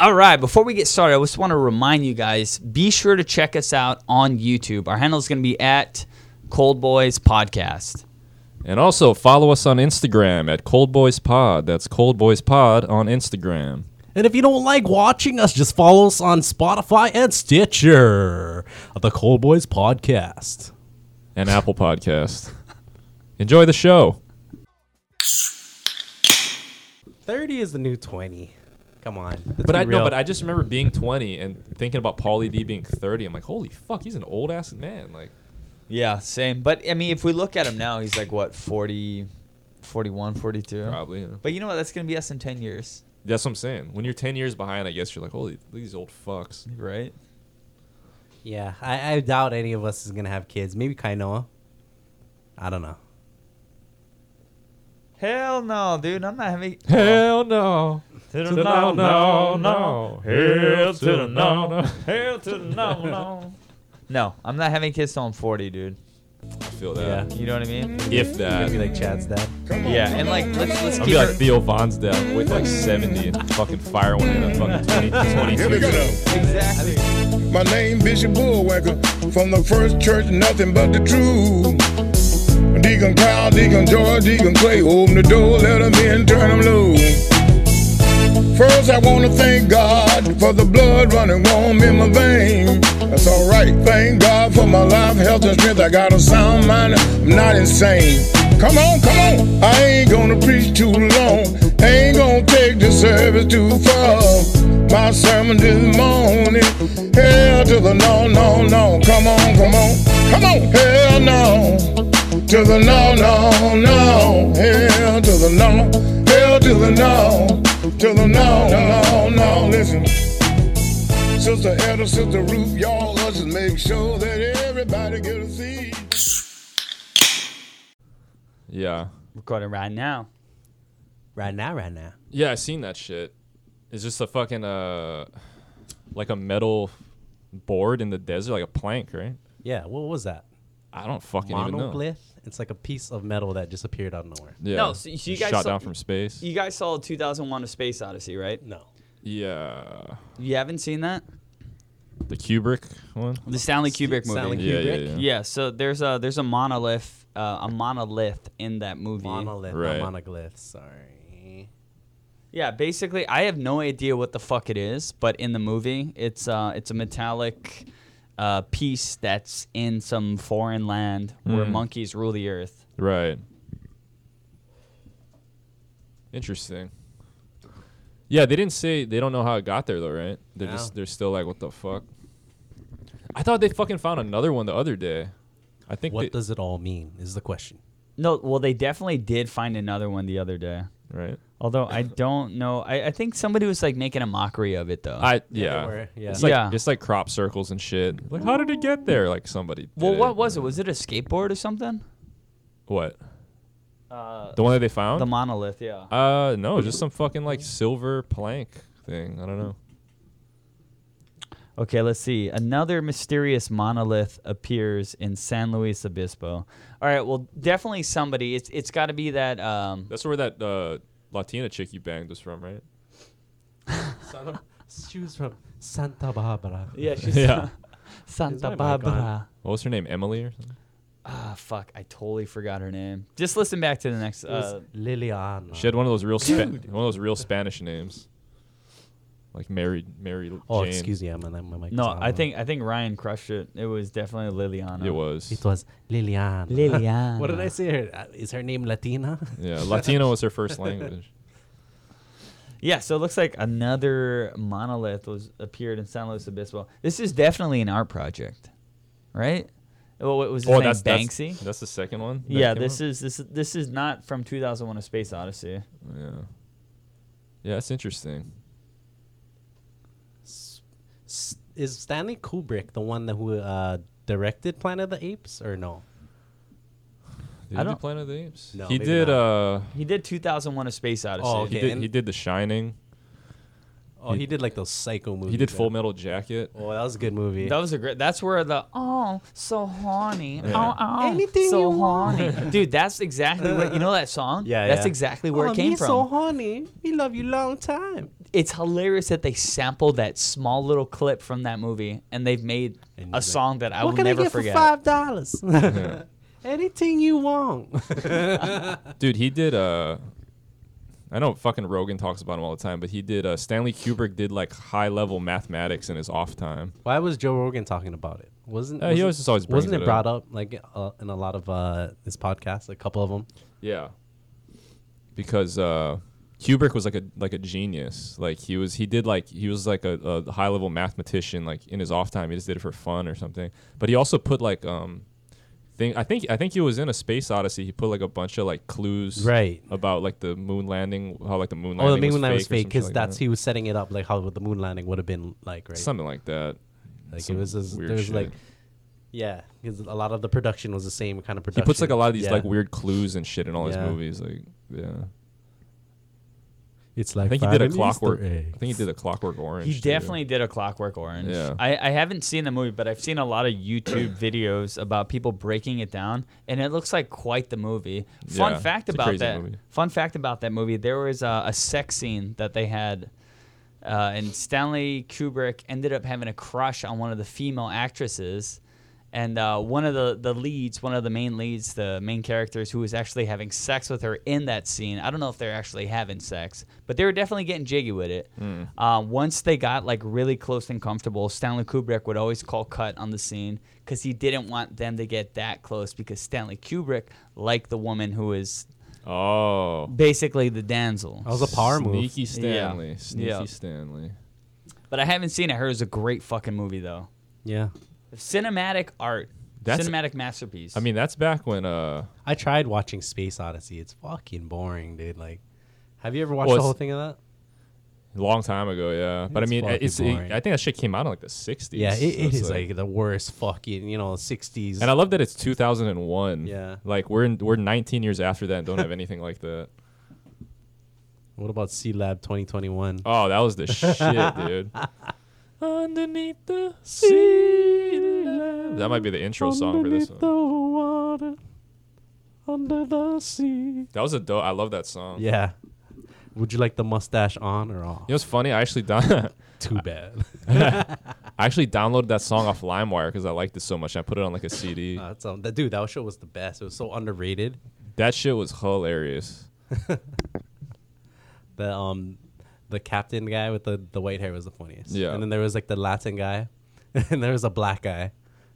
All right, before we get started, I just want to remind you guys be sure to check us out on YouTube. Our handle is going to be at Cold Boys Podcast. And also follow us on Instagram at Cold Boys Pod. That's Cold Boys Pod on Instagram. And if you don't like watching us, just follow us on Spotify and Stitcher of the Cold Boys Podcast. and Apple Podcast. Enjoy the show. 30 is the new 20. Come on. Let's But be I real. no, but I just remember being 20 and thinking about Paulie D being 30. I'm like, holy fuck, he's an old ass man. Like, Yeah, same. But I mean, if we look at him now, he's like what 40, 41, 42. probably. you know. But you know what? That's going to be us in 10 years, That's what I'm saying. When you're 10 years behind, I guess you're like, holy, look at these old fucks. right? yeah, I, I doubt any of us is going to have kids. Maybe Kainoa. I don't know. Hell no, dude. I'm not having. Hell no. To To the no, no, no. Hell to the no, no. Hell to the no, no. No, I'm not having kids till I'm 40, dude. I feel that. You know what I mean? If that. Maybe like Chad's dad. Yeah, and like let's let's I'll keep be like it- Theo Von's dad with like 70 and fucking fire one in at fucking 20, 22. Here we go. exactly. My name Bishop Bullwacker from the first church, nothing but the truth. Deacon Kyle, Deacon George, Deacon Clay, open the door, let 'em in, turn 'em loose. First, I want to thank God for the blood running warm in my veins. That's all right. Thank God for my life, health, and strength. I got a sound mind. I'm not insane. Come on, come on. I ain't gonna preach too long. Ain't gonna take the service too far. My sermon this morning. Hell to the no, no, no. Come on, come on. Come on. Hell no. To the no, no, no. Hell to the no. Hell to the no, to the no, no, no. Listen, Sister Elder, Sister Ruth, y'all us just make sure that everybody get a seat. Yeah. Recording right now. Right now, right now. Yeah, I seen that shit. It's just a fucking uh, like a metal board in the desert, like a plank, right? Yeah, what was that? I don't fucking even know. Monolith? It's like a piece of metal that just appeared out of nowhere. Yeah. No, so you Just guys shot saw- down from space. You guys saw 2001: A Space Odyssey, right? No. yeah, You haven't seen that? the Kubrick one. The Stanley Kubrick movie. Stanley Yeah, yeah, Kubrick? yeah. Yeah, so there's a there's a monolith uh, a monolith in that movie. Monolith, Right. not monoglyph. Sorry. Yeah, basically I have no idea what the fuck it is, but in the movie it's uh it's a metallic uh, piece that's in some foreign land where Hmm. monkeys rule the earth. Right. Interesting. Yeah, they didn't say they don't know how it got there though, right? They're No. just they're still like, what the fuck? I thought they fucking found another one the other day. I think What they, does it all mean is the question. No, well they definitely did find another one the other day. right. Although I don't know, I, I think somebody was like making a mockery of it though. I Yeah, yeah. they were, yeah. It's like Yeah. it's like crop circles and shit. Like how did it get there? Like somebody. well, did what was it? Was it a skateboard or something? What? the one that they found? Uh, The monolith, yeah. uh no, just some fucking like silver plank thing. I don't know. Okay, let's see. Another mysterious monolith appears in San Luis Obispo. All right, well, definitely somebody. It's it's got to be that. Um, That's where that uh Latina chick you banged was from, right? She was from Santa Barbara. yeah, she's Yeah. Is Santa my mic Barbara. on? What was her name? Emily or something? Ah, fuck! I totally forgot her name. Just listen back to the next. Uh, Liliana. She had one of those real Spa- one of those real Spanish names. Like Mary Mary L- oh, Jane. excuse me. I'm, I'm, my mic's no, on. I think I think Ryan crushed it. It was definitely Liliana. It was. It was Liliana. Liliana. what did I say? Her- uh, Is her name Latina? Yeah, Latino was her first language. Yeah, so it looks like another monolith was appeared in San Luis Obispo. This is definitely an art project, right? Well, what was his oh, name? that's that's- Banksy. That's, the second one. Yeah, this is this is- this is not from 2001: A Space Odyssey. Yeah. Yeah, that's interesting. S- Is Stanley Kubrick the one that who uh, directed Planet of the Apes or no? I Did he do don't- Planet of the Apes? No, he maybe did not. uh He did 2001: A Space Odyssey. Oh, he okay. did and- he did The Shining. Oh, he, did like those psycho movies. He did yeah. Full Metal Jacket. Oh, that was a good movie. That was a great. That's where the oh so horny, oh Yeah. oh Anything so you want. horny, dude. That's exactly what you know that song. Yeah, that's yeah. exactly where Oh, it came me from. so horny. We love you long time. it's hilarious that they sampled that small little clip from that movie and they've made a song that I will what can I never get forget. for five dollars? Anything you want. Dude, he did. Uh, I know fucking Rogan talks about him all the time, but he did. Uh, Stanley Kubrick did like high level mathematics in his off time. Why was Joe Rogan talking about it? Wasn't Uh, he wasn't- always just always brings wasn't it it brought up like uh, in a lot of uh, his podcasts? A couple of them. Yeah. Because uh, Kubrick was like a like a genius. Like he was he did like he was like a, a high level mathematician. Like in his off time, he just did it for fun or something. But he also put like um. Thing, I think I think he was in a space odyssey. He put like a bunch of like clues Right. about like the moon landing, how like the moon landing. Oh, the moon landing was or some fake shit because like that's that. he was setting it up like how the moon landing would have been like, right? something like that. like it some was just, weird there was shit. like, yeah, because a lot of the production was the same kind of He production. puts like a lot of these Yeah. like weird clues and shit in all Yeah. his movies. Like yeah, It's I like think he did a finding clockwork. Easter I egg. think he did a clockwork orange. He too. definitely did a Clockwork Orange. Yeah. I, I haven't seen the movie, but I've seen a lot of YouTube videos about people breaking it down, and it looks like quite the movie. Fun Yeah, fact it's a about crazy that. movie. Fun fact about that movie: there was a, a sex scene that they had, uh, and Stanley Kubrick ended up having a crush on one of the female actresses. And uh, one of the, the leads, one of the main leads, the main characters who was actually having sex with her in that scene. I don't know if they're actually having sex, but they were definitely getting jiggy with it. Uh, once they got like really close and comfortable, Stanley Kubrick would always call cut on the scene because he didn't want them to get that close because Stanley Kubrick liked the woman who is Oh, basically the damsel. That was a power move. Sneaky Stanley. Sneaky Yeah. Stanley. But I haven't seen it. Her is a great fucking movie though. Yeah, Cinematic art. That's- cinematic masterpiece. I mean, that's back when uh I tried watching Space Odyssey. It's fucking boring, dude. Like, have you ever watched Well, the it's- whole thing of that? a long time ago, yeah. But I It's mean, fucking it's boring. it, I think that shit came out in like the 60s. Yeah, it, it so is like, the worst fucking you know sixties. And I love that it's 2001. Yeah. Like we're in, we're 19 years after that and don't have anything like that. What about C Lab twenty twenty one? Oh, that was the shit, dude. Underneath the sea. That might be the intro song for this one. water, under the sea. That was a dope. I love that song. Yeah. Would you like the mustache on or You off? know what's funny? I actually done. Too bad. I actually downloaded that song off LimeWire because I liked it so much. I put it on like a CD. Uh, that's, um, that dude, that show was the best. It was so underrated. That shit was hilarious. The um, the captain guy with the, the white hair was the funniest. Yeah. And then there was like the Latin guy, and there was a black guy,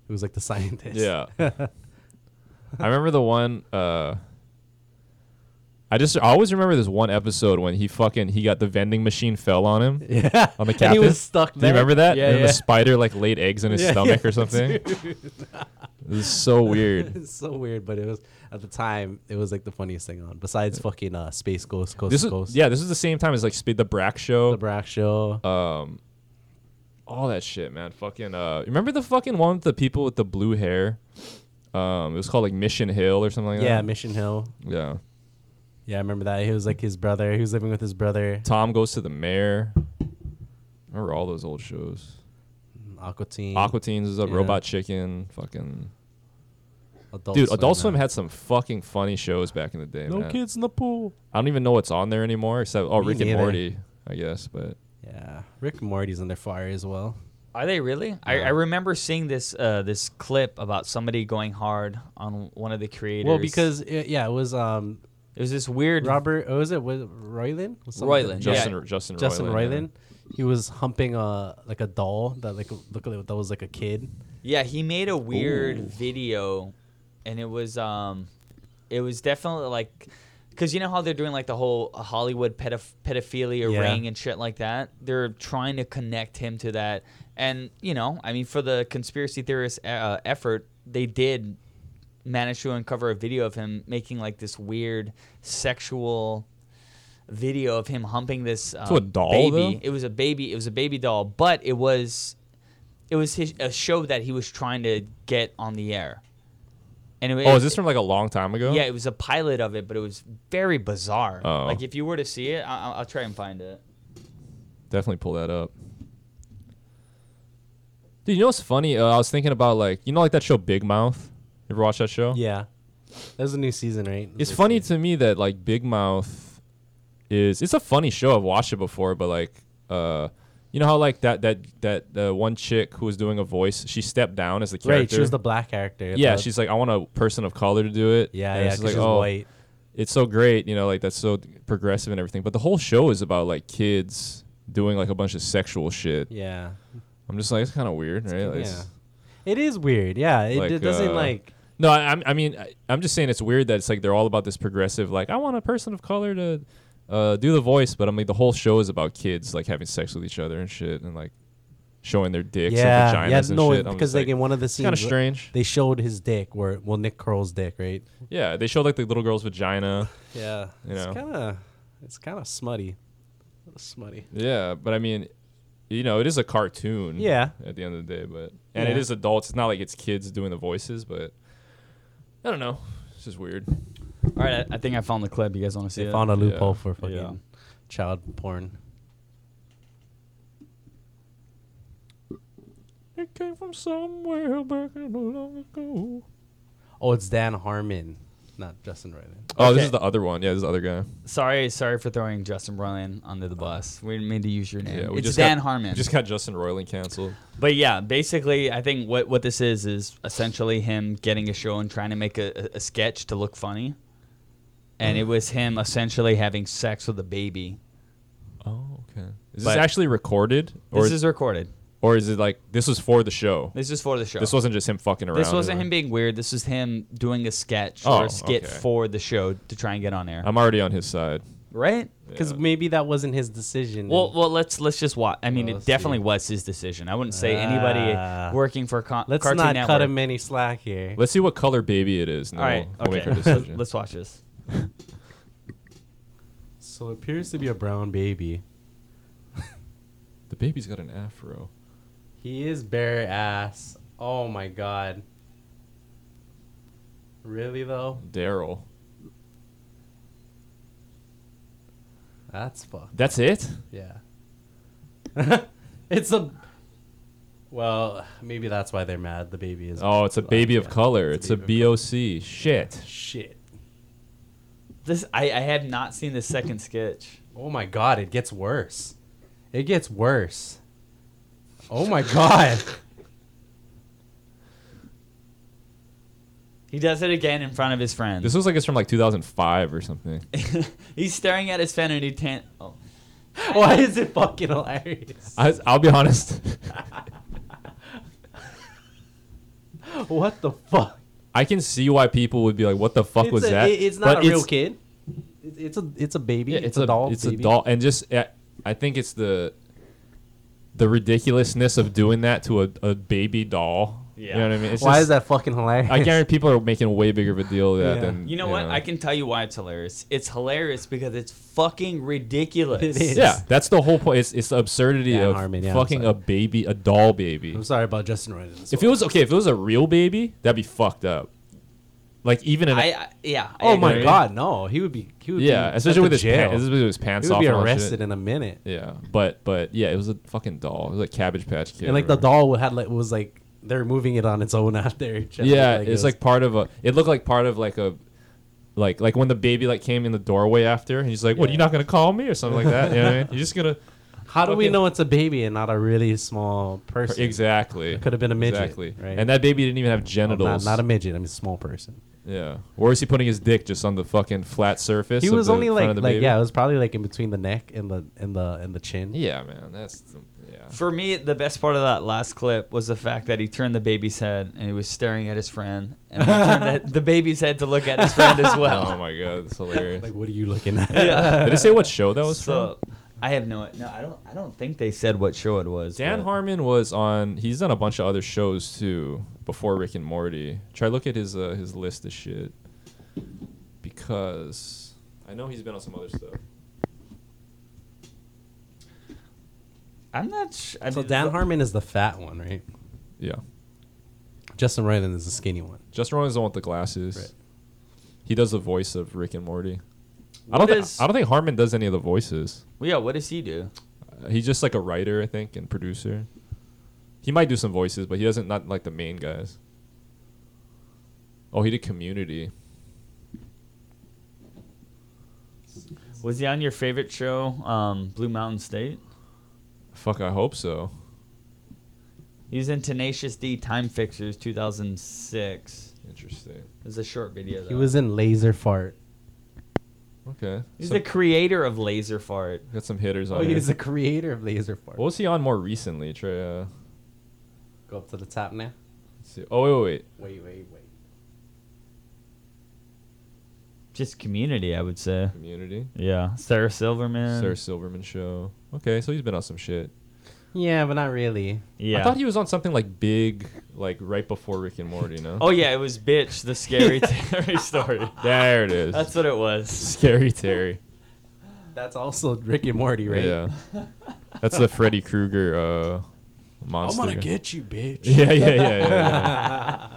who was like the scientist. Yeah. I remember the one. Uh, I just I always remember this one episode when he fucking he got the vending machine fell on him Yeah. on the And captain. he was stuck Do you there. remember that? Yeah, and then yeah. the spider like laid eggs in his Yeah, stomach yeah. or something. it was so weird. it's so weird, but it was at the time it was like the funniest thing on. Besides fucking uh, Space Ghost, Coast This to is Coast, yeah. This is the same time as like Speed the Brack show. the Brack Show. Oh, all that shit, man. Fucking uh, remember the fucking one with the people with the blue hair? Um, it was called like Mission Hill or something like yeah, that. Mission Hill. yeah. Yeah, I remember that. He was like his brother. He was living with his brother. Tom goes to the mayor. Remember all those old shows. Aqua Teen. Aqua Teens is up. Yeah. Robot Chicken. Fucking Adult dude. Adult Swim Swim had some fucking funny shows back in the day, No man. kids in the pool. I don't even know what's on there anymore except oh Me Rick neither. and Morty, I guess. But Yeah, Rick and Morty's in their fire as well. Are they really? I, I remember seeing this uh, this clip about somebody going hard on one of the creators. Well, because it, yeah, it was um it was this weird. Robert. What was it was it Royland? Was something- Roiland, yeah. Justin Justin Justin Roiland, yeah. Roiland. He was humping a like a doll that like look like- that was like a kid. yeah, he made a weird video, and it was um, it was definitely like, because you know how they're doing like the whole Hollywood pedoph- pedophilia Yeah. ring and shit like that. They're trying to connect him to that, and you know, I mean, for the conspiracy theorist uh, effort, they did managed to uncover a video of him making like this weird sexual video of him humping this uh, a doll, baby. though? It was a baby. It was a baby doll, but it was it was his, a show that he was trying to get on the air. And it, Oh, is this from like a long time ago? Yeah, it was a pilot of it, but it was very bizarre. Oh. Like if you were to see it, I, I'll, I'll try and find it. Definitely pull that up. Dude, you know what's funny? Uh, I was thinking about like you know like that show Big Mouth. You ever watch that show? Yeah. There's a new season, right? It's funny to me that like Big Mouth is it's a funny show. I've watched it before, but like uh you know how like that that that uh, one chick who was doing a voice, she stepped down as the character. Right, she was the black character. yeah, the- she's like I want a person of color to do it. yeah, And yeah, it's 'cause just like she's oh, white. it's so great, you know, like that's so progressive and everything. But the whole show is about like kids doing like a bunch of sexual shit. Yeah, I'm just like it's kind of weird, right? Like, it's- yeah. It is weird. Yeah, it, Like, it doesn't uh, like. No, I, I'm- I mean, I, I'm just saying it's weird that it's like they're all about this progressive, like I want a person of color to uh, do the voice, but I'm like the whole show is about kids like having sex with each other and shit, and like showing their dicks Yeah, and vaginas yeah, and no, shit. I'm because just like in one of the it's kind of scenes, strange. they showed his dick. Where well, Nick Curl's dick, right? Yeah, they showed like the little girl's vagina. Yeah, You it's know. kind of, it's kind of smutty, a little smutty. Yeah, but I mean, you know, it is a cartoon. Yeah. At the end of the day, but and it Yeah. is adults. It's not like it's kids doing the voices, but I don't know. It's just weird. All right, I, I think I found the clip. You guys want to see They it? found a loophole Yeah. for fucking Yeah. child porn. It came from somewhere back long ago. Oh, it's Dan Harmon, not Justin Roiland. Oh, this Okay. is the other one. Yeah, this is the other guy. Sorry, sorry for throwing Justin Roiland under the bus. We didn't mean to use your name. Yeah, we it's just Dan got, Harmon. we just got Justin Roiland canceled. But yeah, basically, I think what, what this is is essentially him getting a show and trying to make a, a- a sketch to look funny. Hmm. And it was him essentially having sex with a baby. Oh, okay. Is But- this actually recorded, or This is, is recorded. or is it like this was for the show? This is for the show. This wasn't just him fucking around. This wasn't or- him being weird. This was him doing a sketch or Oh, a skit okay. Um, for the show to try and get on air. I'm already on his side. right? Because maybe that wasn't his decision. Well, well, let's let's just watch. I mean, Well, it let's see. definitely was his decision. I wouldn't say Ah. anybody working for con- let's Cartoon not Network. cut him any slack here. Let's see what color baby it is. and All then right, we'll- we'll make our okay. decision. let's watch this. So it appears to be a brown baby. the baby's got an afro. He is bare ass. Oh my god. Really though? Daryl. That's fucked. That's it? Yeah. it's a. Well, maybe that's why they're mad. The baby is. Oh, it's a baby of Yeah. color. It's a baby Mm. BOC. Shit. Shit. This I, I had not seen the second sketch. Oh my god! It gets worse. It gets worse. Oh my god. He does it again in front of his friend. This looks like it's from like 2005 or something. He's staring at his fan and he tan- oh. why is it fucking hilarious? I, I'll be honest. What the fuck? I can see why people would be like, "What the fuck was a, that?" it- It's not But a real it's- kid. It's, it's a it's a baby. Yeah, it's, a, doll. It's baby. a doll, and just uh, I think it's the the ridiculousness of doing that to a, a baby doll. Yeah. You know what I mean? It's Why just- is that fucking hilarious? I guarantee people are making way bigger of a deal of that Yeah. than You know what? I can tell you why it's hilarious. It's hilarious because it's fucking ridiculous. It is. Yeah, that's the whole point. It's, it's the absurdity Dan of Harmon, yeah, I'm fucking sorry. a baby, a doll baby. I'm sorry about Justin Roiland. as If it well. was okay, if it was a real baby, that'd be fucked up. Like even an I, I yeah. I oh my agree. god, no, he would be. He would yeah, be especially sent with to his jail. pants, especially with his pants he would off. be and all that arrested shit. in a minute. Yeah, but but yeah, it was a fucking doll. It was like Cabbage Patch Kid. And like the or- doll had like was like they're moving it on its own out there. Yeah, it it's was- like part of a. It looked like part of like a, like like when the baby like came in the doorway after, and he's like, "What? Yeah. You're not gonna call me or something like that? You know what I mean? You're just gonna how do we fucking- know it's a baby and not a really small person? exactly. Could have been a midget, Exactly. right? And that baby didn't even have Well, not, genitals. not a midget. I mean, small person. yeah. Where is he putting his dick? Just on the fucking flat surface. He of was the only front like of the like baby? yeah, it was probably like in between the neck and the and the and the chin. Yeah, man. That's yeah. For me, the best part of that last clip was the fact that he turned the baby's head and he was staring at his friend, and he turned the, the baby's head to look at his friend as Oh well. my god, that's hilarious. Like, what are you looking at? Did it say what show that was from? so I have no no. I don't. I don't think they said what show it was. Dan but- Harmon was on. He's done a bunch of other shows too before Rick and Morty. Try look at his uh, his list of shit because I know he's been on some other stuff. I'm not. Sh- I So mean, Dan the- Harmon is the fat one, right? Yeah, Justin Roiland is the skinny one. Justin Roiland's the one with the glasses. Right. He does the voice of Rick and Morty. What I don't. thi- is- I don't think Harmon does any of the voices. Uh, Well, yeah. What does he do? He's just like a writer, I think, and producer. He might do some voices, but he doesn't not like the main guys. Oh, he did Community. Was he on your favorite show, um, Blue Mountain State? Fuck, I hope so. He was in Tenacious D Time Fixers 2006. Interesting. It was a short video. Though. He was in Laser Fart. Okay. He's So- the creator of Laser Fart. got some hitters Oh, on. he here. was the creator of Laser Fart. what was he on more recently, Trey? Uh, Go up to the top now. let's see. Oh wait, wait, wait. Wait, wait, wait. Just community, I would say. Community. Yeah. Sarah Silverman. Sarah Silverman show. Okay, so he's been on some shit. Yeah, but not really. yeah. I thought he was on something like big, like right before Rick and Morty. No. oh, yeah. It was Bitch, the scary Terry story. there it is. That's what it was. scary Terry. That's also Rick and Morty, right? Yeah. That's the Freddy Krueger uh, I'm monster. gonna get you, bitch. Yeah, yeah, yeah, yeah. yeah, yeah.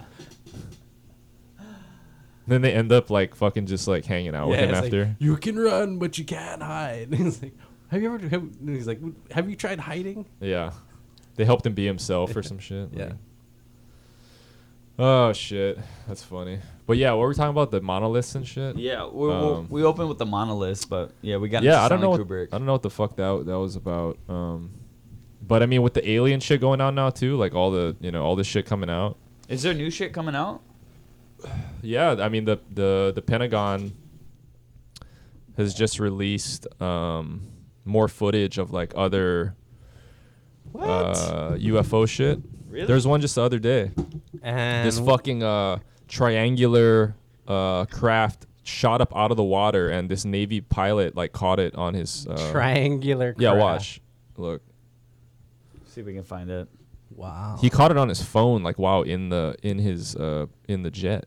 then they end up like fucking just like hanging out with Yeah, him it's like, after. You can run, but you can't hide. he's like, have you ever? Have, and he's like, have you tried hiding? yeah. They helped him be himself or some shit. Yeah. like- Oh shit, that's funny. But yeah, what were we talking about? The monoliths and shit. Yeah. We, Um, we, we opened with the monolith, but yeah, we got into yeah, I don't know. Stanley What, Kubrick. I don't know what the fuck that that was about. Um, but I mean, with the alien shit going on now too, like all the you know all this shit coming out. Is there new shit coming out? Yeah, I mean the the the Pentagon has just released um, more footage of like other uh, UFO shit. Really? There's one just the other day. And this fucking uh, triangular uh, craft shot up out of the water, and this Navy pilot like caught it on his. Uh, triangular. yeah, crap. watch. Look, See if we can find it. Wow. he caught it on his phone. Like wow, in the in his uh, in the jet.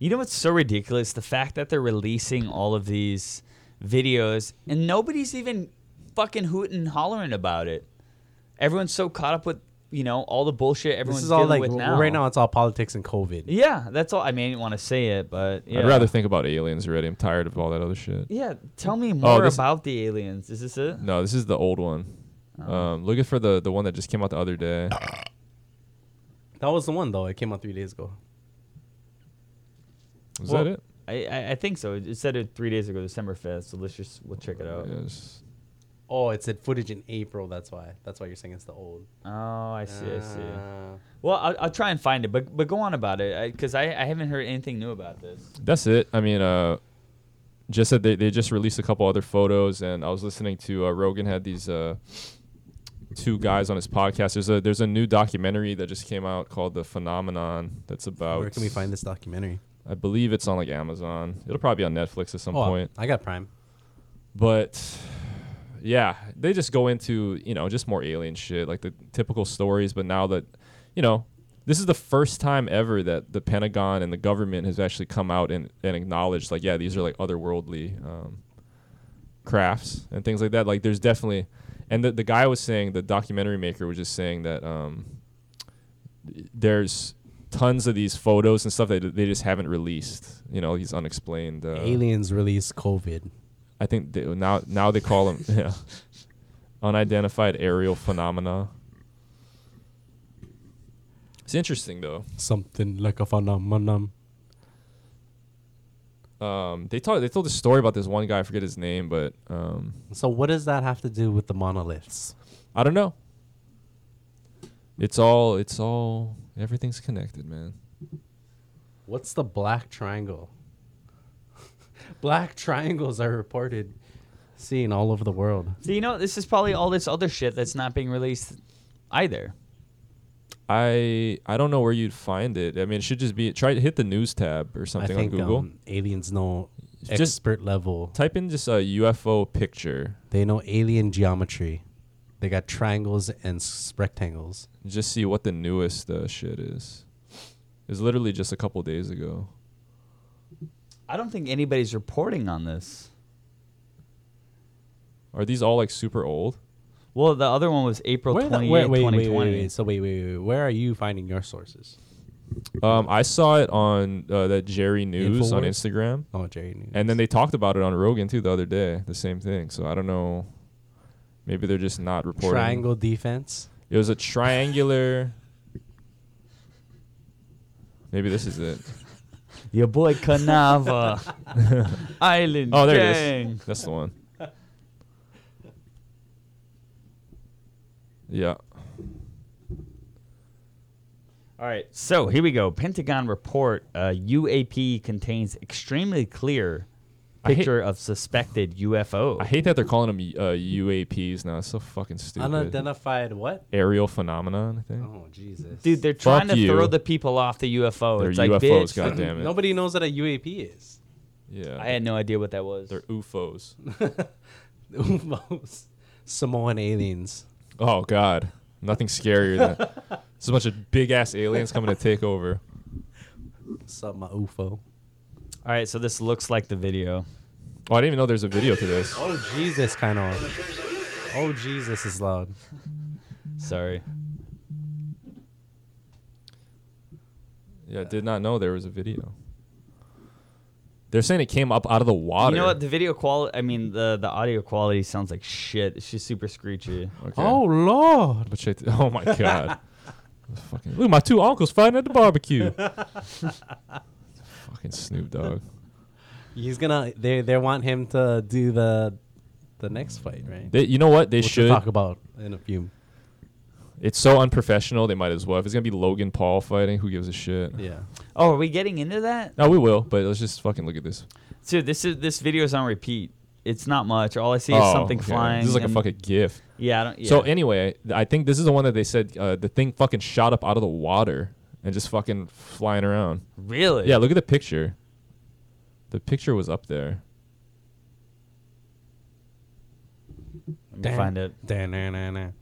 You know what's so ridiculous? The fact that they're releasing all of these videos and nobody's even fucking hooting and hollering about it. Everyone's so caught up with, you know, all the bullshit everyone's this is all dealing like with now. right now. It's all politics and COVID. Yeah, that's all. I mean, I didn't want to say it, but yeah. I'd rather think about aliens already. I'm tired of all that other shit. Yeah, tell me more Oh, this- about the aliens. Is this it? No, this is the old one. Uh-huh. Um, looking for the the one that just came out the other day. That was the one though. It came out three days ago. Was Well, that it? I, I I think so. It said it three days ago, December fifth. So let's just we'll check it out. Yes. Oh, it said footage in April. That's why. That's why you're saying it's the old. Oh, I see. I see. Uh, Well, I'll, I'll try and find it, but but go on about it because I, I haven't heard anything new about this. That's it. I mean, uh, just that they, they just released a couple other photos, and I was listening to uh, Rogan had these uh, two guys on his podcast. There's a there's a new documentary that just came out called The Phenomenon. That's about where can we find this documentary? I believe it's on like Amazon. It'll probably be on Netflix at some Oh, point. I got Prime. but yeah, they just go into you know just more alien shit, like the typical stories. But now that you know, this is the first time ever that the Pentagon and the government has actually come out and, and acknowledged, like, yeah, these are like otherworldly um, crafts and things like that. Like, there's definitely, and the the guy was saying, the documentary maker was just saying that um, there's tons of these photos and stuff that they just haven't released. You know, these unexplained uh, Aliens release COVID. I think they, now now they call them yeah, unidentified aerial phenomena. It's interesting though. Something like a phenomenon. Um, they told they told a story about this one guy. I forget his name, but um, So what does that have to do with the monoliths? I don't know. It's all it's all everything's connected, man. What's the black triangle? black triangles are reported seen all over the world. So you know, this is probably all this other shit that's not being released either. I I don't know where you'd find it. I mean, it should just be try to hit the news tab or something I think on Google. Um, aliens know Just- expert level. Type in just a UFO picture. They know alien geometry. They got triangles and s- rectangles. just see what the newest uh, shit is. It's literally just a couple days ago. I don't think anybody's reporting on this. Are these all like super old? Well, the other one was April Where the- 28, wait, wait, wait, wait, 2020. wait, So wait, wait, wait. Where are you finding your sources? Um, I saw it on uh, that Jerry News on Infowars? Instagram, Oh, Jerry News. and then they talked about it on Rogan too the other day. The same thing. So I don't know. Maybe they're just not reporting. triangle defense. It was a triangular. Maybe this is it. Your boy Canava. Island. Oh, there it gang. is. That's the one. Yeah. All right, so here we go. Pentagon report uh, UAP contains extremely clear I hate- picture of suspected UFO. I hate that they're calling them uh, UAPs now. It's so fucking stupid. Unidentified what? Aerial phenomenon, I think. Oh Jesus, Dude, they're trying to you. throw the people off the UFO. They're it's like, UFOs, bitch, goddammit. Nobody knows what a UAP is. Yeah. I had no idea what that was. they're UFOs. UFOs, Samoan aliens. Oh God, nothing scarier than it's a bunch of big ass aliens coming to take over. Something a UFO. All right, so this looks like the video. Oh, I didn't even know there's a video to this. Oh Jesus, kind of. Oh Jesus is loud. Sorry. Yeah, I did not know there was a video. They're saying it came up out of the water. You know what? The video quality, I mean, the, the audio quality sounds like shit. It's just super screechy. Okay. Oh, Oh. Lord, But shit- oh my God. Fucking, look, my two uncles fighting at the barbecue. Fucking Snoop Dogg. he's gonna. They they want him to do the the next fight, right? They, you know what? They Which should. we'll talk about in a few. It's so unprofessional. They might as well. If it's gonna be Logan Paul fighting, who gives a shit? Yeah. Oh, are we getting into that? No, we will. But let's just fucking look at this. Dude, this is this video is on repeat. It's not much. All I see is Oh, something okay. flying. This is like a and- fucking GIF. Yeah, I don't. Yeah. So anyway, th- I think this is the one that they said uh, the thing fucking shot up out of the water and just fucking flying around. really? Yeah, look at the picture. The picture was up there. Let me find it. Dun, dun, dun, dun, dun,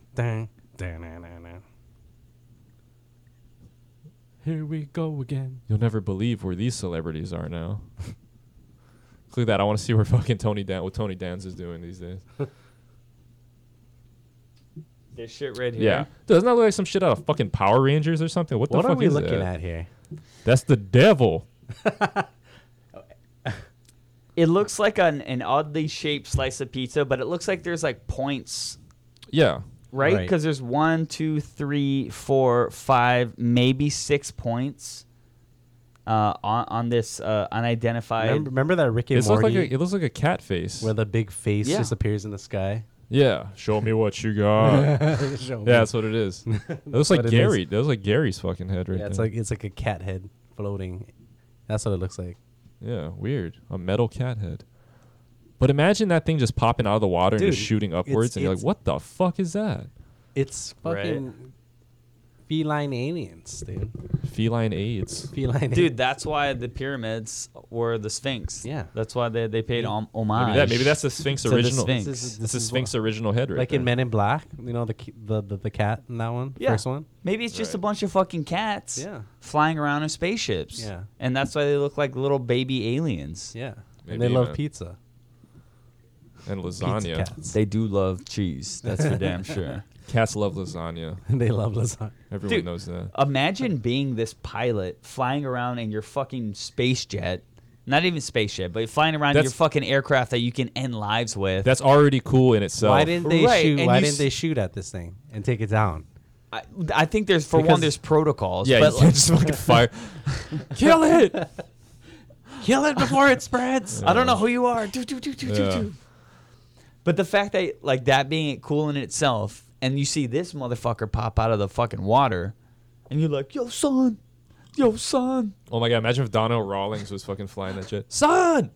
dun, dun, dun, dun. Here we go again. You'll never believe where these celebrities are now. look at that. I want to see where fucking Tony Dan what Tony Danza is doing these days. This shit right here. Yeah. Doesn't that look like some shit out of fucking Power Rangers or something? What the What fuck are we is looking that? at here? That's the devil. It looks like an, an oddly shaped slice of pizza, but it looks like there's like points, Yeah. right? Right. Because there's one, two, three, four, five, maybe six points uh, on on this uh, unidentified. Remember, remember that Rick and It looks like Morty a, it looks like a cat face. where the big face Yeah. just appears in the sky? yeah. Show me what you got. Show me. Yeah, that's what it is. That looks like what it Gary. That was like Gary's fucking head right Yeah, it's there. like it's like a cat head floating. That's what it looks like. yeah, weird. A metal cat head. But imagine that thing just popping out of the water and Dude, just shooting upwards, and you're like, it's- "What the fuck is that?" It's fucking feline aliens, dude. Feline AIDS. Feline. Dude, that's why the pyramids were the Sphinx. Yeah. That's why they, they paid om- homage. Maybe, that, maybe that's the Sphinx So the original. Sphinx. This is- That's the is Sphinx original head, right? like in there. Men in Black, you know the ki- the the, the cat in that one, Yeah. first one. Maybe it's just a Right. bunch of fucking cats Yeah. flying around in spaceships. Yeah. And that's why they look like little baby aliens. Yeah, and Maybe, they love man. pizza. and Pizza lasagna. cats. They do love cheese. That's for damn sure. Cats love lasagna. they love lasagna. Everyone Dude. knows that. Imagine being this pilot flying around in your fucking space jet. Not even space jet, but flying around in That's- your fucking aircraft that you can end lives with. That's already cool in itself. Why didn't they Oh, Right, shoot? and Why you didn't s- they shoot at this thing and take it down? I, I think there's for one Because- there's protocols. Yeah, but you like, can't just fucking fire. Kill it. Kill it before it spreads. I don't know who you are. Do, do, do, do, do, Yeah. do. But the fact that like that being cool in itself, and you see this motherfucker pop out of the fucking water, and you're like, "Yo, son, yo, son." Oh my god! Imagine if Donnell Rawlings was fucking flying that jet. Son,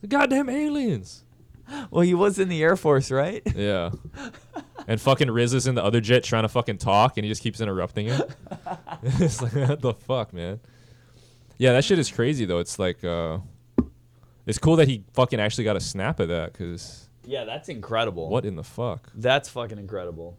the goddamn aliens. Well, he was in the Air Force, right? Yeah. and fucking Riz is in the other jet trying to fucking talk, and he just keeps interrupting him. it's like what the fuck, man. Yeah, that shit is crazy though. It's like, uh, it's cool that he fucking actually got a snap of that, cause Yeah, that's incredible. what in the fuck? That's fucking incredible.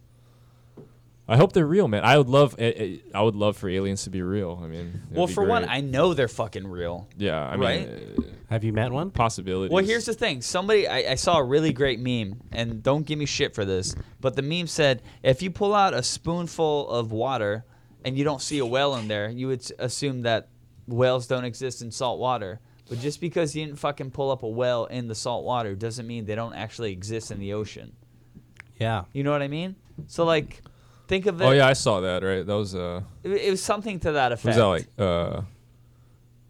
I hope they're real, man. I would love, I- I I would love for aliens to be real. I mean, it'd well, be for one, great. I know they're fucking real. yeah, I mean, Right? uh, Have you met one? possibilities. Well, here's the thing. Somebody, I, I saw a really great meme, and don't give me shit for this, but the meme said if you pull out a spoonful of water and you don't see a whale in there, you would s- assume that whales don't exist in salt water. But just because you didn't fucking pull up a whale in the salt water doesn't mean they don't actually exist in the ocean. Yeah. You know what I mean? So like, think of it. Oh yeah, I saw that. Right, that was uh, it, it was something to that what was effect. that like uh,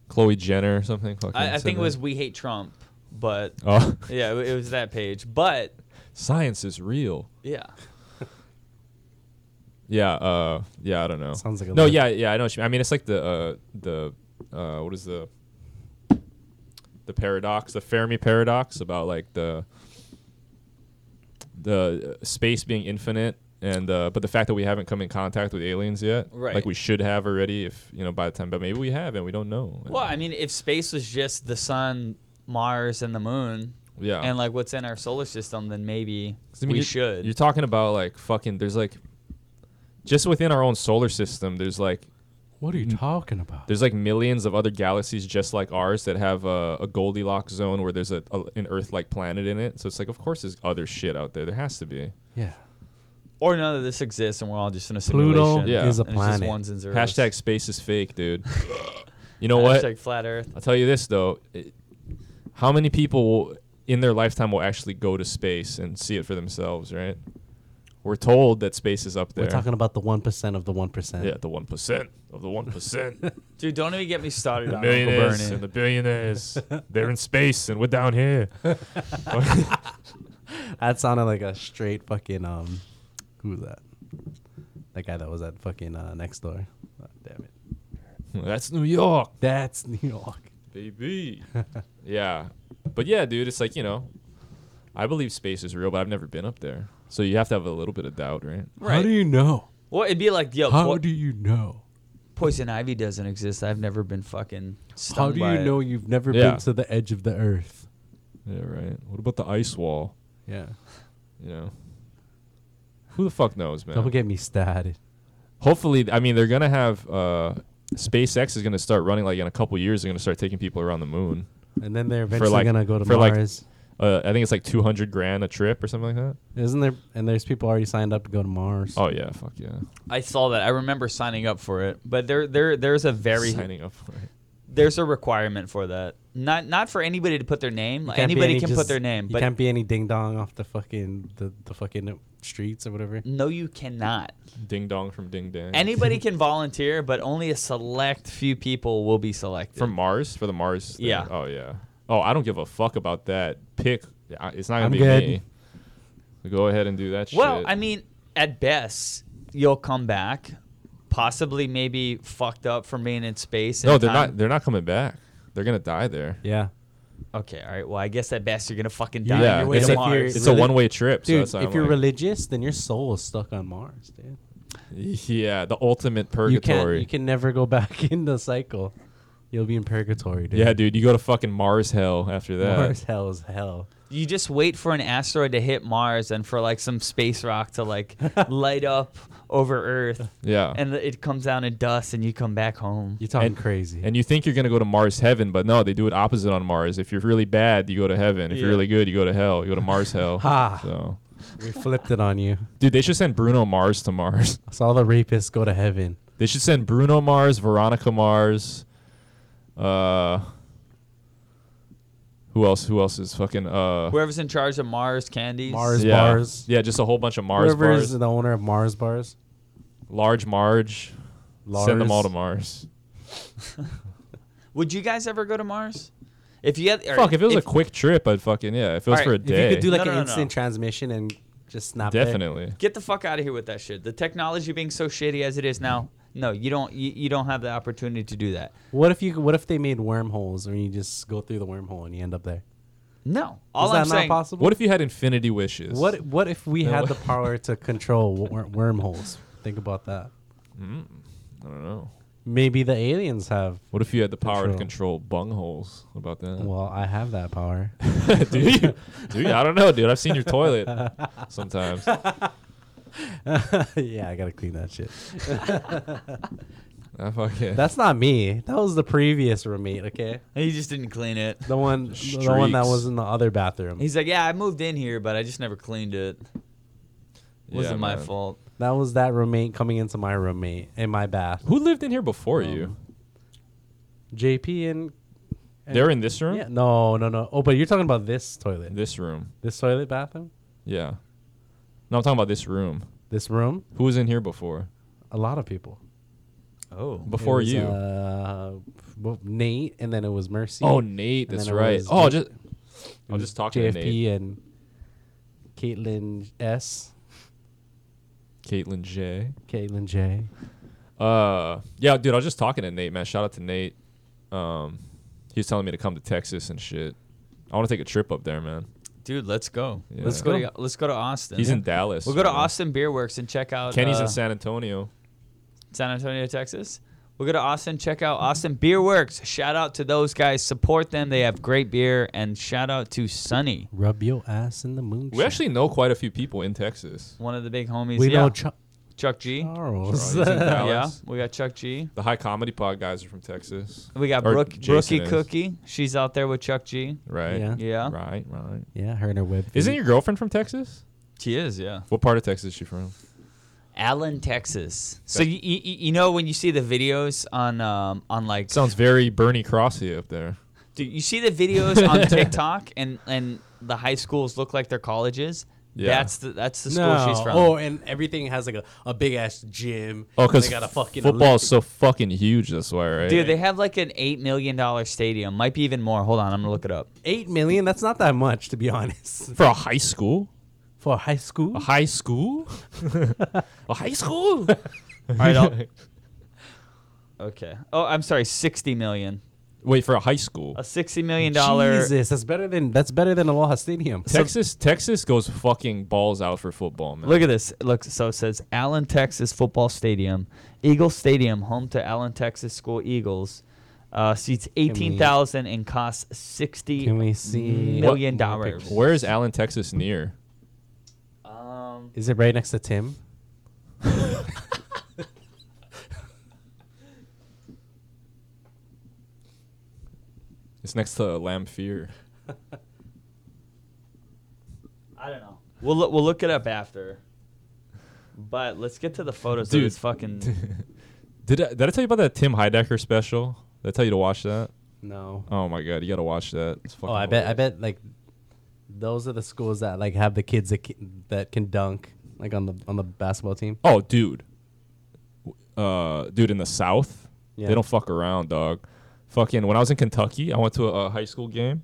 Chloe Jenner or something? Fucking I, I said think it that. was We Hate Trump, but Oh, yeah, it was that page. But science is real. yeah, Yeah, uh, yeah, I don't know. Sounds like a no, lot. yeah, yeah, I know. What you, I mean, it's like the uh, the uh, what is the the paradox, the Fermi paradox about like the the uh, space being infinite, and uh, but the fact that we haven't come in contact with aliens yet, Right. Like we should have already, if you know, by the time, but maybe we have, and we don't know. well, I mean, if space was just the sun, Mars, and the moon, yeah, and like what's in our solar system, then maybe 'Cause, I mean, we you're- should. You're talking about like fucking. There's like just within our own solar system. There's like What are you Mm. talking about? There's like millions of other galaxies just like ours that have a, a Goldilocks zone where there's a, a an Earth-like planet in it. So it's like, of course, there's other shit out there. There has to be. Yeah. or none of this exists, and we're all just in a Pluto simulation. Yeah. is a and it's just planet. ones and zeros. Hashtag space is fake, dude. you know what? Hashtag flat Earth. I'll tell you this though. It- how many people will, in their lifetime will actually go to space and see it for themselves? Right? We're told that space is up there. We're talking about the 1% of the 1%. yeah, the one percent of the one percent, Dude, don't even get me started the on Uncle millionaires and Bernie. the billionaires. They're in space and we're down here. That sounded like a straight fucking um, who was that? That guy that was at fucking uh, next door. Oh, damn it, That's New York. that's New York. baby. yeah, but yeah, dude, it's like you know, I believe space is real, but I've never been up there, so you have to have a little bit of doubt, right? Right. you know? well, it'd be like, yo, po- you know? poison ivy doesn't exist. I've never been fucking. stung by it. you've never Yeah. the edge of the earth? Yeah, right. What about the ice wall? Yeah, You know, who the fuck knows, man? don't get me started. Hopefully, I mean, they're gonna have uh, SpaceX is gonna start running like in a couple years. They're gonna start taking people around the moon. And then they're eventually like- gonna go to for like- Mars, Uh, I think it's like two hundred grand a trip or something like that. isn't there? And there's people already signed up to go to Mars. Oh yeah, fuck yeah. I saw that. I remember signing up for it, but there, there, there's a very signing up for it. there's a requirement for that. Not not for anybody to put their name. Can't be Anybody any can just- put their name, you but can't be any ding dong off the fucking the, the fucking streets or whatever. no, you cannot. Ding dong from Ding Dang. Anybody can volunteer, but only a select few people will be selected. From Mars for the Mars. thing? Yeah. Oh yeah. Oh, I don't give a fuck about that. Pick. I- It's not gonna I'm be good. me. Go ahead and do that well, shit. I mean, at best, you'll come back, possibly maybe fucked up from being in space. at no, a they're time. not. They're not coming back. They're gonna die there. Yeah, Okay, all right. Well, I guess at best you're gonna fucking die Yeah, on your way it's to like Mars. you're- It's Really? a one-way trip. so dude. that's why if I'm you're like- religious, then your soul is stuck on Mars, dude. yeah, the ultimate You can't. purgatory. You can never go back in the cycle. You'll be in purgatory, dude. yeah, dude, you go to fucking Mars hell after that. Mars hell is hell. you just wait for an asteroid to hit Mars and for like some space rock to like light up over Earth, Yeah. And, and it comes down in dust, and you come back home. You're talking And- crazy. you think you're gonna go to Mars heaven, but no, they do it opposite on Mars. If you're really bad, you go to heaven. If you're Yeah. really good, you go to hell. You go to Mars hell. Ha. So, we flipped it on you. dude, they should send Bruno Mars to Mars. I saw the rapists go to heaven. They should send Bruno Mars, Veronica Mars. Uh, who else? Who else is fucking? Uh, Whoever's in charge of Mars candies, Mars yeah, bars. yeah, just a whole bunch of Mars Whoever bars. is the owner of Mars bars. Large Marge. Send them all to Lars. Mars. Would you guys ever go to Mars? If you had, all Fuck, right, if it was a quick trip, I'd fucking yeah. If it was Alright, for a if If you day, could do like No, no, an no, instant no. transmission and just snap there. definitely. get the fuck out of here with that shit. The technology being so shitty as it is now, no, you don't. You, you don't have the opportunity to do that. What if you? What if they made wormholes and you just go through the wormhole and you end up there? No, all is I'm that saying. not possible? What if you had infinity wishes? What What if we No. had the power to control wor- wormholes? Think about that. I don't know. Maybe the aliens have. What if you had the power to Control. control bungholes? What about that? Well, I have that power. do you? Do you? I don't know, dude. I've seen your toilet sometimes. yeah, I gotta clean that shit. I fucking That's not me. That was the previous roommate. Okay, He just didn't clean it. the one, the one that Streaks. was in the other bathroom. He's like, yeah, I moved in here, but I just never cleaned it. Wasn't my man. fault. That was that roommate coming into my roommate in my bath. Who lived in here before Um, you? JP and They're in this room. yeah, no, no, no. Oh, but you're talking about this toilet, This room. this toilet bathroom, Yeah. No, I'm talking about this room. this room. Who was in here before? A lot of people. Oh. It Before was, you? uh, well, Nate, and then it was Mercy. oh, Nate. and That's then it right. was- Oh, just. It I'll was just talk to Nate. JFP and Caitlin S, Caitlin J. Caitlin J. Uh, yeah, dude. I was just talking to Nate, man. Shout out to Nate. Um, he was telling me to come to Texas and shit. I want to take a trip up there, man. Dude, let's go. Yeah. Let's go. To, let's go to Austin. He's in Dallas. We'll go to so- Austin Beer Works and check out Kenny's uh, in San Antonio. San Antonio, Texas. We'll go to Austin, check out Austin Beer Works. Shout out to those guys. Support them. They have great beer. And shout out to Sunny, Rub your ass in the moon. We actually know quite a few people in Texas. one of the big homies. we yeah. know Chuck Chuck G. Oh. Charles. He's in Yeah, Dallas. we got Chuck G. The High Comedy Pod guys are from Texas. We got Or Brooke, Jason Brookie is. Cookie. She's out there with Chuck G. Right. Yeah. Yeah. Right. Right. yeah, her and her web. Isn't your girlfriend from Texas? She is, yeah. What part of Texas is she from? Allen, Texas. So That- you, you, you know when you see the videos on um on like Sounds very Bernie Crossy up there. Dude, you see the videos on TikTok and and the high schools look like their colleges. Yeah. That's the that's the school no. she's from. Oh, and everything has like a, a big ass gym. Oh, because they got a fucking football is so fucking huge. That's why, right? Dude, they have like an eight million dollar stadium. Might be even more. Hold on, I'm gonna look it up. eight million? That's not that much, to be honest, for a high school. for high school. A high school. a high school. All right, I'll- okay. Oh, I'm sorry, sixty million. Wait for a high school. A sixty million dollar. Jesus, that's better than that's better than Aloha Stadium. Texas, Texas goes fucking balls out for football, man. Look at this. Look, so it says Allen, Texas football stadium, Eagle Stadium, home to Allen, Texas School Eagles. Uh, seats eighteen thousand and costs sixty Can we see million more dollars. pictures? Where is Allen, Texas near? Um, Is it right next to Tim? It's next to Lamphere. I don't know. We'll look, we'll look it up after. But let's get to the photos Dude. of this fucking. Did I, did I tell you about that Tim Heidecker special? Did I tell you to watch that? No. Oh my god, you gotta watch that. It's fucking Oh, I bet. I hilarious. bet like those are the schools that like have the kids that can, that can dunk like on the on the basketball team. Oh, dude. Uh, dude, in the South, Yeah. they don't fuck around, dog. Fucking when I was in Kentucky, I went to a, a high school game.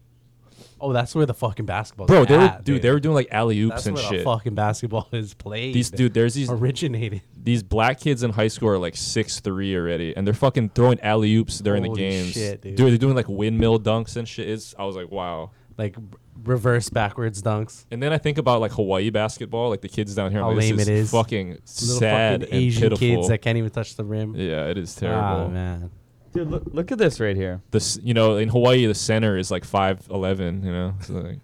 Oh, that's where the fucking basketball. Bro, they were, at, dude, they were doing like alley oops Ah, That's and where the shit. fucking basketball is played. These dude, there's these originated. these black kids in high school are like six three already, and they're fucking throwing alley oops during the Holy games. shit, dude. they're doing like windmill dunks and shit. It's, I was like, wow. Like r- reverse backwards dunks. And then I think about like Hawaii basketball, like the kids down here. I'm How like, this lame is it is. Fucking Little sad fucking and Asian pitiful. kids that can't even touch the rim. yeah, it is Ah, terrible. man. Dude, look, look at this right here. this you know in Hawaii the center is like five eleven. You know, so like,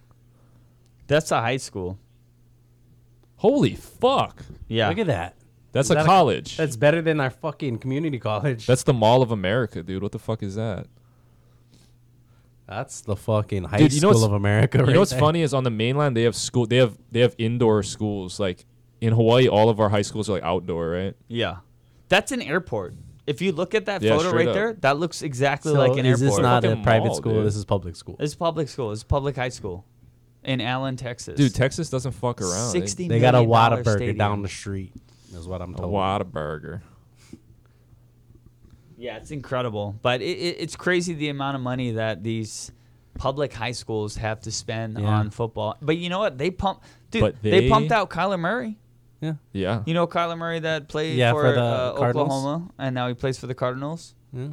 That's a high school. holy fuck, Yeah. Look at that. that's Is a that a- college. that's, That's better than our fucking community college. the Mall of America, dude. What the fuck is that? That's the fucking high Dude, you know school what's- of America. you right know what's there. funny is on the mainland they have school. They have they have indoor schools. Like in Hawaii, all of our high schools are like outdoor, right? Yeah. That's an airport. If you look at that Yeah, photo straight right up. there, that looks exactly So like an is airport. this not a Fucking private mall, school? dude. This is public school. It's public school. It's public high school in Allen, Texas. Dude, Texas doesn't fuck around. They- sixty. They got a million dollar Whataburger stadium. down the street. Is what I'm a told. Whataburger. Yeah, it's incredible, but it, it, it's crazy the amount of money that these public high schools have to spend Yeah. on football. But you know what? They pump, dude. But they, they- pumped out Kyler Murray. Yeah. Yeah. You know Kyler Murray that played Yeah, for, for the uh, Cardinals? Oklahoma, and now he plays for the Cardinals. Yeah.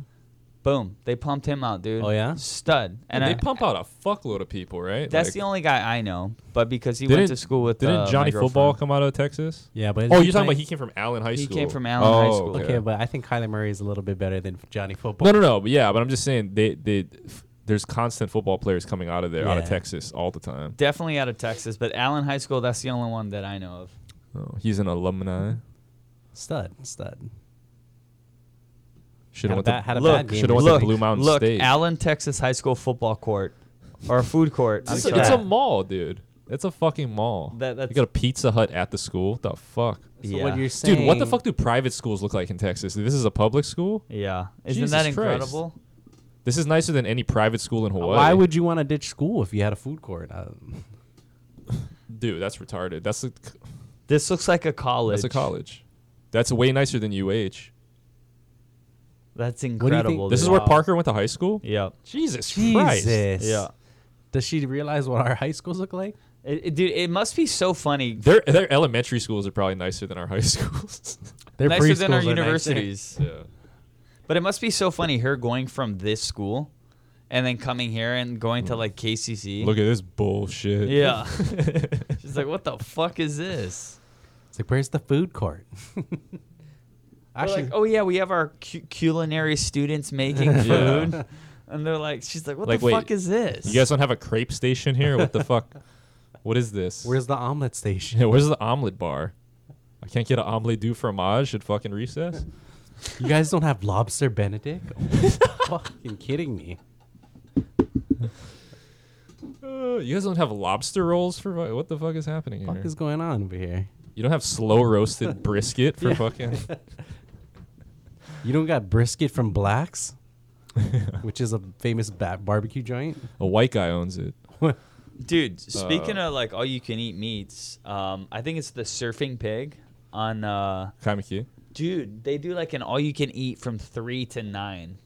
Boom! They pumped him out, dude. Oh, yeah? stud. And they I, pump out a fuckload of people, right? that's Like, the only guy I know, but because he went didn't- to school with Didn't uh, my Johnny Football girlfriend. come out of Texas? Yeah, but Oh, you're talking about he came from Allen High He School. came from Allen High Oh, School. Okay, but I think Kyler Murray is a little bit better than Johnny Football. No, no, no. But yeah, but I'm just saying they they f- there's constant football players coming out of there, out of Yeah. Texas all the time. Definitely out of Texas, but Allen High School. That's the only one that I know of. Oh, he's an alumni. Stud, stud. Should Had a have went ba- to had a Look, bad game. shoulda went to look, Blue Mountain look, State. Allen, Texas High School football court or food court. I'm It's, sorry. a, it's a mall, dude. It's a fucking mall. That- that's- you got a Pizza Hut at the school. The fuck, So Yeah. what you're saying, dude? What the fuck do private schools look like in Texas? This is a public school. Yeah. Isn't Jesus that Christ. incredible? This is nicer than any private school in Hawaii. Why would you want to ditch school if you had a food court? Uh, dude? That's retarded. That's a This looks like a college. that's a college. That's way nicer than UH. That's think- incredible. This dude. is where Parker went to high school. Yep. Jesus, Christ. Jesus. Yeah. Does she realize what our high schools look like? It- it- dude, it must be so funny. Their their elementary schools are probably nicer than our high schools. They're nicer than our preschools are nicer. universities. yeah. But it must be so funny her going from this school and then coming here and going to like KCC. Mm. Look at this bullshit. yeah. She's like, what the fuck is this? It's like, where's the food court? They're Actually, like, oh yeah, we have our cu- culinary students making food. And they're like, she's like, what Like, the wait, fuck is this? You guys don't have a crepe station here? What the fuck? What is this? where's the omelet station? yeah, where's the omelet bar? I can't get an omelet du fromage at fucking recess. You guys don't have lobster Benedict? Oh, you're fucking kidding me. Uh, you guys don't have lobster rolls for fu- what the fuck is happening here? What is going on over here? you don't have slow roasted brisket for Yeah. fucking. You don't got brisket from Blacks, which is a famous ba- barbecue joint. A white guy owns it. Uh, Dude, speaking of like all you can eat meats, um, I think it's the surfing pig on uh Kamiki. dude, they do like an all you can eat from three to nine.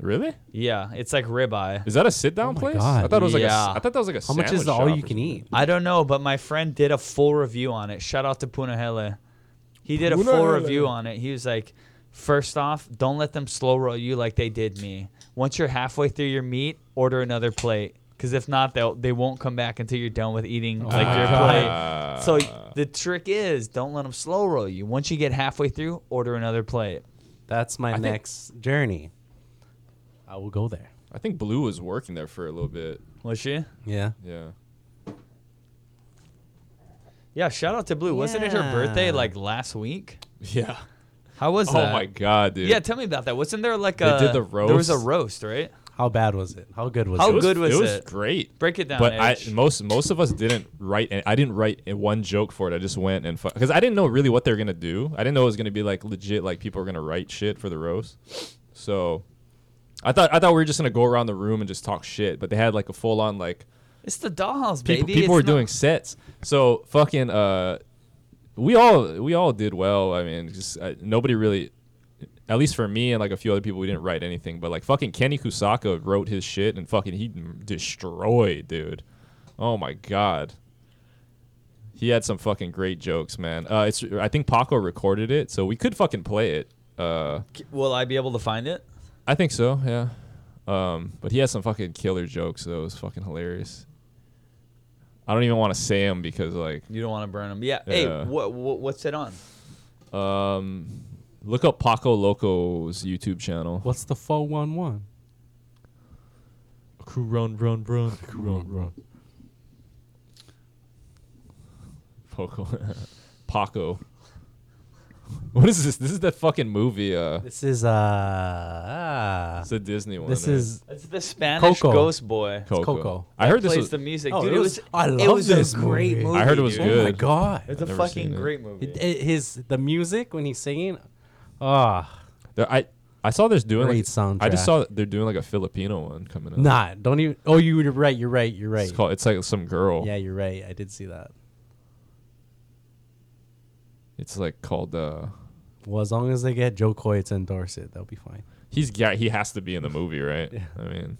Really? Yeah, it's like ribeye. Is that a sit down Oh my place? God. I thought it was like a, Yeah. s- I thought that was like a. How much is sandwich the shop all you or can something. eat? I don't know, but my friend did a full review on it. Shout out to Punahele. He did a full Punahele. review on it. He was like, first off, don't let them slow roll you like they did me. Once you're halfway through your meat, order another plate. Because if not, they'll they won't come back until you're done with eating Oh like your plate. So y- the trick is, don't let them slow roll you. Once you get halfway through, order another plate. That's my think- next journey. I will go there. I think Blue was working there for a little bit. Was she? Yeah. Yeah. Yeah. Shout out to Blue. Wasn't it her birthday Yeah. like last week? Yeah. How was Oh that? my god, dude. Yeah, tell me about that. Wasn't there like They a did the There was a roast, roast. right? How bad was it? How good was How it? good was it was it? great. Break it down. But I, Edge. most most of us didn't write. and I didn't write a- one joke for it. I just went and because I didn't know really what they were gonna do. I didn't know it was gonna be like legit. Like people were gonna write shit for the roast. So I thought I thought we were just gonna go around the room and just talk shit. But they had like a full on like it's the dollhouse, people, baby. people were It's not- doing sets. So fucking uh, we all we all did well. I mean, just uh, nobody really. At least for me and like a few other people, we didn't write anything. But like fucking Kenny Kusaka wrote his shit and fucking he destroyed, dude. Oh my god, he had some fucking great jokes, man. Uh, it's I think Paco recorded it, so we could fucking play it. Uh, Will I be able to find it? I think so, yeah. Um, but he has some fucking killer jokes. That was fucking hilarious. I don't even want to say them because like, You don't want to burn them. Yeah. Hey, Yeah. what, what what's it on? um, look up Paco Loco's YouTube channel. What's the 411? Crew run, run, run, crew run, run. Paco, Paco. What is this? This is that fucking movie. Uh, This is uh, ah, it's a Disney one. this right? is It's the Spanish Coco. Ghost Boy. Coco. Coco. I heard this Plays was. the music, Oh, dude. it It was- was. I it love was this a great movie. movie. I heard it was dude. oh my good. god. It's a never seen fucking it. great movie. It- it- his the music when he's singing, ah, there- I I saw this doing Great like, I soundtrack. just saw that they're doing like a Filipino one coming up. nah, don't even. Oh, you were right. You're right. You're right. It's called. It's like some girl. Yeah, you're right. I did see that. It's like called. uh Well, as long as they get Joe Coy to endorse it, they'll be fine. He's yeah. He has to be in the movie, right? I mean,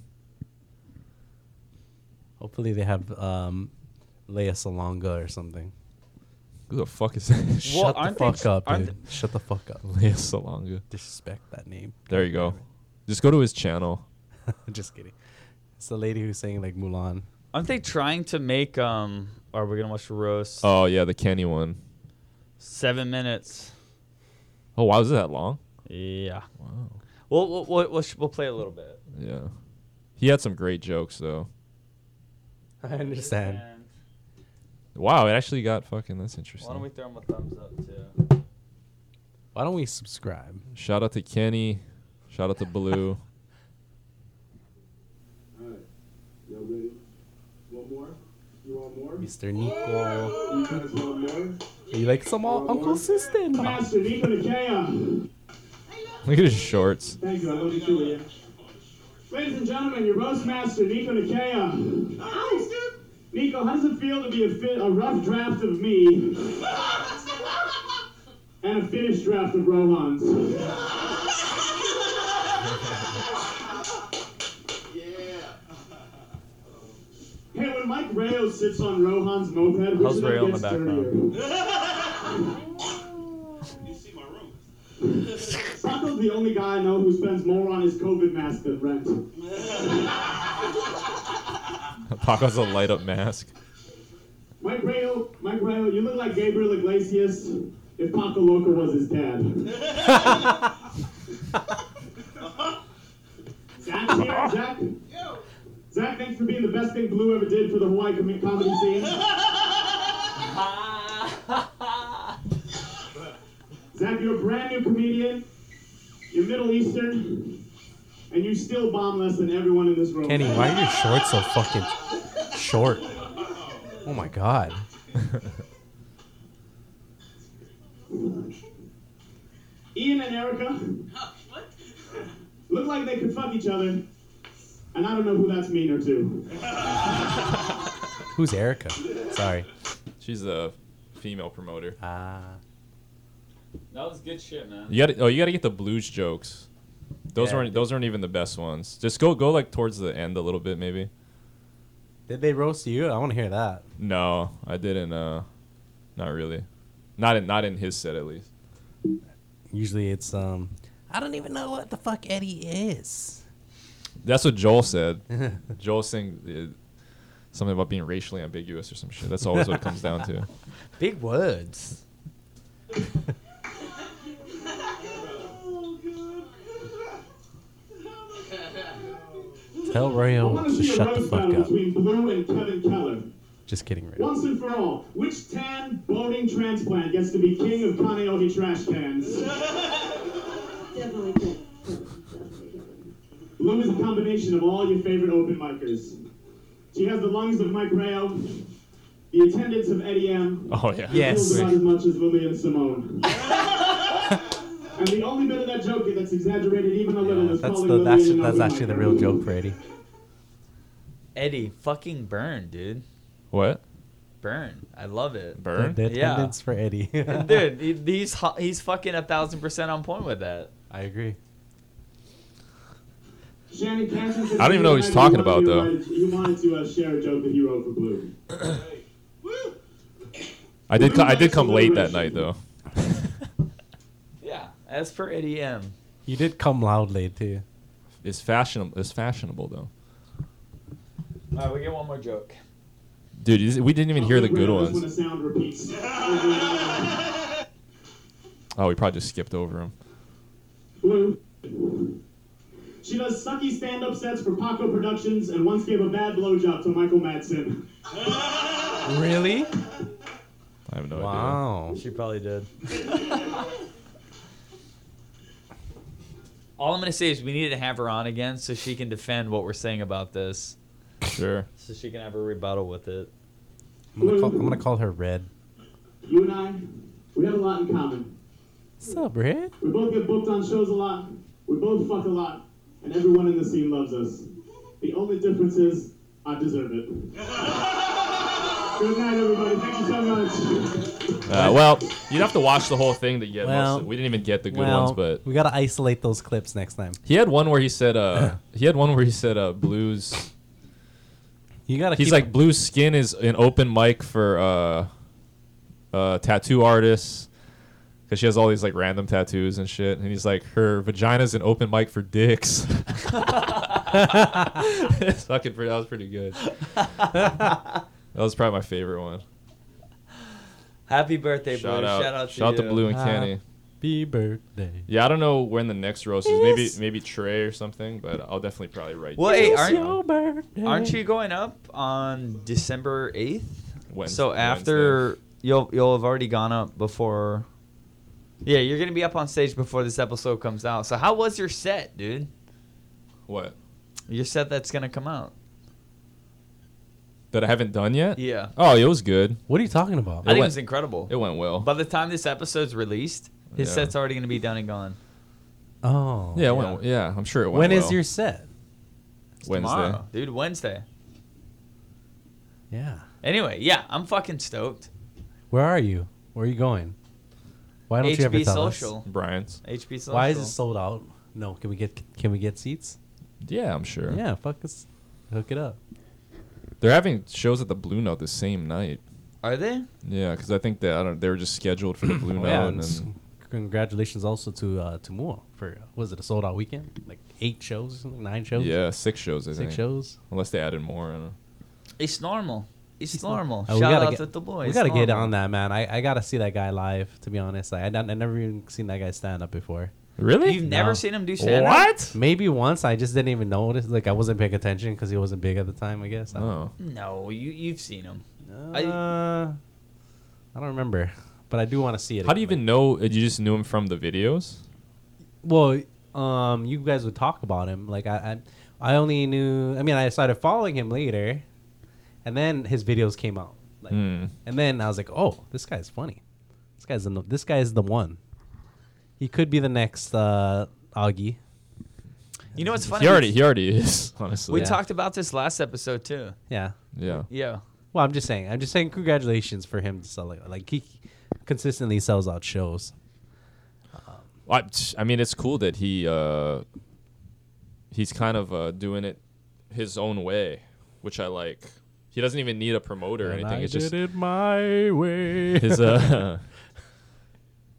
Hopefully, they have um, Leia Salonga or something. who the fuck is that? Well, Shut the aren't they fuck tr- up, aren't dude. Shut the fuck up. Lea Salonga. Disrespect that name. There you go. Just go to his channel. Just kidding. It's the lady who's saying like Mulan. Aren't they trying to make um? Are we gonna watch the roast? Oh yeah, the Kenny one. Seven minutes. Oh wow, is it that long? Yeah. Wow. We'll we'll we'll, we'll, sh- we'll play a little bit. Yeah. He had some great jokes though. I understand. And Wow, it actually got fucking. That's why don't we interesting. throw him a thumbs up too? Why don't we subscribe? Shout out to Kenny. Shout out to Blue. All right. Y'all ready? One more? You want more? Mr. Nico. You like some uh, Uncle System? Master Nico the Chaos. Look at his shorts. Thank you. I love you too, Ian. Ladies and gentlemen, your roast master, Nico Nikea. Nico, how does it feel to be a, fit, a rough draft of me and a finished draft of Rohan's? Hey, when Mike Rayo sits on Rohan's moped, which How's is Rayo in gets the dirtier? background? Rocco's the only guy I know who spends more on his COVID mask than rent. Paco's a light up mask. Mike Rayo, Mike Rayo, you look like Gabriel Iglesias if Paco Loco was his dad. Zach here, Zach. Zach, thanks for being the best thing Blue ever did for the Hawaii com- comedy scene. Zach, you're a brand new comedian. You're Middle Eastern, and you still bomb less than everyone in this room. Kenny, why are your shorts so fucking short? Oh my god. Ian and Erica look like they could fuck each other, and I don't know who that's meaner to. Who's Erica? Sorry. She's a female promoter. Ah. That was good shit, man. You got oh, you got to get the blues jokes. Those Yeah. aren't those aren't even the best ones. Just go go like towards the end a little bit maybe. Did they roast you? I want to hear that. No, I didn't. Uh, not really. Not in not in his set at least. Usually it's um I don't even know what the fuck Eddie is. That's what Joel said. Joel saying uh, something about being racially ambiguous or some shit. That's always what it comes down to. Big words. Tell I Rayo want to to see a shut the roast fuck battle up. between Blue and Kevin Keller. Just kidding, Rayo. Once and for all, which tan boating transplant gets to be king of Kaneohe trash cans? Definitely good. Blue is a combination of all your favorite open micers. She has the lungs of Mike Rayo, the attendance of Eddie M, Oh yeah. Yes. feels about as much as Lillian Simone. and the only bit of that joke that's exaggerated even a little is That's calling the that's Lillian an that's open actually the micer. real joke for Eddie. Eddie, fucking burn, dude. What? Burn. I love it. Burn. The Yeah. attendance for Eddie. Dude, he- he's ho- he's fucking a thousand percent on point with that. I agree. Shannon Cassidy said I don't even know what he's he talking wanted about, to write- He wanted to uh, share a joke that he wrote for Blue. I did co- I did come late that night though. Yeah, as per Eddie M. You did come loudly too. It's fashionable. It's fashionable though. All right, we get one more joke. Dude, is, we didn't even hear the good Just When ones. the sound repeats. over and over. Oh, we probably just skipped over them. Blue. She does sucky stand-up sets for Paco Productions and once gave a bad blowjob to Michael Madsen. Really? I have no idea. Wow. She probably did. All I'm gonna say is we need to have her on again so she can defend what we're saying about this, Sure. so she can have her rebuttal with it. I'm gonna call, I'm gonna call her Red. You and I, we have a lot in common. What's up, Red? We both get booked on shows a lot. We both fuck a lot, and everyone in the scene loves us. The only difference is I deserve it. Good night, everybody. Thank you so much. Uh, well, you'd have to watch the whole thing to get Well, most. Of, we didn't even get the good ones, but we gotta isolate those clips next time. he had one where he said uh he had one where he said uh blues. You gotta. He's keep like blues skin is an open mic for uh uh tattoo artists. Cause she has all these like random tattoos and shit, and he's like, her vagina's an open mic for dicks. It's fucking pretty. That was pretty good. that was probably my favorite one. Happy birthday, Shout Blue! out, Shout out to shout out you. Uh-huh. to Blue and Kenny. Happy birthday. Yeah, I don't know when the next roast is. Maybe maybe Trey or something, but I'll definitely probably write. Well, hey, down aren't, birthday. aren't you going up on December eighth? Wednes- so after Wednesday. you'll you'll have already gone up before. Yeah, you're gonna be up on stage before this episode comes out. So how was your set, dude? what? Your set that's gonna come out. that I haven't done yet. Yeah. Oh, it was good. What are you talking about? I think went- it's incredible. It went well. By the time this episode's released, his Yeah. set's already gonna be done and gone. Oh. yeah, it went. Yeah, I'm sure it went. When is well. your set? Wednesday? Tomorrow, dude. Wednesday. Yeah. Anyway, yeah, I'm fucking stoked. Where are you? Where are you going? Why don't you ever HB tell social. Brian's? HB social. us? Why is it sold out? No, can we get can we get seats? Yeah, I'm sure. Yeah, fuck us. Hook it up. They're having shows at the Blue Note the same night. Are they? Yeah, because I think that I don't. They were just scheduled for the Blue Note. Oh, Yeah, and and s- then- congratulations also to uh, to Mua for was it a sold out weekend? Like eight shows, or something? nine shows, yeah, six shows. I six think. shows. Unless they added more. I don't know. It's normal. It's, normal. Uh, we Shout gotta out get- to the boys. We gotta get on that man. I, I gotta see that guy live. To be honest, like, I don't- I never even seen that guy stand up before. Really? You've never No. seen him do stand Maybe once I just didn't even notice. Like I wasn't paying attention because he wasn't big at the time. I guess. I Uh, don't- Oh. No, you you've seen him. Uh, I- I, don't remember, but I do want to see it. How do you again. even know? uh, You just knew him from the videos. Like, well, um, you guys would talk about him. Like I, I, I only knew. I mean, I started following him later, and then his videos came out. Like, Hmm. and then I was like, oh, this guy's funny. This guy's the this guy is the one. He could be the next uh, Augie. You know what's funny? He already. He already is. Honestly. We Yeah. talked about this last episode too. Yeah. yeah. Yeah. Well, I'm just saying. I'm just saying. Congratulations for him to sell it. Like he consistently sells out shows. I, I mean, it's cool that he uh, he's kind of uh, doing it his own way, which I like. He doesn't even need a promoter or And anything. I it's just did it my way. his uh,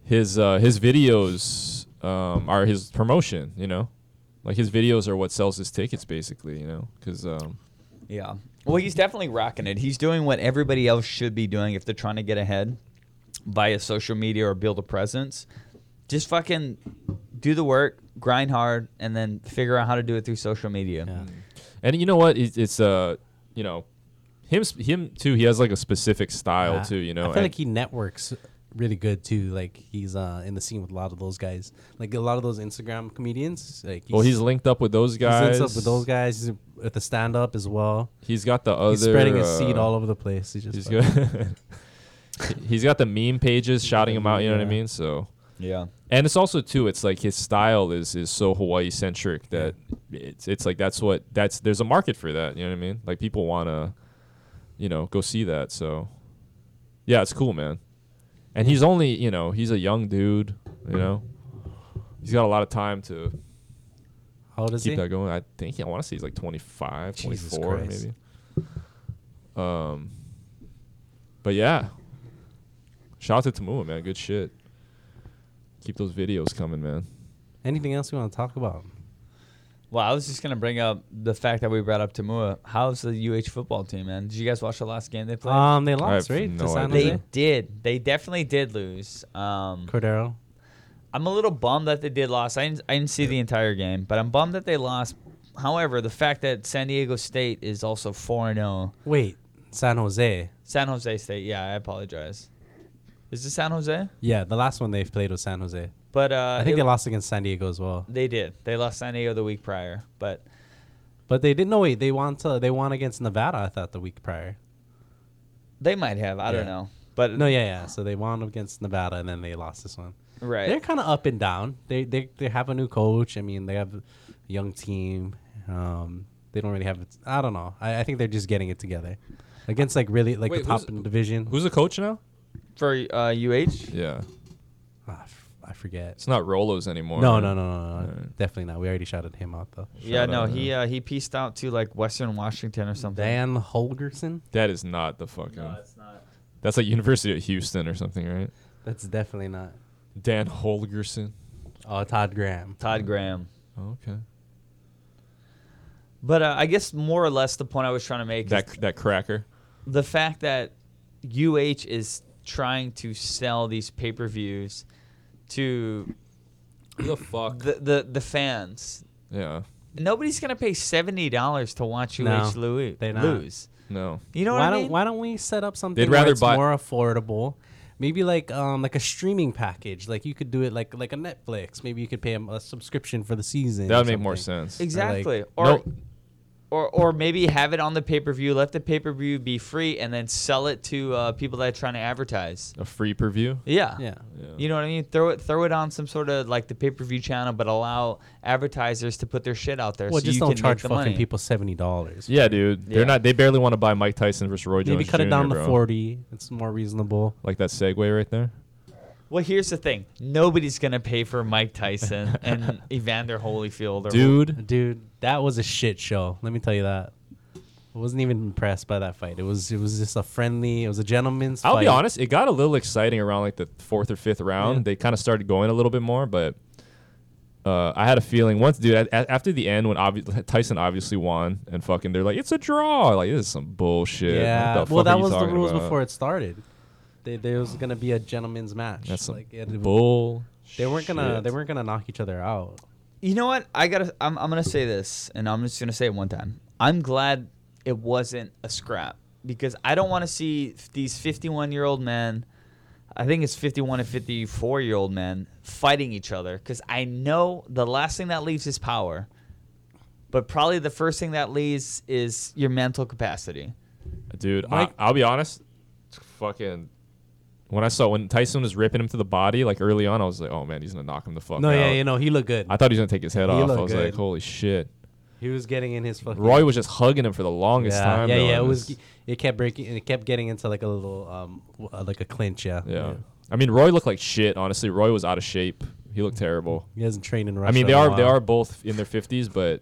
his uh, his videos um, are his promotion. You know, like his videos are what sells his tickets, basically. You know, because um, Yeah. Well, he's definitely rocking it. He's doing what everybody else should be doing if they're trying to get ahead via social media or build a presence. Just fucking do the work, grind hard, and then figure out how to do it through social media. Yeah. and you know what? It's, it's uh, you know, him sp- him too. He has like a specific style Yeah. too. You I know, feel and- like he networks really good too. Like he's uh, in the scene with a lot of those guys. Like a lot of those Instagram comedians. Like he's, well, he's linked up with those he's guys. linked up with those guys. He's at the stand up as well. He's got the other. he's spreading his seed uh, all over the place. He's just He's like- good. he's got the meme pages shouting him out. You know what I Yeah. mean? So, Yeah. and it's also too. It's like his style is is so Hawaii centric that it's it's like that's what that's there's a market for that. You know what I mean? Like people wanna, you know, go see that. So, yeah, it's cool, man. And he's only you know he's a young dude. You know, he's got a lot of time to How old is keep he? that going. I think I want to say he's like 25, Jesus 24 Christ. maybe. Um, but yeah, shout out to Tamua, man. Good shit. Keep those videos coming, man. Anything else we want to talk about? Well, I was just gonna bring up the fact that we brought up Tamua. How's the UH football team, man? Did you guys watch the last game they played? Um, they have lost right no to idea. San they Jose. did. They definitely did lose. Um, Cordero. I'm a little bummed that they did lose. I didn't, I didn't see the entire game, but I'm bummed that they lost. However, the fact that San Diego State is also 4 0. Wait, San Jose. San Jose State, yeah, I apologize. Is it San Jose? Yeah, the last one they've played was San Jose. But uh, I think it- they lost against San Diego as well. They did. They lost San Diego the week prior. But But they didn't. No, wait. They won. To, they won against Nevada. I thought the week prior. they might have. I don't Yeah. know. But No, yeah, yeah. So they won against Nevada, and then they lost this one. right. They're kind of up and down. They they they have a new coach. I mean, they have a young team. Um, they don't really have. It, I don't know. I, I think they're just getting it together against like really like Wait, the top who's- in the division. Who's the coach now? For uh, UH? Yeah, Ah, f- I forget. it's not Rolos anymore. No, right? no, no, no, no. Alright. Definitely not. We already shouted him out though. Yeah, Shout no, out, he uh, he pieced out to like Western Washington or something. Dan Holgerson. That is not the fucking. not. that's like University of Houston or something, right? That's definitely not. Dan Holgerson. Oh, Todd Graham. Todd Graham. Oh, okay. But uh, I guess more or less the point I was trying to make is That that cracker. the fact that UH is trying to sell these pay per views to The fuck. the, the, the fans. Yeah. Nobody's gonna pay seventy dollars to watch UH No, Louis they're not. lose. No. You know why what I don't mean? Why don't we set up something They'd rather where it's buy- more affordable? Maybe like um like a streaming package. Like you could do it like like a Netflix. Maybe you could pay a, a subscription for the season. That or would make more something. sense. exactly. like- or no, or or maybe have it on the pay per view, let the pay per view be free, and then sell it to uh, people that are trying to advertise. A free preview. Yeah. Yeah. You know what I mean? Throw it, throw it on some sort of like the pay per view channel, but allow advertisers to put their shit out there. Well, so just you don't can charge make the fucking money. people seventy dollars. Yeah, dude. They're Yeah. not. They barely want to buy Mike Tyson versus Roy Jones. Maybe cut it down Jr., to bro. forty. It's more reasonable. Like that segue right there. Well, here's the thing: nobody's gonna pay for Mike Tyson and Evander Holyfield. Or Dude, Dude, that was a shit show. Let me tell you that. I wasn't even impressed by that fight. It was it was just a friendly. It was a gentleman's. I'll be fight. honest. It got a little exciting around like the fourth or fifth round. Yeah. They kind of started going a little bit more, but uh, I had a feeling once, dude. At, at- after the end, when obvi- Tyson obviously won, and fucking, they're like, it's a draw. Like this is some bullshit. Yeah. What the well, fuck are that you was the talking rules about? before it started. They, there was gonna be a gentleman's match. That's some like it, bull. they weren't gonna shit. they weren't gonna knock each other out. you know what? I gotta. I'm, I'm gonna say this, and I'm just gonna say it one time. I'm glad it wasn't a scrap because I don't want to see f- these 51 year old men. I think it's 51 and 54 year old men fighting each other because I know the last thing that leaves is power, but probably the first thing that leaves is your mental capacity. Dude, I, I'll be honest. Fucking. When I saw when Tyson was ripping him to the body, like early on, I was like, "Oh man, he's gonna knock him the fuck No, out." yeah, you know he looked good. I thought he was gonna take his head He off. I looked was good. like, "Holy shit!" he was getting in his fucking. Roy was just hugging him for the longest yeah, time. yeah, though, yeah. It and was it's- it kept breaking. It kept getting into like a little um w- uh, like a clinch. Yeah. Yeah. I mean, Roy looked like shit. Honestly, Roy was out of shape. He looked terrible. He hasn't trained in Russia. I mean, they in a are they while. are both in their fifties, but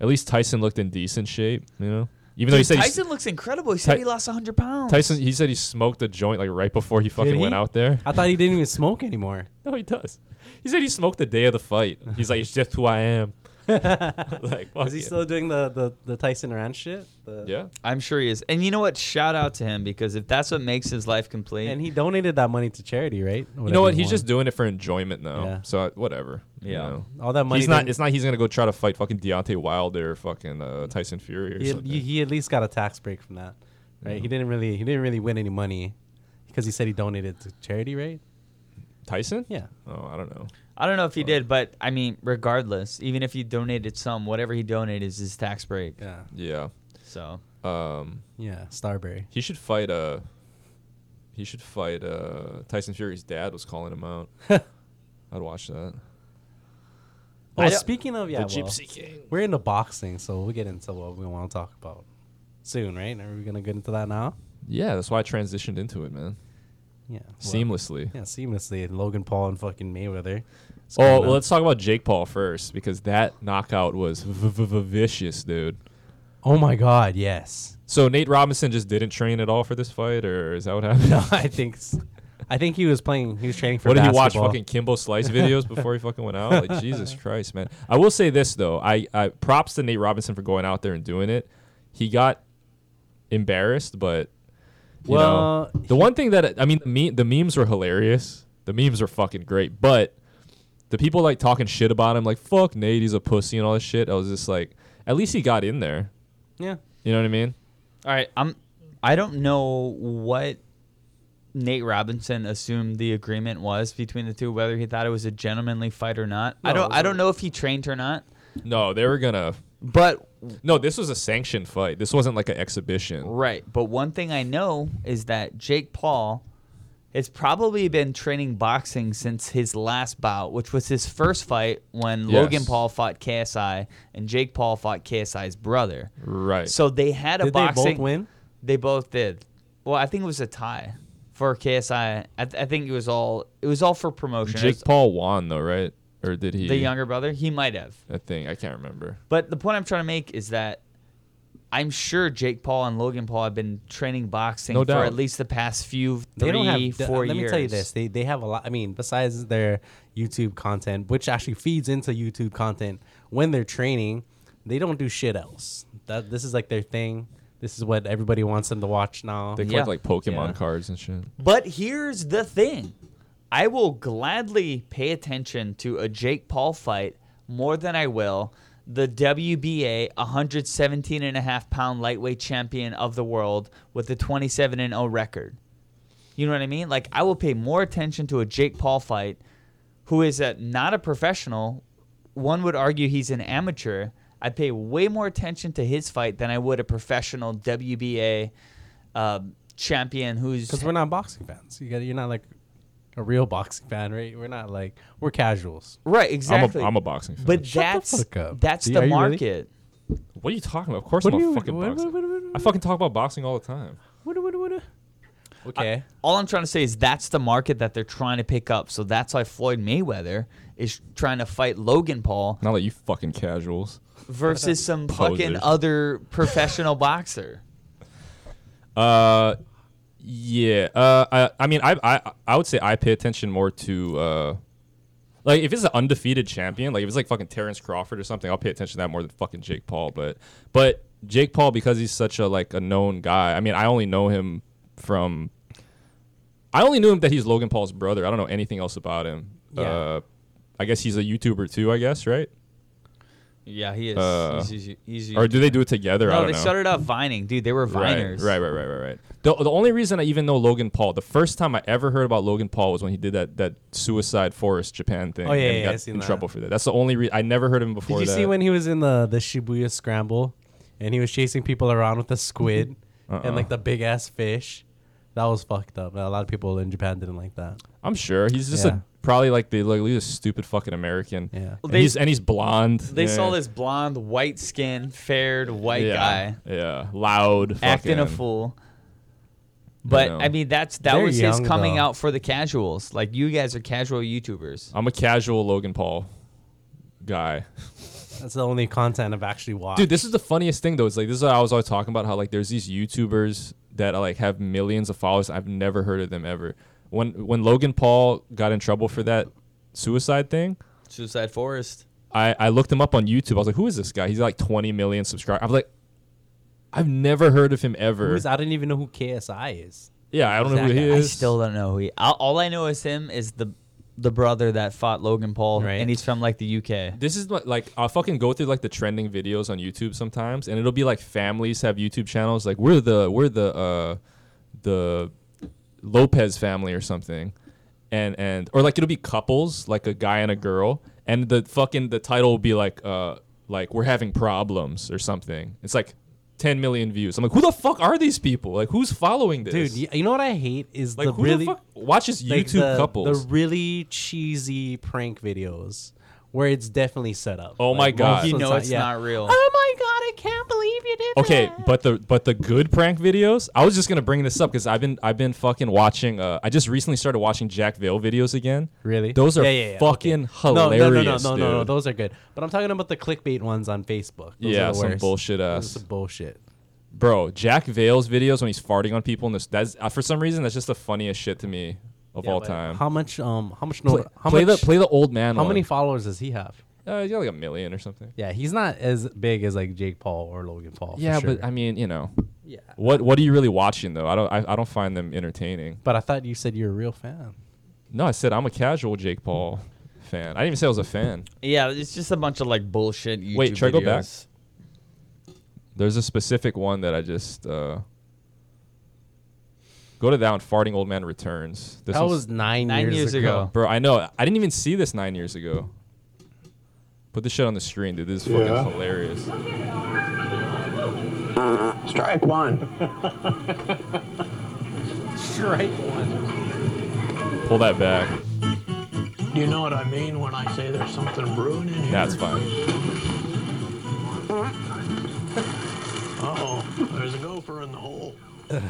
at least Tyson looked in decent shape. You know, even though he said Tyson looks incredible. He said Ty- he lost 100 pounds. he, Tyson, he said he smoked a joint like right before he fucking he? went out there. I thought he didn't even smoke anymore. No, he does. He said he smoked the day of the fight. He's like, it's just who I am. like, fuck Is he yeah. still doing the, the, the Tyson Ranch shit? The- Yeah. I'm sure he is. And you know what? Shout out to him because if that's what makes his life complete, And he donated that money to charity, right? You Whatever know what? he He's won. just doing it for enjoyment now. Yeah. So whatever. you Yeah. know. all that money. he's not. didn't- It's not. He's gonna go try to fight fucking Deontay Wilder, or fucking uh, Tyson Fury, or he, something. he, he at least got a tax break from that, right? He didn't really he didn't really win any money because he said he donated to charity, right? Tyson? Yeah. Oh, I don't know. I don't know if he did, but I mean, regardless, even if he donated some, whatever he donated is his tax break. Yeah, Yeah. So Um, yeah. Starberry. he should fight. Uh, he should fight. Uh, Tyson Fury's dad was calling him out. I'd watch that. Oh, I don't- speaking of yeah, well, King. we're into boxing, so we'll get into what we want to talk about soon, right? Are we gonna get into that now? Yeah, that's why I transitioned into it, man. Yeah, well, Seamlessly. Yeah, seamlessly. Logan Paul and fucking Mayweather. It's Oh, coming well, up. let's talk about Jake Paul first because that knockout was v- v- v- vicious, dude. oh my God, yes. So Nate Robinson just didn't train at all for this fight, or is that what happened? No, I think, s- I think he was playing. He was training for. What did you watch? basketball. Fucking Kimbo Slice videos before he fucking went out? Like Jesus Christ, man. I will say this though. I, I props to Nate Robinson for going out there and doing it. He got embarrassed, but you Well, know, the one thing that I mean, the, me- the memes were hilarious. The memes were fucking great, but the people like talking shit about him, like fuck Nate, he's a pussy and all this shit. I was just like, at least he got in there. Yeah. You know what I mean? all right, I'm. I don't know what Nate Robinson assumed the agreement was between the two, whether he thought it was a gentlemanly fight or not. I No, it don't. was I a- don't know if he trained or not, No, they were gonna. but No, this was a sanctioned fight. This wasn't like an exhibition. Right. But one thing I know is that Jake Paul has probably been training boxing since his last bout, which was his first fight when Yes. Logan Paul fought KSI and Jake Paul fought KSI's brother. Right. So they had a Did boxing. they both win? They both did. Well, I think it was a tie for KSI. I, th- I think it was all it was all for promotion. It was Jake Paul won though, right? Or did he? the younger brother, he might have. I think I can't remember. But the point I'm trying to make is that I'm sure Jake Paul and Logan Paul have been training boxing No for doubt. at least the past few three, They don't have. th- four let years. me tell you this: they they have a lot. I mean, besides their YouTube content, which actually feeds into YouTube content when they're training, they don't do shit else. That this is like their thing. This is what everybody wants them to watch now. They collect Yeah. like Pokemon Yeah. cards and shit. But here's the thing I will gladly pay attention to a Jake Paul fight more than I will the WBA 117 and a half pound lightweight champion of the world with a 27 and 0 record. You know what I mean? Like, I will pay more attention to a Jake Paul fight who is a, not a professional. One would argue he's an amateur. I pay way more attention to his fight than I would a professional WBA um, champion who's Because we're not boxing fans. You got you're not like a real boxing fan, right? We're not like we're casuals. right exactly. I'm a boxing fan. But Shut the that's fuck up. that's See, the are you really? market. what are you talking about? Of course What I'm do a you- fucking what- boxing. what- what- what- I fucking talk about boxing all the time. What what what? Okay. All I'm trying to say is that's the market that they're trying to pick up. So that's why Floyd Mayweather is trying to fight Logan Paul Not like you fucking casuals. versus some fucking Posers. other professional boxer. Uh, yeah. Uh, I, I mean, I, I, I would say I pay attention more to, uh, like if it's an undefeated champion, like if it's like fucking Terrence Crawford or something, I'll pay attention to that more than fucking Jake Paul. But, but Jake Paul because he's such a like a known guy. I mean, I only know him from. I only knew him that he's Logan Paul's brother. I don't know anything else about him. Yeah. Uh, I guess he's a YouTuber too. I guess right. Yeah, he is. Uh, he's, he's, he's, Or do they do it together? I no, don't they know. started off vining, dude. They were viners. Right, right, right, right, right. The, the only reason I even know Logan Paul, the first time I ever heard about Logan Paul was when he did that, that suicide forest Japan thing. Oh, yeah, and he yeah, got I seen in that. trouble for that. That's the only reason I never heard him before. Did you that. see when he was in the the Shibuya scramble, and he was chasing people around with the squid and like the big ass fish? That was fucked up. A lot of people in Japan didn't like that. I'm sure he's just Yeah. a, probably like the like he's a stupid fucking American. Yeah. Well, and they- he's and he's blonde. They yeah. saw this blonde, white skinned, faired white yeah. guy Yeah, loud, acting a fucking- fool. But know. I mean, that's that They're was his young, coming though. out for the casuals. Like you guys are casual YouTubers. I'm a casual Logan Paul guy. That's the only content I've actually watched. Dude, this is the funniest thing though. It's like this is what I was always talking about how like there's these YouTubers that like have millions of followers. I've never heard of them ever. When when Logan Paul got in trouble for that suicide thing, Suicide Forest. I, I looked him up on YouTube. I was like, who is this guy? He's like 20 million subscribers. I was like, I've never heard of him ever. Who's- I didn't even know who KSI is. Yeah, I don't know who that he guy? I is. still don't know who he. I, all I know is him is the the brother that fought Logan Paul, Right. and he's from like the UK. This is what, like I'll fucking go through like the trending videos on YouTube sometimes, and it'll be like families have YouTube channels. Like we're the we're the uh, the Lopez family or something, and and or like it'll be couples, like a guy and a girl, and the fucking the title will be like uh like we're having problems or something. It's like. 10 million views. I'm like, who the fuck are these people? Like, who's following this? Dude, y- you know what I hate is like, the who really the fuck watches like, YouTube the, couples? the really cheesy prank videos where it's definitely set up. Oh my Like, God. most You of the know time- it's not real. Oh my god, I can't believe you did Okay, that. but the but the good prank videos. I was just gonna bring this up because I've been I've been fucking watching. Uh, I just recently started watching Jack Vale videos again. Really? Those are Yeah, yeah, yeah, fucking okay. No, hilarious. No, no, no, no, no, no. dude. Those are good. But I'm talking about the clickbait ones on Facebook. Those Yeah, are the some worst. bullshit Those are ass. Some bullshit. Bro, Jack Vale's videos when he's farting on people and this that's uh, for some reason that's just the funniest shit to me of all time. How much? Um, how much? No, play, how play much? the play the old man. how one. many followers does he have? Uh, he's got like a million or something. Yeah, he's not as big as like Jake Paul or Logan Paul. for Yeah, sure. but I mean, you know, yeah. what what are you really watching though? I don't I, I don't find them entertaining. But I thought you said you're a real fan. No, I said I'm a casual Jake Paul fan. I didn't even say I was a fan. Yeah, it's just a bunch of like bullshit YouTube Wait, should I go back? videos. There's a specific one that I just uh, go to that one. Farting old man returns. This That one's- was nine, Nine years ago. bro. I know. I didn't even see this nine years ago. Put this shit on the screen, dude. This is Yeah. fucking hilarious. Strike one. Strike one. Pull that back. Do you know what I mean when I say there's something brewing in here? That's fine. Uh-oh, there's a gopher in the hole.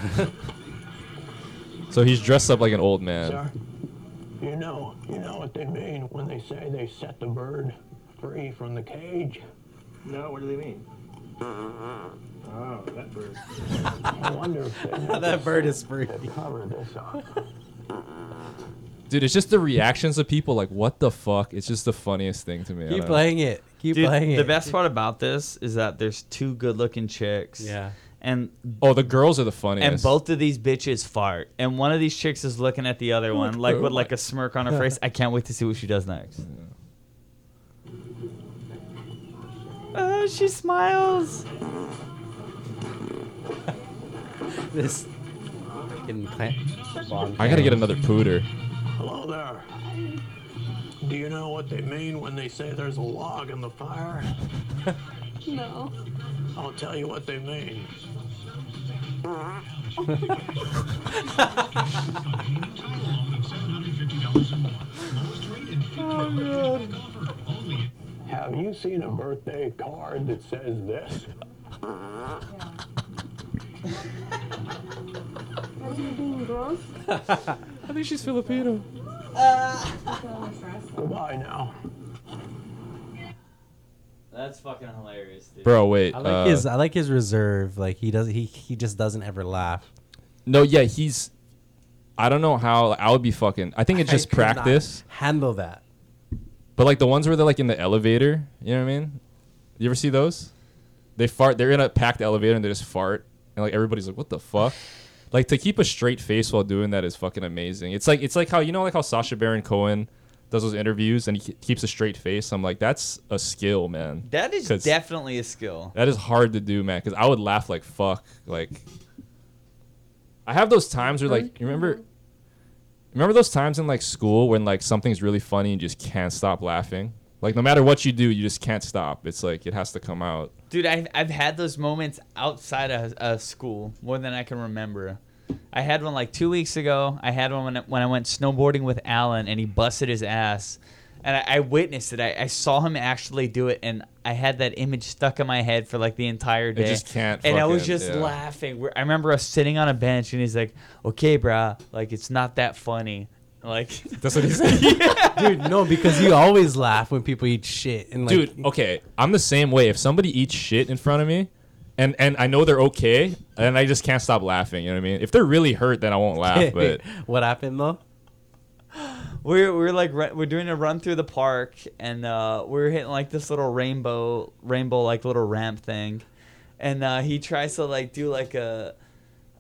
So he's dressed up like an old man. Sir, you know, you know what they mean when they say they set the bird free from the cage. No, what do they mean? Oh, that bird. Mm-hmm. I wonder if they know That bird is free. they cover this up. Dude, it's just the reactions of people. Like, what the fuck? It's just the funniest thing to me. I Keep don't know. playing it. Keep Dude, playing it. the best part about this is that there's two good-looking chicks. Yeah. And Oh, the girls are the and funniest. both of these bitches fart, and one of these chicks is looking at the Oh, other one like with like a smirk on her face. I can't wait to see what she does next. Oh, she smiles. This. Fucking plant. I gotta get another pooter. Hello there. Do you know what they mean when they say there's a log in the fire? No. I'll tell you what they mean. Have you seen a birthday card that says this? Are you being gross? I think she's Filipino. Goodbye now. That's fucking hilarious, dude. Bro, wait. I like uh, his I like his reserve. Like he does he he just doesn't ever laugh. no, yeah, he's. I don't know how I would be fucking. I think it's just I could not practice. Handle that. But like the ones where they're like in the elevator, you know what I mean? You ever see those? They fart. They're in a packed elevator and they just fart, and like everybody's like, "What the fuck?" Like to keep a straight face while doing that is fucking amazing. It's like it's like how you know like how Sasha Baron Cohen does those interviews and he ke- keeps a straight face. I'm like, that's a skill, man. That is 'Cause definitely a skill. that is hard to do, man. Because I would laugh like fuck. Like I have those times where like you remember. Remember those times in like school when like something's really funny and you just can't stop laughing? Like no matter what you do, you just can't stop. It's like it has to come out. Dude, I've, I've had those moments outside of, of school more than I can remember. I had one like two weeks ago. I had one when, I- when I went snowboarding with Alan and he busted his ass. And I, I witnessed it. I, I saw him actually do it, and I had that image stuck in my head for like the entire day. just can't And I was fucking- just yeah. laughing. We're- I remember us sitting on a bench, and he's like, "Okay, bruh, like it's not that funny." Like, That's what he said. Dude, no, because you always laugh when people eat shit and like Dude, okay, I'm the same way. If somebody eats shit in front of me, and and I know they're okay, and I just can't stop laughing. You know what I mean? If they're really hurt, then I won't laugh. But what happened though? we're we're like ru- we're doing a run through the park and uh, we're hitting like this little rainbow rainbow like little ramp thing, and uh, he tries to like do like a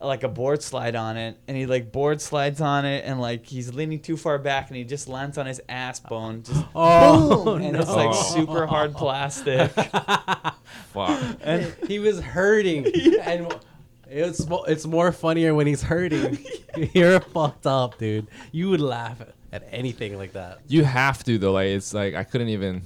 like a board slide on it and he like board slides on it and like he's leaning too far back and he just lands on his ass bone just Oh, boom and it's like no. super hard plastic fuck, and He was hurting, and it's mo- it's more funnier when he's hurting. You're fucked up, dude. You would laugh at anything like that. you have to though. Like it's like I couldn't even.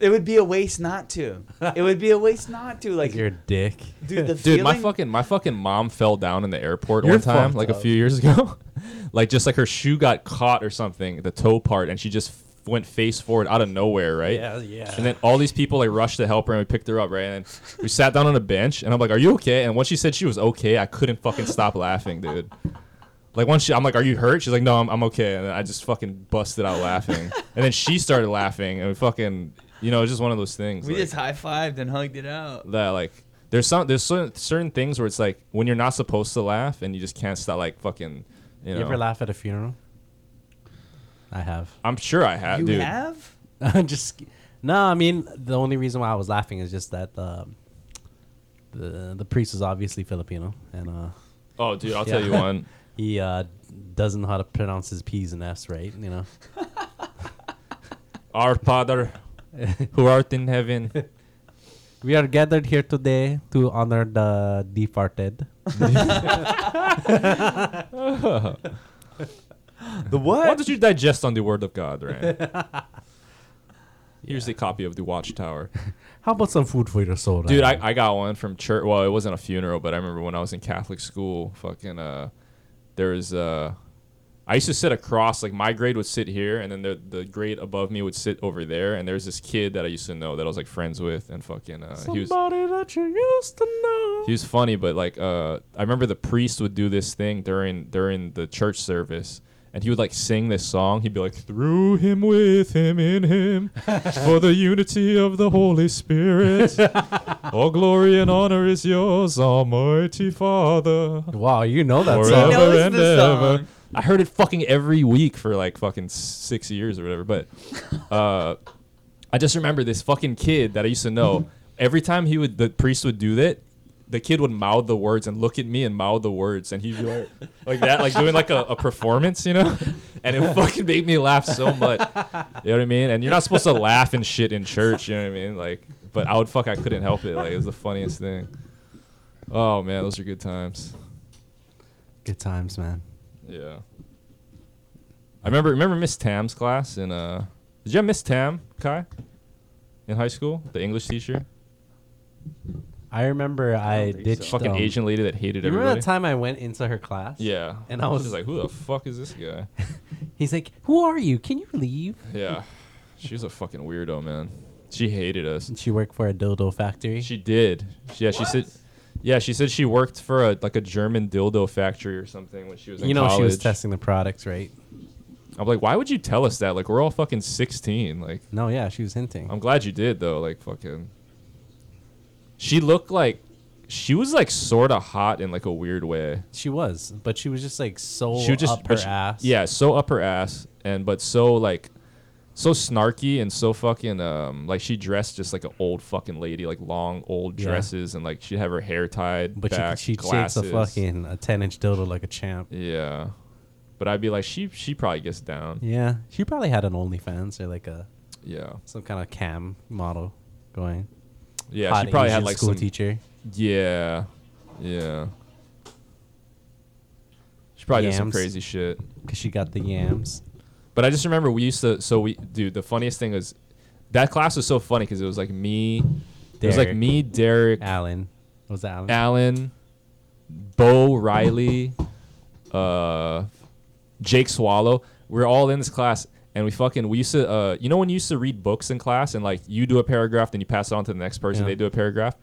it would be a waste not to it would be a waste not to like You're a dick. dude the Dude, feeling my fucking my fucking mom fell down in the airport You're one time, fucked like a up. few years ago. like just like her shoe got caught or something, the toe part, and she just f- went face forward out of nowhere, right? Yeah, yeah. And then all these people like rushed to help her and we picked her up, right? And then we sat down on a bench and I'm like, Are you okay? And once she said she was okay, I couldn't fucking stop laughing, dude. Like once she, I'm like, Are you hurt? She's like, No, I'm, I'm okay. And then I just fucking busted out laughing. and then she started laughing and we fucking you know, it's just one of those things. we like- just high fived and hugged it out that like there's some there's certain, certain things where it's like when you're not supposed to laugh and you just can't stop like fucking you know You ever laugh at a funeral? I have. I'm sure I have you dude have just no. I mean, the only reason why I was laughing is just that the the, the priest is obviously Filipino, and uh, oh dude I'll tell Yeah. you one he uh, doesn't know how to pronounce his p's and f's right. You know. our father who art in heaven We are gathered here today to honor the departed. the what why did you digest on the word of God right here's the copy of the watchtower How about some food for your soul? Dude, Ryan? I, I got one from church. Well, it wasn't a funeral, but I remember when I was in Catholic school, fucking, uh, there was, uh, I used to sit across, like, my grade would sit here, and then the, the grade above me would sit over there, and there's this kid that I used to know that I was, like, friends with, and fucking, uh, he was, that you used to know. he was funny, but, like, uh, I remember the priest would do this thing during, during the church service. And he would like sing this song. He'd be like, "Through him, with him, in him, for the unity of the Holy Spirit." All glory and honor is yours, Almighty Father. Wow, you know that Forever song. knows and the ever. song. I heard it fucking every week for like fucking six years or whatever. But uh, I just remember this fucking kid that I used to know. Every time he would, the priest would do that. The kid would mouth the words and look at me and mouth the words, and he'd be like, like that, like doing like a, a performance, you know. And it fucking made me laugh so much. You know what I mean? And you're not supposed to laugh and shit in church. You know what I mean? Like, but I would fuck. I couldn't help it. Like, it was the funniest thing. Oh man, those are good times. Good times, man. Yeah. I remember remember Miss Tam's class in uh did you have Miss Tam, Kai? In high school? The English teacher? I remember I, think ditched Fucking them. Asian lady that hated You remember everybody. that time I went into her class? Yeah. And I was- She's like, who the fuck is this guy? He's like, "Who are you? Can you leave?" yeah. She was a fucking weirdo, man. She hated us. She worked for a dildo factory. She did. Yeah, she said. Yeah, she said she worked for a like a German dildo factory or something when she was in you know, she was college. testing the products, right? I'm like, why would you tell us that? Like, we're all fucking 16. Like, No, yeah, she was hinting. I'm glad you did though. Like, fucking. She looked like, she was like sort of hot in like a weird way. she was, but she was just like so she was just Oh, up her but she- ass. Yeah, so up her ass, and but so like, so snarky and so fucking um like she dressed just like an old fucking lady, like long old Yeah. dresses, and like she'd have her hair tied But back, she, she shakes glasses. a fucking a ten inch dildo like a champ. yeah. But I'd be like, she she probably gets down. Yeah, she probably had an OnlyFans or like a Yeah, some kind of cam model going. yeah. Hot she probably Asian had like school some. teacher. Yeah, yeah. She probably did some Yams. crazy shit. because she got the yams. But I just remember we used to. So we, dude, the funniest thing is that class was so funny because it was like me. It was like Derek. me, Derek, Alan, was that Alan? Allen, Bo Riley, uh, Jake Swallow. We are all in this class, and we fucking we used to. Uh, you know when you used to read books in class, and like you do a paragraph, then you pass it on to the next person. Yeah. They do a paragraph.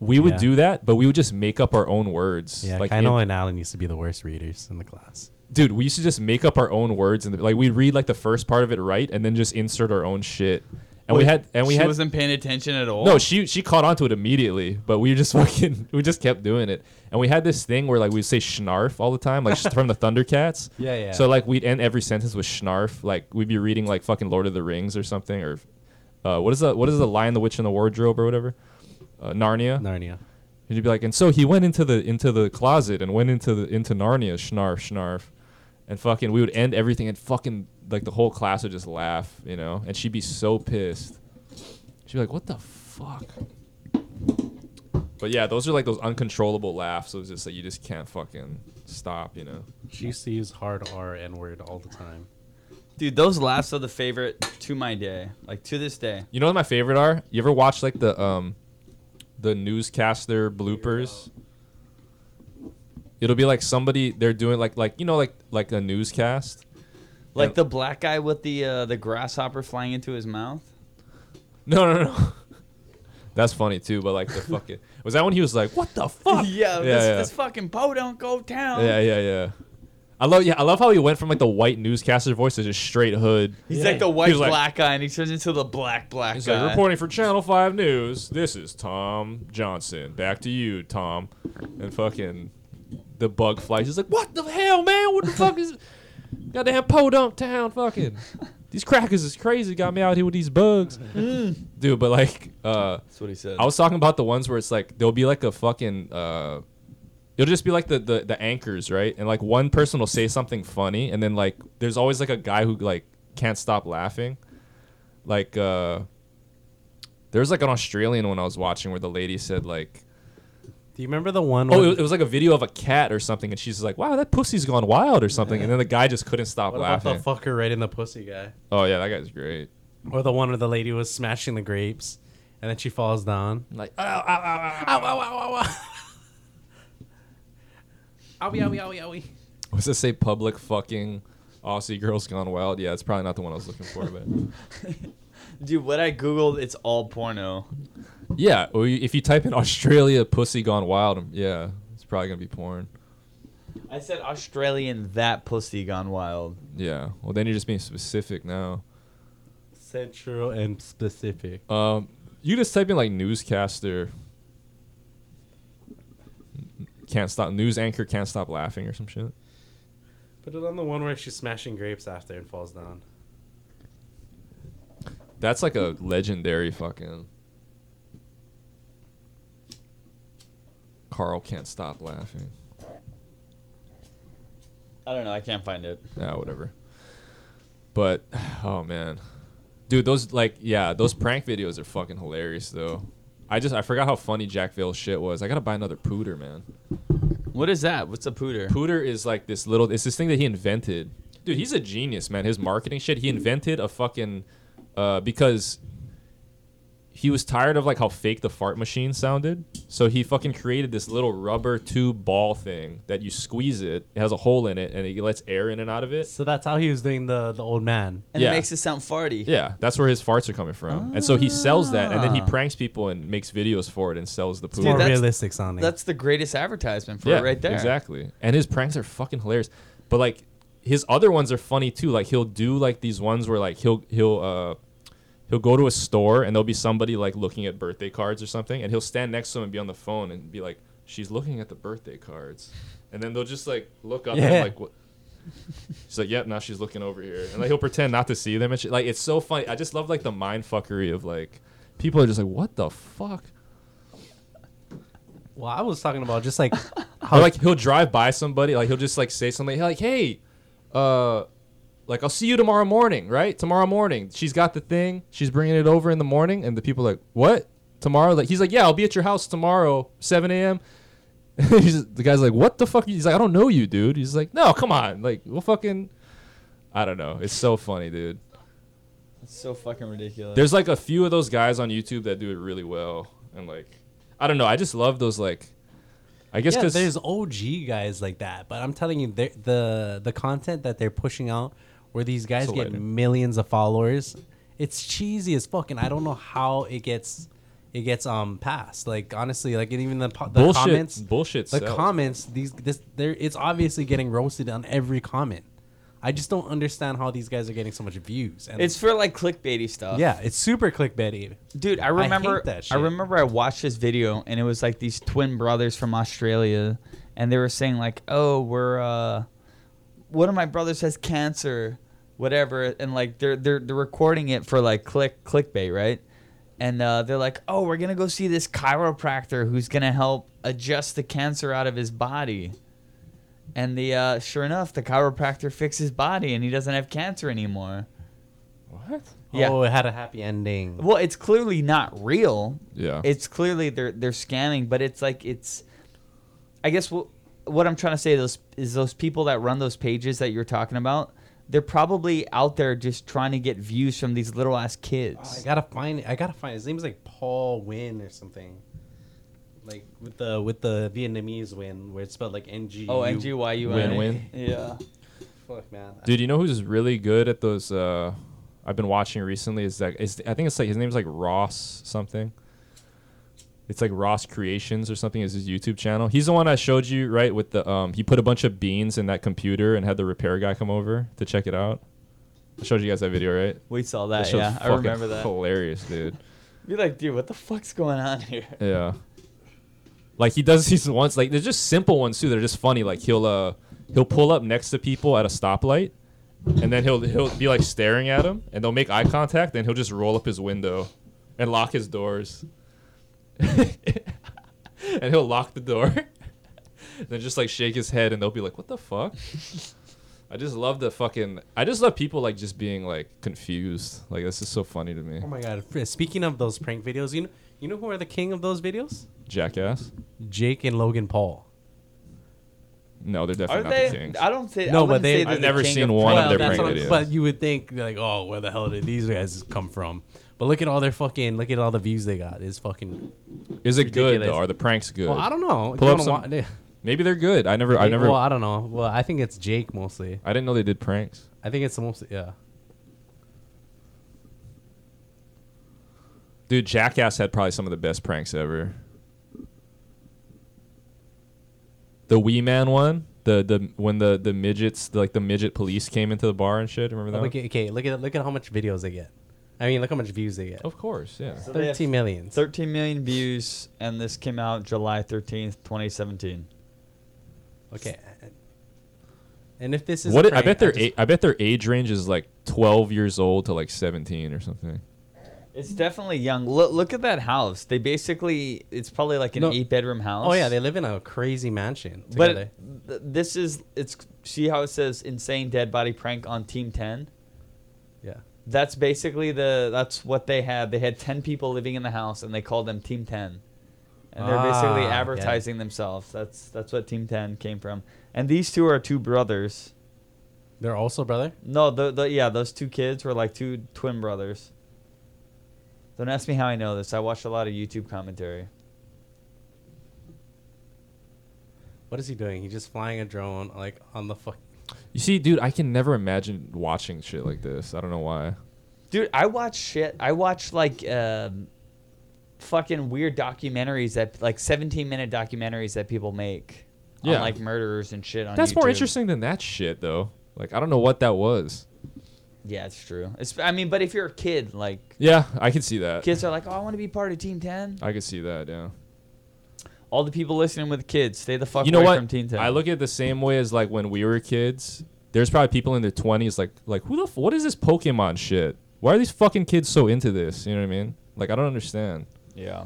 We would Yeah. do that, but we would just make up our own words. yeah, like I know. in- And Alan used to be the worst readers in the class. dude, we used to just make up our own words and like we would read like the first part of it right, and then just insert our own shit. And we had and we she had wasn't paying attention at all. no, she she caught on to it immediately, but we just fucking we just kept doing it, and we had this thing where like we would say schnarf all the time, like from the Thundercats. Yeah, yeah. So like we'd end every sentence with schnarf, like we'd be reading like fucking Lord of the Rings or something, or uh, what is the what is the Lion, the Witch, and the Wardrobe or whatever, uh, Narnia. Narnia. And you'd be like, and so he went into the into the closet and went into the into Narnia, snarf, snarf, and fucking we would end everything and fucking like the whole class would just laugh, you know, and she'd be so pissed. She'd be like, what the fuck. But yeah, those are like those uncontrollable laughs. So it's just like you just can't fucking stop, you know. She used to use hard R N word all the time. Dude, those laughs are the favorite to my day. Like to this day. You know what my favorite are? You ever watch like the um the newscaster bloopers? It'll be like somebody they're doing like like you know like like a newscast. Like the black guy with the uh, the grasshopper flying into his mouth. No, no, no. That's funny too, but like the fucking was that when he was like, "What the fuck?" yeah, yeah, this, yeah. this fucking po don't go town. yeah, yeah, yeah. I love, yeah, I love how he went from like the white newscaster voice to just straight hood. He's like the white He was like- black guy, and he turns into the black black He's guy. like reporting for Channel Five News. This is Tom Johnson. Back to you, Tom. And fucking the bug flies. He's like, "What the hell, man? What the fuck is goddamn podunk town? Fucking these crackers is crazy. Got me out here with these bugs, Mm. dude." But like, uh, That's what he said. I was talking about the ones where it's like there'll be like a fucking uh it'll just be like the, the the anchors, right? And like one person will say something funny and then like there's always like a guy who like can't stop laughing. Like uh there's like an Australian one I was watching where the lady said like Do you remember the one? Oh, when- it, it was like a video of a cat or something, and she's like, "Wow, that pussy's gone wild" or something, and then the guy just couldn't stop what laughing. about the fucker right in the pussy guy? oh yeah, that guy's great. Or the one where the lady was smashing the grapes, and then she falls down. Like, ow, ow, ow, ow, ow, ow, ow, ow. Owie, owie, owie, owie. What's it say? Public fucking Aussie girls gone wild. Yeah, it's probably not the one I was looking for, but Dude, what I googled, it's all porno. yeah. Or you- if you type in Australia pussy gone wild, um, yeah, it's probably gonna be porn. I said Australian that pussy gone wild. Yeah. Well, then you're just being specific now. Central and specific. Um, you just type in like newscaster. Can't stop news anchor can't stop laughing or some shit. Put it on the one where she's smashing grapes after and falls down. That's like a legendary fucking. Carl can't stop laughing. I don't know. I can't find it. Yeah, whatever. But oh man, dude, those like yeah, those prank videos are fucking hilarious though. I just I forgot how funny Jack Vale's shit was. I gotta buy another pooter, man. What is that? What's a pooter? Pooter is like this little. It's this thing that he invented. Dude, he's a genius, man. His marketing shit. He invented a fucking uh, because he was tired of like how fake the fart machine sounded. So he fucking created this little rubber tube ball thing that you squeeze it, it has a hole in it, and it lets air in and out of it. So that's how he was doing the the old man. And Yeah. it makes it sound farty. Yeah, that's where his farts are coming from. And so he sells that, and then he pranks people and makes videos for it and sells the More poop. that's- realistic sounding. That's the greatest advertisement for it right there. Exactly. And his pranks are fucking hilarious. But like his other ones are funny too. Like he'll do like these ones where like he'll he'll uh he'll go to a store and there'll be somebody like looking at birthday cards or something and he'll stand next to him and be on the phone and be like, She's looking at the birthday cards. And then they'll just like look up Yeah. and like what She's like, yep, now she's looking over here, and like he'll pretend not to see them, and shit. like it's so funny. I just love like the mind fuckery of like people are just like, what the fuck? well, I was talking about just like Or like he'll drive by somebody, like he'll just like say something like, "Hey, uh, like I'll see you tomorrow morning, right? Tomorrow morning. She's got the thing. She's bringing it over in the morning." And the people are like, "What? Tomorrow?" Like he's like, "Yeah, I'll be at your house tomorrow, 7 a.m." he's, the guy's like, "What the fuck?" He's like, "I don't know you, dude." He's like, "No, come on, like we'll fucking." I don't know. It's so funny, dude. It's so fucking ridiculous. There's like a few of those guys on YouTube that do it really well, and like, I don't know. I just love those like. I guess yeah, because there's OG guys like that, but I'm telling you, they're- the the content that they're pushing out, where these guys get Selected. millions of followers, it's cheesy as fuck, and I don't know how it gets it gets um passed. Like honestly, like and even the, po- the bullshit, comments, bullshit. the sells. comments, these this there, it's obviously getting roasted on every comment. I just don't understand how these guys are getting so much views. And it's for like clickbaity stuff. yeah, it's super clickbaity. Dude, I remember I, hate that shit. remember I watched this video and it was like these twin brothers from Australia and they were saying like, "Oh, we're uh one of my brothers has cancer, whatever." And like they're they're they're recording it for like click clickbait, right? And uh, they're like, "Oh, we're going to go see this chiropractor who's going to help adjust the cancer out of his body." And the uh, sure enough, the chiropractor fixed his body and he doesn't have cancer anymore. What? Yeah. Oh, it had a happy ending. Well, it's clearly not real. Yeah. It's clearly they're they're scamming, but it's like it's. I guess what what I'm trying to say those is those people that run those pages that you're talking about. They're probably out there just trying to get views from these little ass I kids. gotta find it. I gotta find his name is like Paul Win or something. Like with the with the Vietnamese win where it's spelled like N G. Oh, N G Y U N. Win win. Yeah. Fuck man. Dude, you know who's really good at those? Uh, I've been watching recently. Is that is I think it's like his name's like Ross something. It's like Ross Creations or something is his YouTube channel. He's the one I showed you, right? With the um, he put a bunch of beans in that computer and had the repair guy come over to check it out. I showed you guys that video, right? We saw That that. show's Uh, yeah, I fucking remember that. Hilarious, dude. Be like, dude, what the fuck's going on here? Yeah. Like he does these ones like they're just simple ones too. They're just funny. Like he'll uh he'll pull up next to people at a stoplight and then he'll he'll be like staring at them and they'll make eye contact and he'll just roll up his window and lock his doors. and he'll lock the door. then just like shake his head and they'll be like, "What the fuck?" I just love the fucking I just love people like just being like confused. Like this is so funny to me. Oh my god. Fr- Speaking of those prank videos, you know you know who are the king of those videos? Jackass? Jake and Logan Paul. No, they're Are definitely not the they? kings. I don't think. No, I but wouldn't they- say they're I've the never king seen of one of pranks. their that's prank what I'm- videos. But you would think like, oh, where the hell did these guys come from? But look at all their fucking look at all the views they got. It's fucking. Is it good though? ridiculous. Are the pranks good? Well, I don't know. Pull You up wanna some- wa- Maybe they're good. I never, I never, Well, I don't know. Well, I think it's Jake mostly. I didn't know they did pranks. I think it's the most. Yeah. Dude, Jackass had probably some of the best pranks ever. The Wee Man one, the the when the the midgets, like the midget police came into the bar and shit. Remember that? Look at, okay, look at look at how much videos they get. I mean, look how much views they get. Of course, yeah. they have- Thirteen million. 13 million views, and this came out July 13th, 2017. Okay. And if this is What a it- I prank, bet their just- a- I bet their age range is like 12 years old to like 17 or something. It's definitely young. Look, look at that house. They basically, it's probably like an No. eight bedroom house. oh yeah, they live in a crazy mansion But together. it- th- this is, it's, see how it says insane dead body prank on Team 10? yeah. That's basically the, that's what they had. They had 10 people living in the house and they called them Team 10. And they're Ah, basically yeah. advertising themselves. That's, that's what Team 10 came from. And these two are two brothers. They're also brother. No, the, the, yeah, those two kids were like two twin brothers. Don't ask me how I know this. I watched a lot of YouTube commentary. What is he doing? He's just flying a drone like on the fuck. You see, dude, I can never imagine watching shit like this. I don't know why. Dude, I watch shit. I watch like um, fucking weird documentaries that like 17 minute documentaries that people make. Yeah. On, like murderers and shit on That's more YouTube. interesting than that shit, though. Like, I don't know what that was. Yeah, it's true. It's, I mean, but if you're a kid, like Yeah, I can see that. kids are like, "Oh, I want to be part of Team 10." I can see that. Yeah. All the people listening with kids, stay the fuck you know away what? from Team 10. I look at it the same way as like when we were kids. There's probably people in their 20s like like who the f- what is this Pokemon shit? Why are these fucking kids so into this? You know what I mean? Like I don't understand. Yeah.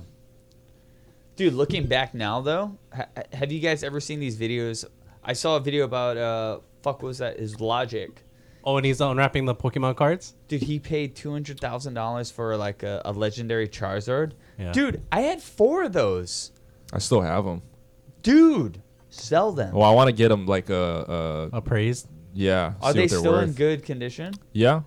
Dude, looking back now though, ha- ha- have you guys ever seen these videos? I saw a video about uh fuck what was that? Is Logic. Oh, and he's unwrapping the Pokemon cards. Dude, he paid two hundred thousand dollars for like a, a legendary Charizard. Yeah. Dude, I had four of those. I still have them. Dude, sell them. Well, I want to get them like uh, uh Appraised. yeah. Are see they what they're still in worth. good condition? Yeah.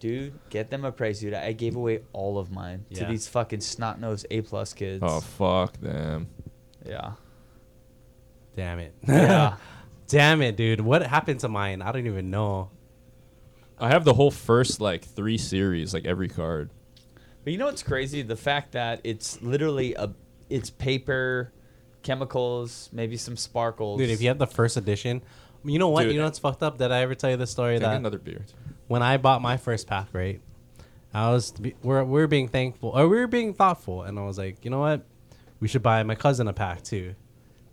Dude, get them a price, dude. I gave away all of mine to Yeah. these fucking snot nosed A plus kids. Oh fuck them. Yeah. Damn it. Yeah. Damn it, dude. What happened to mine? I don't even know. I have the whole first like three series, like every card. But you know what's crazy? The fact that it's literally a it's paper, chemicals, maybe some sparkles. Dude, if you have the first edition, you know what? Dude. you know what's fucked up? Did I ever tell you the story Can I that get another beer. when I bought my first pack, right? I was be, we're we were being thankful or we were being thoughtful, and I was like, you know what, we should buy my cousin a pack too.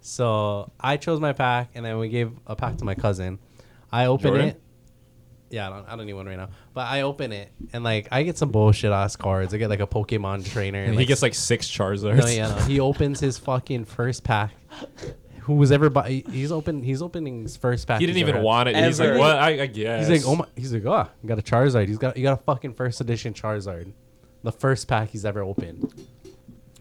So I chose my pack, and then we gave a pack to my cousin. I open Jordan? it. Yeah, I don't, I don't need one right now. But I open it, and like I get some bullshit ass cards. I get like a Pokemon trainer, And he gets like six Charizards. no, yeah, no. He opens his fucking first pack. Who was ever buy? He's open. He's opening his first pack. He didn't he's even ever- want it. and He's like, Ever. what? I, I guess. He's like, oh my. He's like, oh, you got a Charizard. He's got you got a fucking first edition Charizard, the first pack he's ever opened.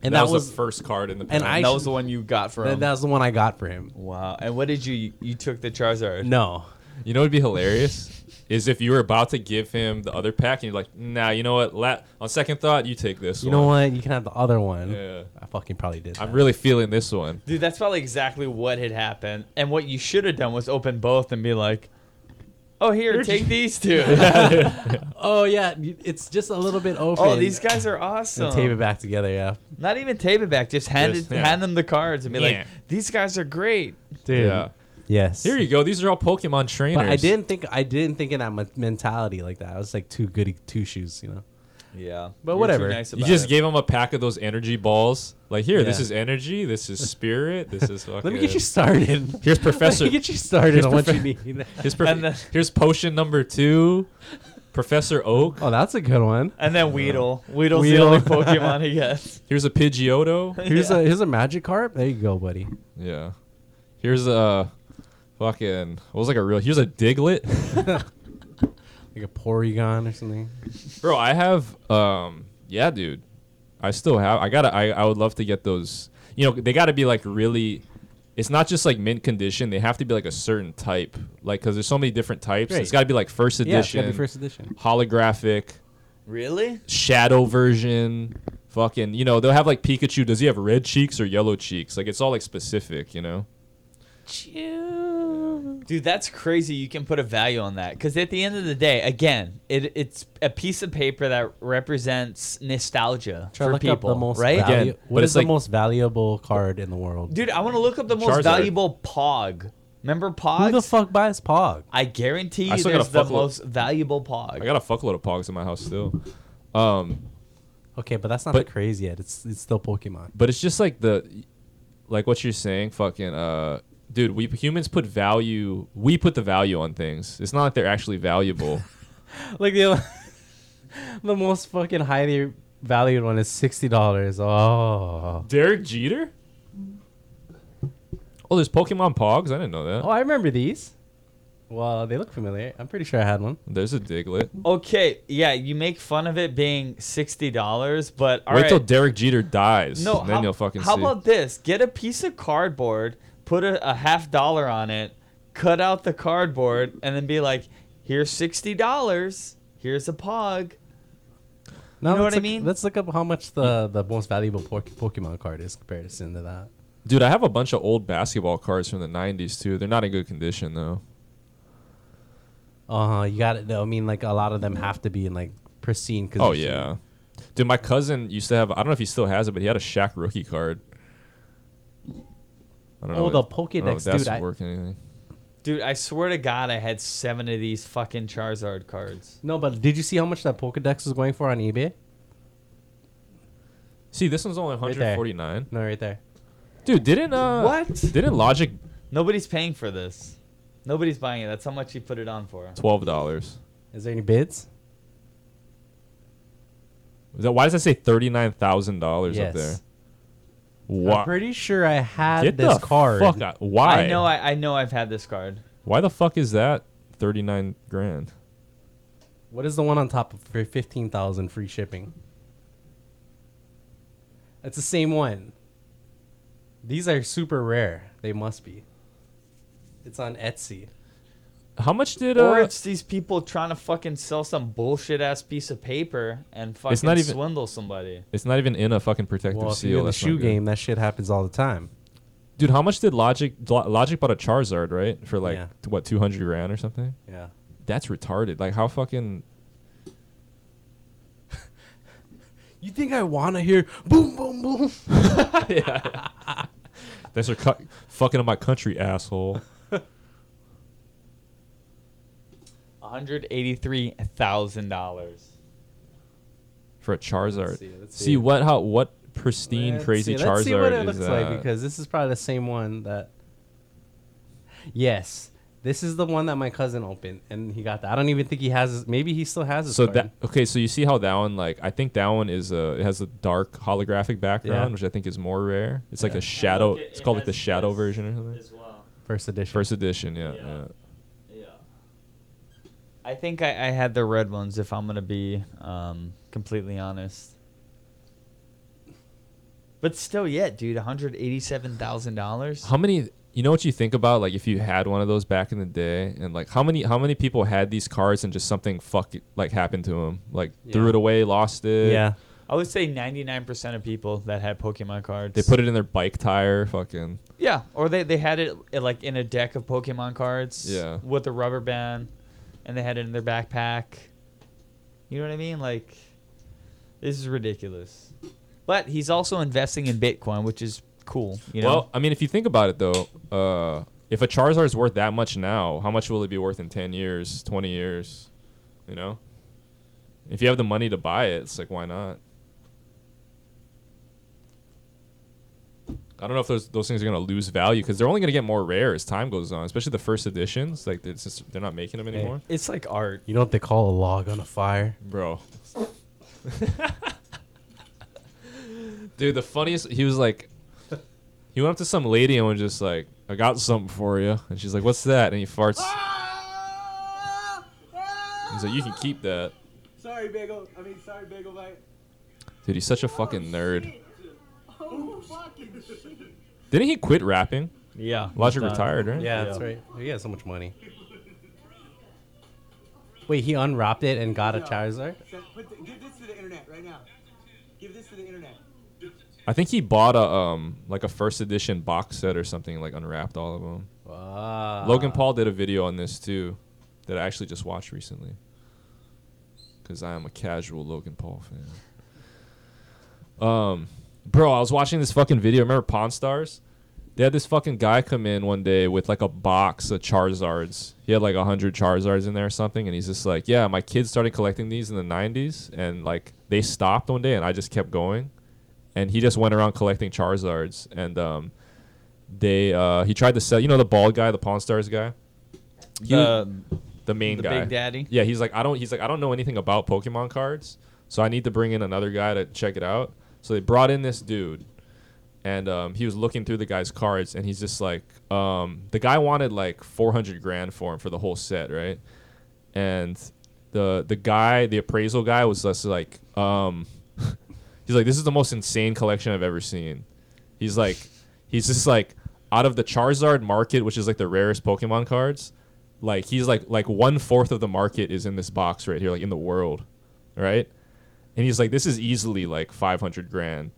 And That, was, the first card in the. pack. and I that was the one you got from. that, that's the one I got for him. wow. And what did you you took the Charizard? No, You know what'd be hilarious is if you were about to give him the other pack and you're like, nah, you know what? La- on second thought, you take this. you one. know what? You can have the other one. Yeah. I fucking probably did. I'm that. really feeling this one. Dude, that's probably exactly what had happened. And what you should have done was open both and be like, "Oh, here, take these two. oh yeah, you- it's just a little bit open. oh, these guys are And tape it awesome." back together. Yeah, Not even tape it back. Just hand Just- it, yeah. hand them the cards and be Yeah. like, "These guys are great." dude. Yeah. Yes. Here you go. These are all Pokemon trainers. But I didn't think I didn't think in that men- mentality like that. I was like too goody two shoes, you know. Yeah, But whatever. You just gave him a pack of those energy balls. Like here, this Yeah. is energy. This is spirit. This is fucking. Let me get you started. Here's Professor. Let me get you started Here's on what prof- you need. Here's, prof- and then- here's potion number two. Professor Oak. Oh, that's a good one. And then Weedle. Weedle's Weedle. the only Pokemon he gets. Here's a Pidgeotto. Here's Yeah. a here's a magic carp. There you go, buddy. Yeah. Here's a fucking. What was like a real? Here's a Diglett. Like a Porygon or something. Bro, I have um yeah, dude. I still have I gotta I, I would love to get those you know, they gotta be like really it's not just like mint condition, they have to be like a certain type. Like cause there's so many different types. Right. It's gotta be like first Yeah, it's edition, gotta be first edition. holographic, Really? shadow version, fucking you know, they'll have like Pikachu. Does he have red cheeks or yellow cheeks? Like it's all like specific, you know? Dude, that's crazy. You can put a value on that because at the end of the day, again, it, it's a piece of paper that represents nostalgia Try to for look people, up the most right? valu- Again, what but is it's the like- most valuable card in the world? Dude, I want to look up the most Charizard. valuable Pog. Remember Pogs? Who the fuck buys Pog? I guarantee I you, still got a there's the fuckload. most valuable Pog. I got a fuckload of pogs in my house still. Um Okay, but that's not But- the crazy yet. It's it's still Pokemon. but it's just like the like what you're saying fucking uh dude we humans put value we put the value on things it's not like they're actually valuable Like the the most fucking highly valued one is sixty dollars. Oh. derek jeter oh there's pokemon pogs i didn't know that Oh, I remember these. Well, they look familiar. I'm pretty sure I had one. there's a diglet okay, yeah, you make fun of it being sixty dollars, but all wait right. till derek jeter dies No, and then how, you'll fucking how see about this? Get a piece of cardboard, put a, a half dollar on it, cut out the cardboard, and then be like, "Here's sixty dollars. Here's a pog." No, You know let's what I look- mean? Let's look up how much the, the most valuable por- Pokemon card is comparison to that. Dude, I have a bunch of old basketball cards from the 90s, too. They're not in good condition, though. Uh huh. You got it. though. I mean, like a lot of them have to be in like pristine. Condition. Oh, yeah. Dude, my cousin used to have, I don't know if he still has it, but he had a Shaq rookie card. I don't Oh, if- the I don't know Pokédex, if that's dude, I- worth anything. Dude, I swear to God, I had seven of these fucking Charizard cards. No, but did you see how much that Pokedex was going for on eBay? See, this one's only 149. No, right there. Dude, didn't uh What? Didn't Logic Nobody's paying for this. Nobody's buying it. That's how much he put it on for. twelve dollars? Is there any bids? Why does that say thirty nine thousand dollars yes. up there? I'm Why? pretty sure I had Get this the card. fuck out. Why? I know. I, I know. I've had this card. Why the fuck is that thirty nine grand? What is the one on top of for fifteen thousand free shipping? It's the same one. These are super rare. They must be. It's on Etsy. How much did uh? Or it's these people trying to fucking sell some bullshit ass piece of paper and fucking not even- swindle somebody. it's not even in a fucking protective Well, if seal. you're in the that's not shoe good. game, that shit happens all the time. dude. How much did Logic Lo- Logic bought a Charizard right for like Yeah. t- what two hundred grand or something? Yeah. That's retarded. Like how fucking You think I want to hear boom, boom, boom? thanks for cu- fucking up my country, asshole. 183,000 dollars. For a Charzard. Let's see, see, let's see. what how what pristine Let's crazy see. Charizard Let's see what it is uh, looks that? like because this is probably the same one that. Yes, this is the one that my cousin opened, and he got that. I don't even think he has. His, maybe he still has his. So card. that okay, so you see how that one like I think that one is uh it has a dark holographic background, Yeah. which I think is more rare. It's like a shadow. it- it's it called like the has shadow this version or something. well. first edition. First edition, yeah. Yeah. yeah. Yeah. I think I, I had the red ones. If I'm gonna be um, completely honest. But still, yeah, dude, one hundred eighty-seven thousand dollars. How many? You know what you think about like if you had one of those back in the day, and like how many how many people had these cards and just something fuck like happened to them, like threw it away, lost it. yeah. I would say 99% of people that had Pokemon cards. They put it in their bike tire, fucking. Yeah, or they, they had it uh, like in a deck of Pokemon cards. Yeah. With a rubber band, and they had it in their backpack. You know what I mean? Like, this is ridiculous. But he's also investing in Bitcoin, which is cool. You know. Well, I mean, if you think about it though, uh, if a Charizard is worth that much now, how much will it be worth in ten years, twenty years? You know, if you have the money to buy it, it's like why not? I don't know if those those things are gonna lose value because they're only gonna get more rare as time goes on, especially the first editions. Like it's just, they're not making them anymore, it's like art. You know what they call a log on a fire? bro. Dude, the funniest he was like, he went up to some lady and was just like, "I got something for you," and she's like, "What's that?" And he farts. He's like, "You can keep that." Sorry, Bagel. I mean, sorry, Bagel Bite. Dude, he's such a fucking nerd. Oh, fucking shit. Didn't he quit rapping? Yeah. Logic retired, right? Yeah, that's right. He has so much money. Wait, he unwrapped it and got a Charizard? So, put the, give this to the internet right now. Give this to the internet. I think he bought a um like a first edition box set or something, like unwrapped all of them. Wow. Logan Paul did a video on this too, that I actually just watched recently. Cause I am a casual Logan Paul fan. Um, bro, I was watching this fucking video. Remember Pawn Stars? They had this fucking guy come in one day with like a box of Charizards. He had like a hundred Charizards in there or something, and he's just like, "Yeah, my kids started collecting these in the '90s, and like they stopped one day, and I just kept going." And he just went around collecting Charizards, and um, they uh, he tried to sell. You know the bald guy, the Pawn Stars guy, Uh, the main The guy, Big Daddy? Yeah, he's like I don't. He's like I don't know anything about Pokemon cards, so I need to bring in another guy to check it out. So they brought in this dude, and um, he was looking through the guy's cards, and he's just like, um, the guy wanted like four hundred grand for him for the whole set, right? And the the guy, the appraisal guy, was just like, um, he's like, this is the most insane collection I've ever seen. He's like, he's just like, out of the Charizard market, which is like the rarest Pokemon cards, like he's like like one fourth of the market is in this box right here, like in the world, right? and he's like, "This is easily like 500 grand,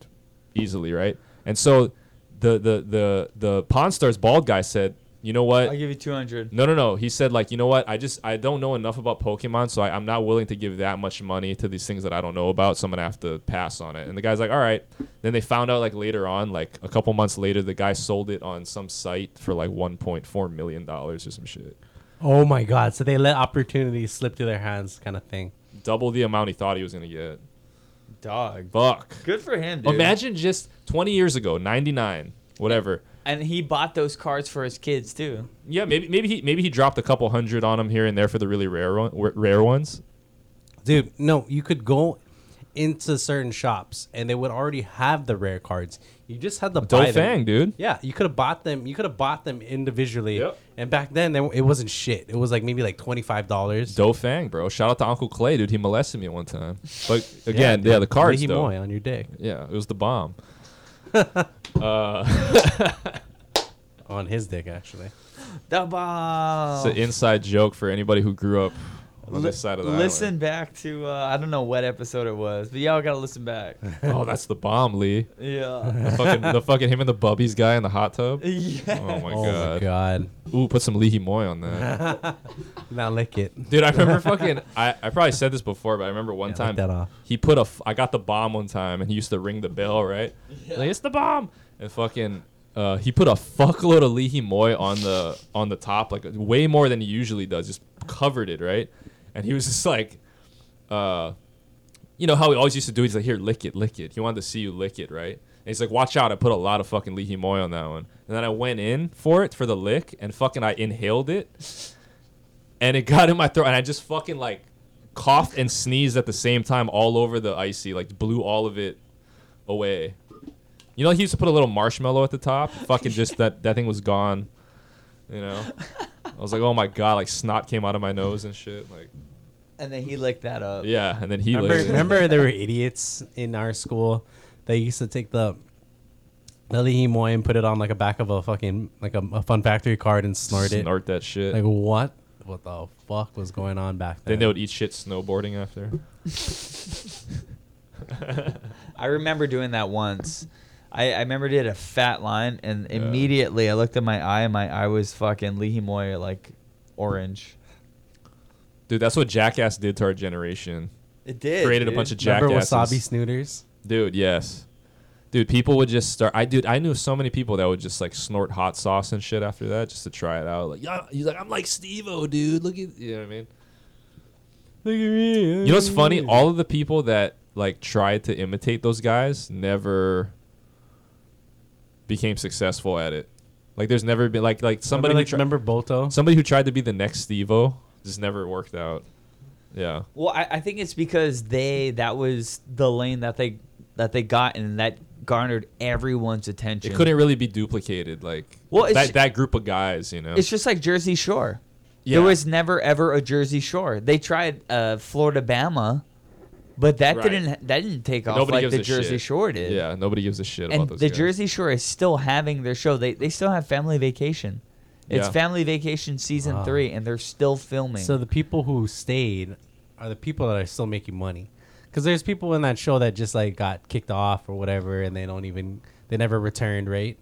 easily, right?" And so the the the the Pawn Stars bald guy said, "You know what? I'll give you 200. No, no, no. He said like, you know what? I just I don't know enough about Pokemon, so I, I'm not willing to give that much money to these things that I don't know about. So I'm gonna have to pass on it. And the guy's like, all right. Then they found out like later on, like a couple months later, the guy sold it on some site for like 1.4 million dollars or some shit, Oh my god! So they let opportunities slip through their hands, kind of thing. double the amount he thought he was gonna get. Dog. Fuck. Good for him, dude. Imagine just 20 years ago, 99, whatever. And he bought those cards for his kids too. Yeah, maybe maybe he maybe he dropped a couple hundred on him here and there for the really rare one, rare ones. Dude, no, you could go into certain shops and they would already have the rare cards. You just had to buy them. Dofang, dude. Yeah, you could have bought them. You could have bought them individually. Yep. And back then, they, it wasn't shit. It was like maybe like twenty five dollars. Dofang, bro. Shout out to Uncle Clay, dude. He molested me one time. But again, yeah, the cards though. on your dick Yeah, it was the bomb. Uh, on his dick actually. The ball. It's an inside joke for anybody who grew up on this side of the listen island. back to uh, I don't know what episode it was, but y'all gotta listen back. Oh, that's the bomb, Lee. yeah. The fucking, the fucking him and the bubbies guy in the hot tub. yeah. Oh my Oh my god. god! Ooh, put some Lee Moy on that. Now lick it. Dude, I remember fucking I, I probably said this before, but I remember one Yeah, lick time that off. he put a f- I got the bomb one time and he used to ring the bell, right? Like it's the bomb. And fucking uh, he put a fuckload of Leahy Moy on the on the top, like way more than he usually does, just covered it, right? And he was just like uh, you know how he always used to do. He's like, "Here, lick it, lick it." He wanted to see you lick it, right? And he's like, "Watch out! I put a lot of fucking Leahy Moy on that one." And then I went in for it for the lick, and fucking I inhaled it, and it got in my throat, and I just fucking like coughed and sneezed at the same time all over the icy, like blew all of it away. You know, he used to put a little marshmallow at the top. Fucking just that that thing was gone. You know, I was like, "Oh my god!" Like snot came out of my nose and shit. Like, And then he licked that up. yeah. And then he Remember, licked it. remember there were idiots in our school that used to take the the Leahy Moy and put it on like a back of a fucking like a, a Fun Factory card and snort it. Snort that shit. Like what? What the fuck was going on back then? Then they would eat shit snowboarding after. I remember doing that once. I, I remember did a fat line, and immediately I looked at my eye, and my eye was fucking Lihimoy like orange. Dude, that's what Jackass did to our generation. It did. Created a bunch of Remember jackasses. wasabi snooters? Dude, yes. Dude, people would just start. I dude, I knew so many people that would just like snort hot sauce and shit after that just to try it out. Like, yeah, he's like, I'm like Steve-O, dude. Look at, you know what I mean? Look at me. You know what's funny? All of the people that like tried to imitate those guys never became successful at it. Like, there's never been like like somebody remember, like, who tri- remember Bolto? somebody who tried to be the next Steve-O just never worked out. Yeah. Well, I, I think it's because they that was the lane that they that they got, and that garnered everyone's attention. it couldn't really be duplicated like Well, it's- that, that group of guys you know It's just like Jersey Shore. Yeah. There was never ever a Jersey Shore. They tried uh, Florida Bama, but that Right. didn't that didn't take off like Nobody gives the a Jersey shit. Shore did. yeah nobody gives a shit about and those the guys. Jersey Shore is still having their show. They they still have Family Vacation. It's Yeah. Family Vacation season Wow. three, and they're still filming. So the people who stayed are the people that are still making money. Because there's people in that show that just like got kicked off or whatever, and they don't even they never returned, right?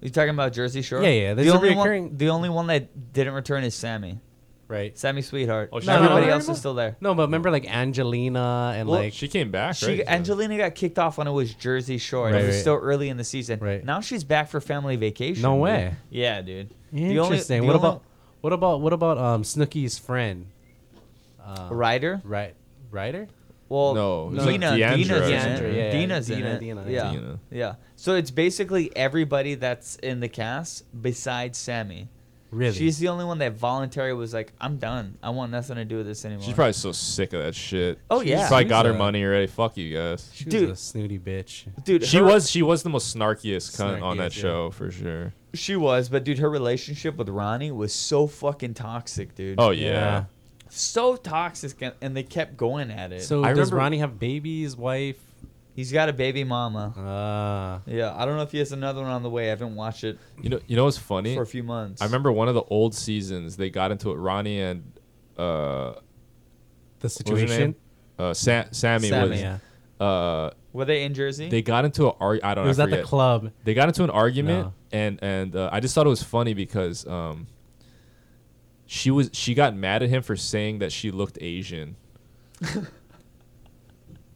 you talking about Jersey Shore? Yeah, yeah, there's The a only reoccurring- one the only one that didn't return is Sammy. Right. Sammy Sweetheart. Oh, she's not Everybody on else anymore? is still there. No, but remember like Angelina and Well, like she came back She right? Angelina got kicked off when it was Jersey Shore. and Right, it was right. still early in the season. Right. Now she's back for family vacation. No dude. way. Yeah, dude. The only- interesting. the what only about what about what about um Snooky's friend? Uh, Ryder? Right. Ryder. Well, No, it was like Dina, Deandra. Dina's in Deandra, it. yeah, yeah. Dina's in Dina, it. Dina, yeah. Dina. yeah. So it's basically everybody that's in the cast besides Sammy. Really? She's the only one that voluntarily was like, "I'm done. I want nothing to do with this anymore." she's probably so sick of that shit Oh, She's yeah. probably got She's her a- money already fuck you guys She was Dude. a snooty bitch. dude. she her- was she was the most snarkiest cunt on Snarkiest, that yeah. show for sure She was, but dude, her relationship with Ronnie was so fucking toxic, dude. oh yeah, so toxic, and- and they kept going at it. So I does remember- Ronnie have babies, wife? He's got a baby mama. Uh Yeah, I don't know if he has another one on the way. I haven't watched it you know you know what's funny for a few months. i remember one of the old seasons they got into it ronnie and uh the what was her name? situation. uh, Sa- Sammy, Sammy, was. yeah. Uh, Were they in Jersey? they got into an argument. I don't. It was I at the forget. club. They got into an argument, No. and and uh, I just thought it was funny because um, she was she got mad at him for saying that she looked Asian.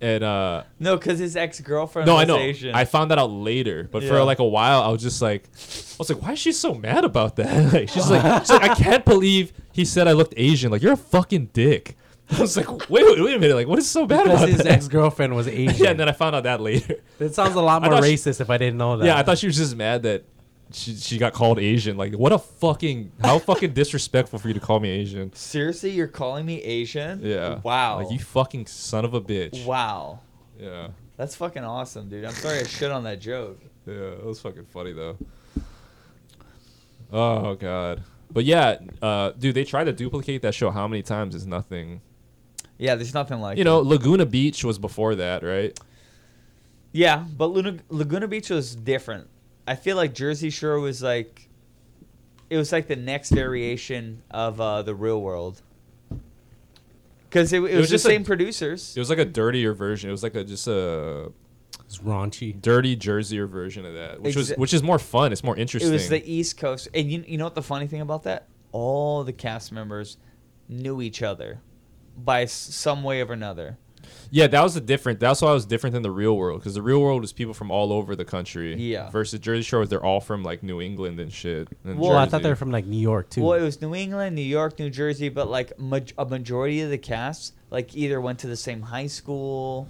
and uh, no, because his ex girlfriend. no, was I know. Asian. I found that out later, but for Yeah. like a while, I was just like, I was like, why is she so mad about that? like, she's like, she's like, I can't believe he said I looked Asian. Like, you're a fucking dick. I was like, wait, wait, wait a minute. Like, what is so bad Because about his that? ex girlfriend was Asian. yeah, and then I found out that later. it sounds a lot I more thought she- racist if I didn't know that. Yeah, I thought she was just mad that she she got called Asian. Like, what a fucking how fucking disrespectful for you to call me Asian. Seriously, you're calling me Asian? Yeah. Wow. Like you fucking son of a bitch. wow. Yeah. That's fucking awesome, dude. I'm sorry I shit on that joke. Yeah. It was fucking funny though. Oh god. But yeah, uh, dude, they tried to duplicate that show how many times is nothing. Yeah, there's nothing like You know, Laguna Beach was before that, right? Yeah, but Luna, Laguna Beach was different. I feel like Jersey Shore was like, it was like the next variation of uh, the real world. Because it, it, was was the just a- same producers. It was like a dirtier version. It was like a just a it's raunchy. dirty Jerseyer version of that, which was Exa- which is more fun. It's more It interesting. was the East Coast, and you you know what the funny thing about that? All the cast members knew each other by s- some way or another. Yeah, that was the different. That's why it was different than the real world because the real world was people from all over the country. Yeah. Versus Jersey Shore, they're all from like New England and shit. and Well, Well, I thought Jersey. they were from like New York too. Well, it was New England, New York, New Jersey, but like ma- a majority of the cast like either went to the same high school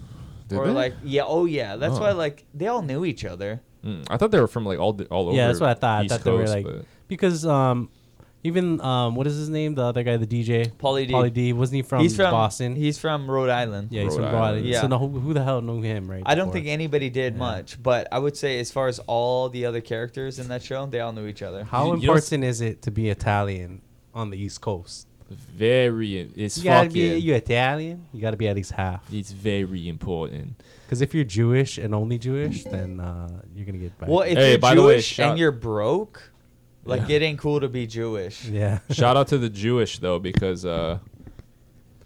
Did or they? like yeah, oh yeah, that's why Oh. like they all knew each other. Mm, I thought they were from like all di- all over. yeah, that's what I thought. East I thought they were Coast, like but- because um, even um, what is his name? The other guy, the DJ, Pauly D. Pauly D. Wasn't he from, he's from Boston? He's from Rhode Island. yeah, he's Rhode from Rhode Island. Island. Yeah. So no, who, who the hell knew him? Right? I don't before? think anybody did much, but I would say as far as all the other characters in that show, they all knew each other. You- How you don't s- important is it to be Italian on the East Coast? very. It's You gotta fucking. be you Italian. You gotta be at least half. it's very important. Because if you're Jewish and only Jewish, then uh, you're gonna get back. Well, if Hey, you're by the way, Jewish shout- and you're broke, like Yeah. it ain't cool to be Jewish. yeah, Shout out to the Jewish though because uh,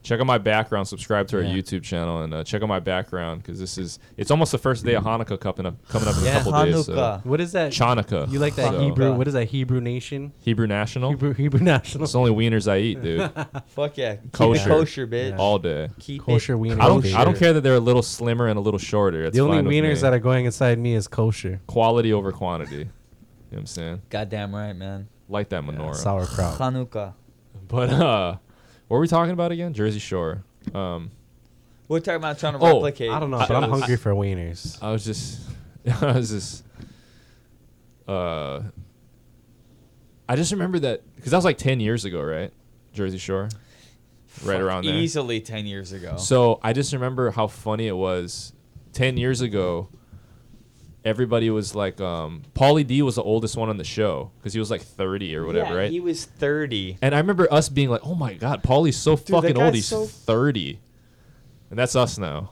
check out my background. Subscribe to our Yeah. YouTube channel and uh, check out my background because this is it's almost the first day of Hanukkah coming up coming up in Yeah, a couple days. So. Hanukkah. what is that? Chanukah. You like that So, Hebrew? What is that Hebrew nation? Hebrew National? uh, Hebrew Hebrew national It's only wieners I eat, dude. Fuck yeah, Kosher. Keep it kosher, bitch. All day. Keep it kosher wiener. I don't. nation. I don't care that they're a little slimmer and a little shorter. It's The only fine with wieners me. that are going inside me is kosher quality over quantity. you know what I'm saying? Goddamn right, man. Like that menorah. Oh. sauerkraut. Hanukkah. but uh, what were we talking about again? Jersey Shore. Um, We're talking about trying to Oh, replicate. I don't know, but shows. I'm hungry for wieners. I was just, I was just, uh, I just remember that because that was like 10 years ago, right? Jersey Shore, right around there. Easily ten years Oh. ago. So I just remember how funny it was. Ten years ago, everybody was like, um, Paulie D was the oldest one on the show because he was like thirty or whatever, right? He was thirty. and I remember us being like, "Oh my God, Paulie's so that fucking old. guy's He's so- thirty, and that's us now."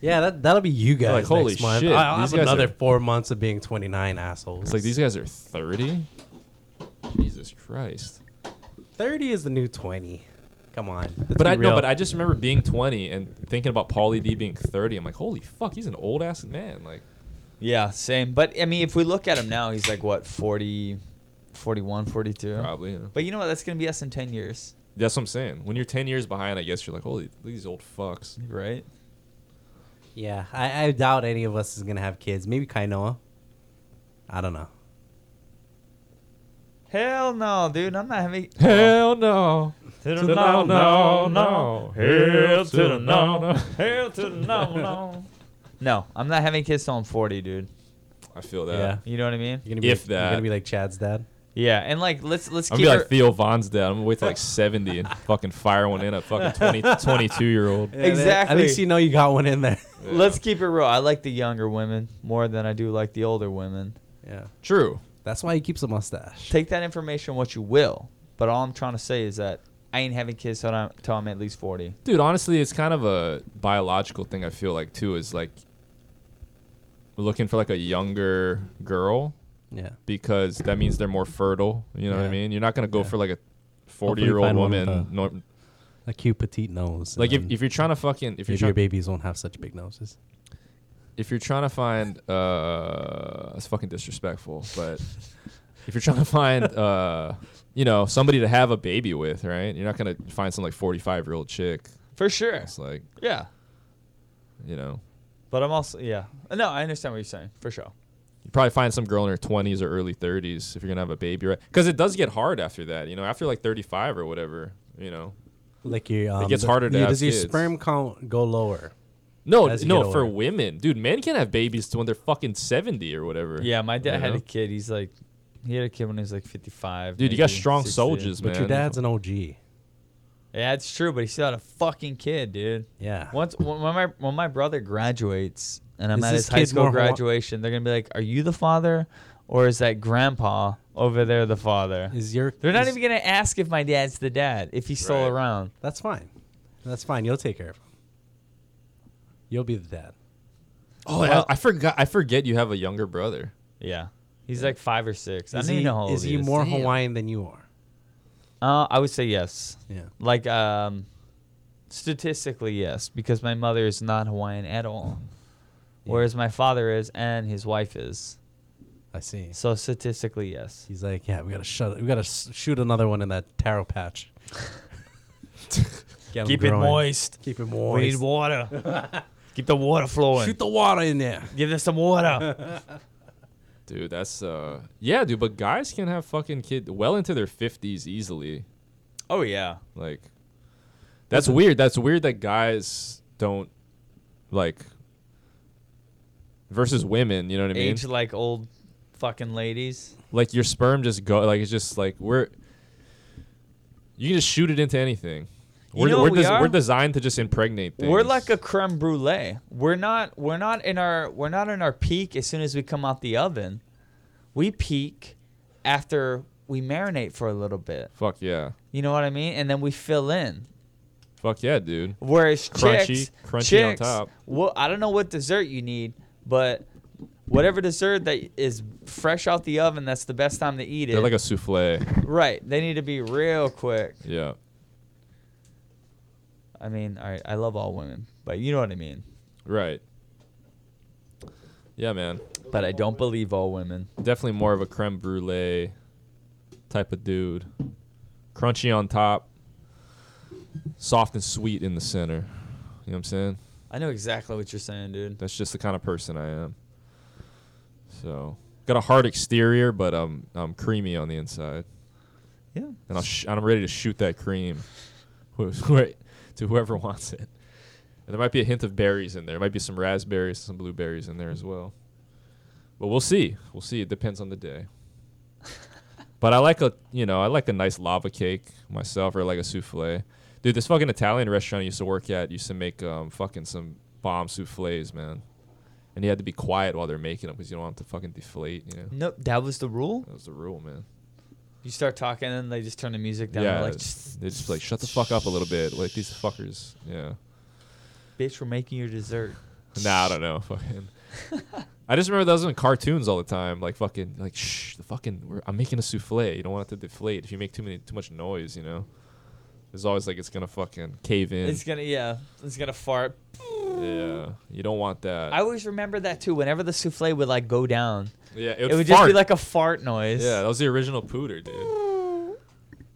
Yeah, that that'll be you guys. Like, holy next month. shit, I- I'll these have guys another are- four months of being 29 assholes. It's like these guys are thirty. Jesus Christ! 30 is the new 20. Come on. let's But be I real. no, but I just remember being twenty and thinking about Paulie D being thirty. I'm like, "Holy fuck, he's an old ass man." Like, Yeah, same. But I mean, if we look at him now, he's like what 40, 41, 42? probably. yeah. But you know what? That's gonna be us in ten years, That's what I'm saying. When you're ten years behind, I guess you're like, "Holy, look at these old fucks." right? yeah, I, I doubt any of us is gonna have kids. Maybe Kainoa. I don't know. Hell no, dude. I'm not having. Hell no. To the No, no, no. Hell to the no, no. Hell to the no, no. No, I'm not having kids till I'm 40, dude. I feel that. Yeah. You know what I mean? You're gonna be If like, that. you're gonna be like Chad's dad. Yeah, and like let's let's I'm keep gonna be her. like Theo Von's dad. I'm gonna wait till like 70 and fucking fire one in a fucking 20, 22 year old. And then At least Exactly. you know you got one in there. Let's keep it real. I like the younger women more than I do like the older women. yeah. True. That's why he keeps a mustache. take that information what you will, but all I'm trying to say is that I ain't having kids till I'm, till I'm at least 40. Dude, honestly, it's kind of a biological thing. I feel like too is like looking for like a younger girl Yeah. because that means they're more fertile. You know what I Yeah. mean? You're not gonna go for like a 40 Hopefully year old find one with woman. Nor- a cute petite nose. Like if, and if you're trying to fucking if you're maybe trying your babies won't have such big noses. if you're trying to find uh it's fucking disrespectful but if you're trying to find uh you know somebody to have a baby with right you're not gonna find some like 45 year old chick for sure. it's like Yeah, you know but I'm also yeah. No, I understand what you're saying for sure. you probably find some girl in her 20s or early 30s if you're gonna have a baby right because it does get hard after that you know after like 35 or whatever you know Like your um, gets harder to have Does your kids. sperm count go lower? no As you no get for older. women dude men can have babies to when they're fucking 70 or whatever Yeah, my dad You had know? a kid. He's like, he had a kid when he was like 55. dude you got maybe, strong 60. soldiers man But your dad's an OG. Yeah, it's true, but he still had a fucking kid, dude. Yeah. Once when my when my brother graduates and I'm Is at this his high kid school more Hawa- graduation, they're gonna be like, "Are you the father, or is that grandpa over there the father?" Is your they're not is- even gonna ask if my dad's the dad if he's still Right. around. That's fine. That's fine. You'll take care of him. You'll be the dad. Oh, yeah, I forgot. I forget you have a younger brother. Yeah, he's like five or six. I Is don't he, even know how old is he, he more Damn. Hawaiian than you are? Uh, I would say yes. Yeah. Like um, statistically yes, because my mother is not Hawaiian at all, whereas my father is and his wife is. I see. So statistically yes. He's like, yeah, we gotta shut. We gotta s- shoot another one in that taro patch. Get 'em growing. Keep it We need moist. water. Keep the water flowing. Shoot the water in there. Give us some water. Dude, that's uh, yeah, dude. But guys can have fucking kid well into their fifties easily. oh yeah. Like, that's weird. That's weird that guys don't like versus women. You know what I mean? Age like old fucking ladies. Like your sperm just go. Like it's just like we're. You can just shoot it into anything. You We're, know we're, what we are? we're designed to just impregnate things. We're like a creme brulee. We're not we're not in our we're not in our peak as soon as we come out the oven. We peak after we marinate for a little bit. fuck yeah, You know what I mean? And then we fill in. fuck yeah, dude. Whereas Crunchy- chicks, crunchy on chicks, top. Well, I don't know what dessert you need, but whatever dessert that is fresh out the oven, that's the best time to eat it. They're like a souffle. Right. They need to be real quick. Yeah. I mean, all right, I love all women, but you know what I mean. Right. Yeah, man. But I don't believe all women. Definitely more of a creme brulee type of dude. Crunchy on top, soft and sweet in the center. You know what I'm saying? I know exactly what you're saying, dude. That's just the kind of person I am. So, got a hard exterior, but I'm I'm creamy on the inside, Yeah. and I'll sh- and I'm ready to shoot that cream, Who's- wait, to whoever wants it. And there might be a hint of berries in there. There might be some raspberries, some blueberries in there as well. But we'll see. We'll see. It depends on the day. but I like a you know I like a nice lava cake myself or like a souffle. Dude, this fucking Italian restaurant I used to work at used to make um, fucking some bomb souffles, man. And you had to be quiet while they're making them because you don't want them to fucking deflate. You know No, that was the rule. that was the rule, man. You start talking, and they just turn the music down. yeah, Yeah, like, it's- they just like shut the fuck up a little bit, like these fuckers. Yeah. bitch, we're making your dessert. Nah, I don't know. Fucking. I just remember those in cartoons all the time. Like fucking, like shh, the fucking. We're, I'm making a souffle. You don't want it to deflate. If you make too many, too much noise, you know, there's always like it's gonna fucking cave in. It's gonna, yeah, it's gonna fart. yeah, you don't want that. I always remember that too. Whenever the souffle would like go down, yeah, it it would, would, just be fart. like a fart noise. Yeah, that was the original pooter, dude.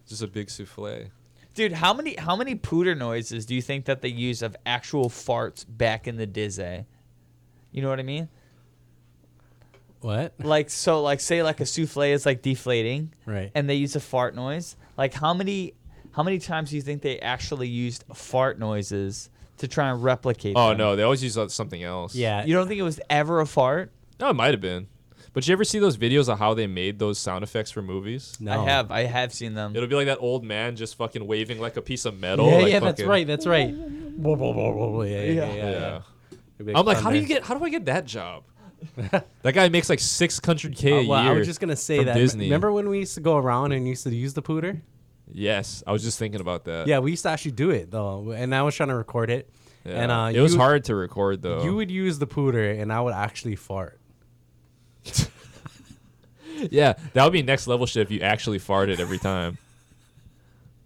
just a big souffle. Dude, how many how many pooter noises do you think that they use of actual farts back in the dizzy? You know what I mean? What? Like so, like say like a souffle is like deflating, Right. And they use a fart noise. Like how many how many times do you think they actually used fart noises to try and replicate? Oh them? no, they always use uh, something else. Yeah. you don't think it was ever a fart? No, it might have been. But you ever see those videos of how they made those sound effects for movies? no. I have I have seen them. It'll be like that old man just fucking waving like a piece of Yeah, metal. Oh, like yeah, that's fucking- right. That's right. Whoa, whoa, whoa, whoa, whoa, yeah, yeah, yeah. yeah, yeah. It'd be I'm like, how do you thunder. get? How do I get that job? that guy makes like six hundred k a Uh, year. well, I was just gonna say from that. Disney. Remember when we used to go around and used to use the pooter? Yes, I was just thinking about that. Yeah, we used to actually do it though, and I was trying to record it. Yeah. And uh, it was you- hard to record though. You would use the pooter, and I would actually fart. yeah, that would be next level shit if you actually farted every time.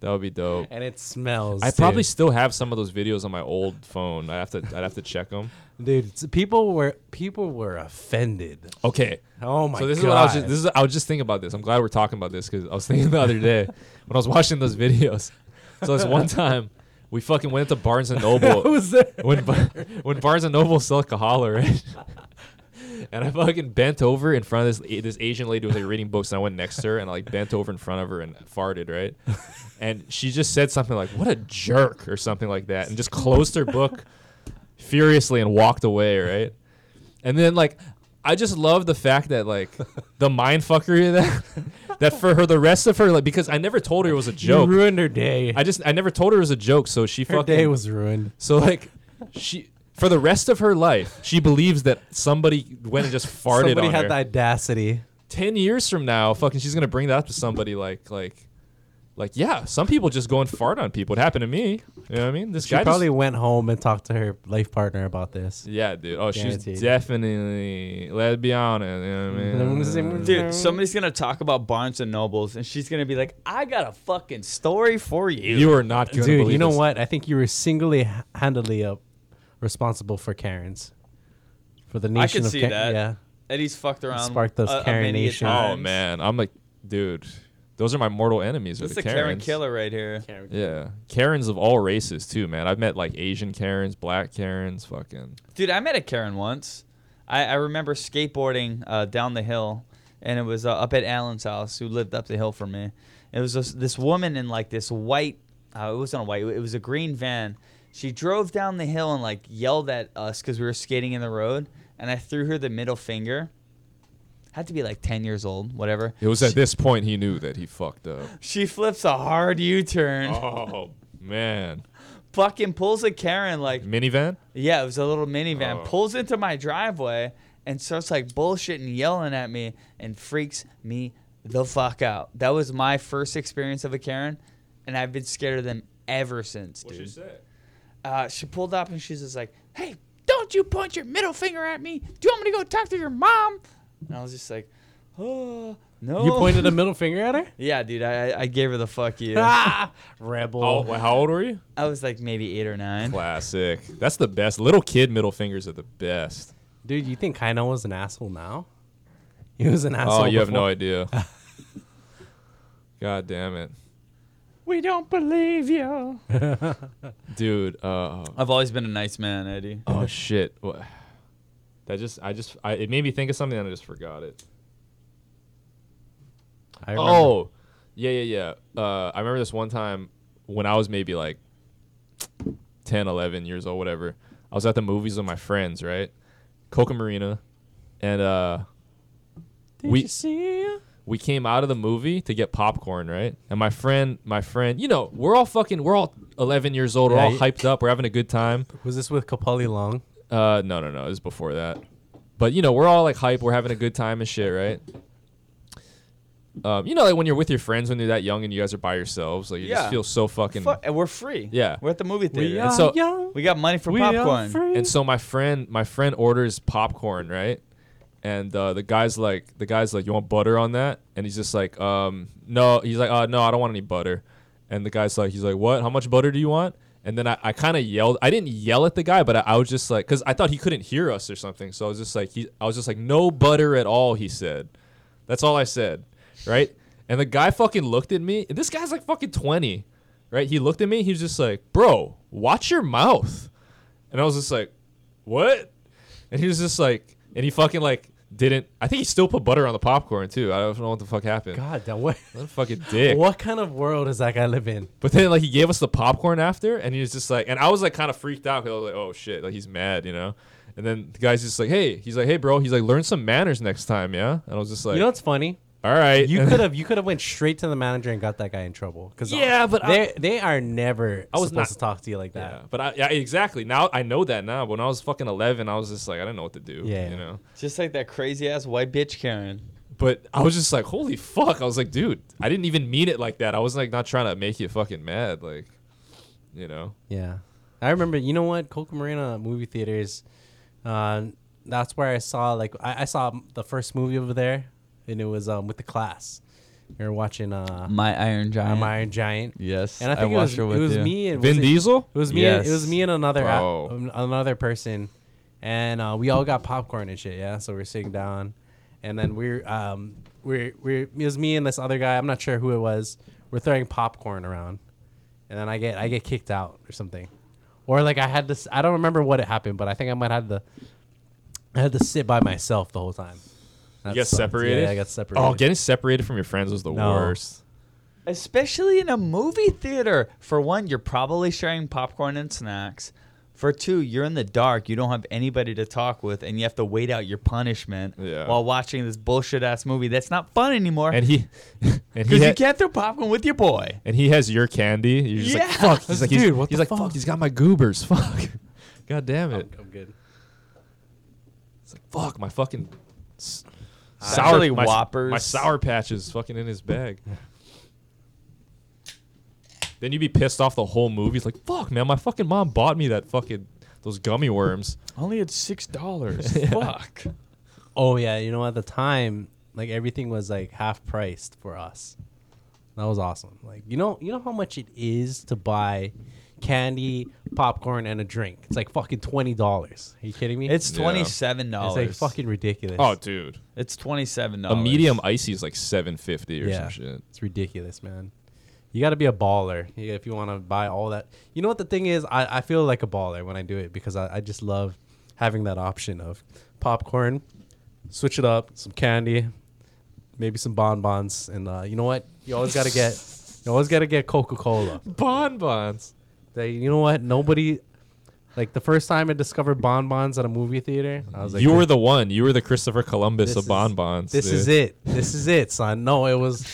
That would be dope. and it smells. I probably dude. still have some of those videos on my old phone. I have to I'd have to check them. dude. it's- people were people were offended. Okay. Oh my So this is god! what I was just this is I was just thinking about this. I'm glad we're talking about this because I was thinking the other day when I was watching those videos. So this one time we fucking went to Barnes and Noble. was there. when Bar- when Barnes and Noble sell Kahala, right? And I fucking bent over in front of this this Asian lady with like reading books, and I went next to her and I like bent over in front of her and farted, right? And she just said something like "What a jerk" or something like that, and just closed her book furiously and walked away, right? And then like I just love the fact that like the mind fuckery of that that for her the rest of her like because I never told her it was a you joke. ruined her day. I just I never told her it was a joke, so she her fucking day was ruined. so like she for the rest of her life, she believes that somebody went and just farted Somebody on had her. the audacity. Ten years from now, fucking she's gonna bring that up to somebody like like like yeah, some people just go and fart on people. It happened to me. You know what I mean? This She guy probably just, went home and talked to her life partner about this. Yeah, dude. Oh, she's Guaranteed. definitely lesbian. You know what I mean? Dude, somebody's gonna talk about Barnes and Nobles, and she's gonna be like, "I got a fucking story for you." You are not gonna Dude, believe you know this. what? I think you were singly h- handedly up responsible for Karens. For the nation I can of see Ka- that. Yeah. Eddie's fucked around. Sparked those a, Karen a many nations. Oh times. man, I'm like, dude, those are my mortal enemies. are this is the a Karen Karens. killer right here. Yeah, Karens of all races too, man. I've met like Asian Karens, Black Karens, fucking. Dude, I met a Karen once. I, I remember skateboarding uh, down the hill, and it was uh, up at Alan's house, who lived up the hill from me. It was this, this woman in like this white, uh, it wasn't a white, it was a green van. She drove down the hill and like yelled at us because we were skating in the road, and I threw her the middle finger. Had to be like 10 years old, whatever. It was at this point he knew that he fucked up. She flips a hard U turn, Oh man, fucking pulls a Karen like minivan. Yeah, it was a little minivan. Oh. Pulls into my driveway and starts like bullshitting, yelling at me, and freaks me the fuck out. That was my first experience of a Karen, and I've been scared of them ever since, dude. Uh, she pulled up and she's just like, "Hey, don't you point your middle finger at me? Do you want me to go talk to your mom?" And I was just like, "Oh no!" You pointed a middle finger at her? Yeah, dude. I I- I gave her the fuck you. I Ah! Rebel. Oh, wh- how old were you? was like maybe eight or nine. Classic. That's the best. Little kid middle fingers are the best. Dude, you think Kaino was an asshole now? He was an asshole. Oh, you have before. no idea. God damn it, We don't believe you. dude. Uh, I've always been a nice man, Eddie. oh shit. What? That just I just I, it made me think of something and I just forgot it. I remember. Oh, yeah, yeah, yeah. Uh, I remember this one time when I was maybe like 10, 11 years old, whatever. I was at the movies with my friends, right? Coca Marina. And uh, we, we came out of the movie to get popcorn, right? And my friend, my friend, you know, we're all fucking, we're all 11 years old. Yeah, we're all you- hyped up. We're having a good time. Was this with Kapali Long? Uh, no, no, no. It was before that. But you know, we're all like hype. We're having a good time and shit, right? Um, you know, like when you're with your friends when you're that young and you guys are by yourselves, like you Yeah. just feel so fucking. Fuck, and we're free. Yeah. we're at the movie theater. are- so- young. we got money for popcorn. And so my friend, my friend orders popcorn, right? And uh, the guy's like, the guy's like, you want butter on that? And he's just like, um, no. He's like, uh, no, I don't want any butter. And the guy's like, he's like, what? How much butter do you want? And then I, I kind of yelled. I didn't yell at the guy, but I, I was just like, because I thought he couldn't hear us or something. So I was just like, he, I was just like, no butter at all. He said, that's all I said, right? And the guy fucking looked at me. And this guy's like fucking twenty, right? He looked at me. He was just like, bro, watch your mouth. And I was just like, what? And he was just like, and he fucking like didn't. I think he still put butter on the popcorn too. I don't know what the fuck happened. God, damn, what, What a fucking dick. what kind of world does that guy live in? But then like he gave us the popcorn after, and he was just like, and I was like kind of freaked out because I was like, oh shit, like he's mad, you know. And then the guy's just like, hey, he's like, hey bro, he's like, learn some manners next time, yeah. And I was just like, You know what's funny? all right, You And could have you could have went straight to the manager and got that guy in trouble. Cause Yeah, but I- they they are never I was supposed not- to talk to you like Yeah, that. but I yeah, exactly now I know that now. But when I was fucking eleven, I was just like, I didn't know what to do. Yeah. you know. Just like that crazy ass white bitch Karen. But I was just like, holy fuck. I was like, dude, I didn't even mean it like that. I was like not trying to make you fucking mad, like you know. Yeah. I remember. You know what? Coca Marina movie theaters. Uh, that's where I saw like I, I saw the first movie over there, and it was um with the class, We were watching uh, Mm. My Iron Giant. I'm Iron Giant. Yes, and I I think it watched was it with it was you. me and was Vin it- Diesel? It was me. It was Yes. me and another a- Oh. um, another person, and uh, we all got popcorn and shit. Yeah, so we're sitting down, and then we're um we're we're it was me and this other guy. I'm not sure who it was. We're throwing popcorn around, and then I get I get kicked out or something, or like I had this. I don't remember what it happened, but I think I might have the I had to sit by myself the whole time. That You got sucked. separated? Yeah, I got separated. Oh, getting separated from your friends was the No. worst. Especially in a movie theater. For one, you're probably sharing popcorn and snacks. For two, you're in the dark. You don't have anybody to talk with, and you have to wait out your punishment Yeah. while watching this bullshit ass movie that's not fun anymore. And he, and he, Because you had- can't throw popcorn with your boy. and he has your candy. You're just Yeah. like fuck. He's like, Dude, he's, what he's the like, fuck? fuck. He's got my goobers. Fuck. God damn it. I'm good. It's like fuck my fucking s- Actually, sour my, Whoppers. My sour patch is fucking in his bag. then you'd be pissed off the whole movie. It's like fuck, man. My fucking mom bought me that fucking those gummy worms. Only at six dollars. Fuck. Oh yeah, you know at the time, like everything was like half priced for us. That was awesome. Like you know, you know how much it is to buy candy, popcorn, and a drink. It's like fucking twenty dollars. Are you kidding me? It's Yeah. twenty seven It's, dollars. like fucking ridiculous. Oh, dude. It's twenty seven A dollars. medium icy is like seven fifty or yeah, some shit. it's ridiculous, man. You got to be a baller you- if you want to buy all that. You know what the thing is? I, I feel like a baller when I do it because I, I just love having that option of popcorn, switch it up, some candy, maybe some bonbons, and uh, you know what? You always got to get, you always got to get Coca Cola. Bonbons. You know what? Nobody, like the first time I discovered bonbons at a movie theater, I was like, you were the one. You were the Christopher Columbus This of is- bonbons. this dude. is it. This is it, son. No, it was.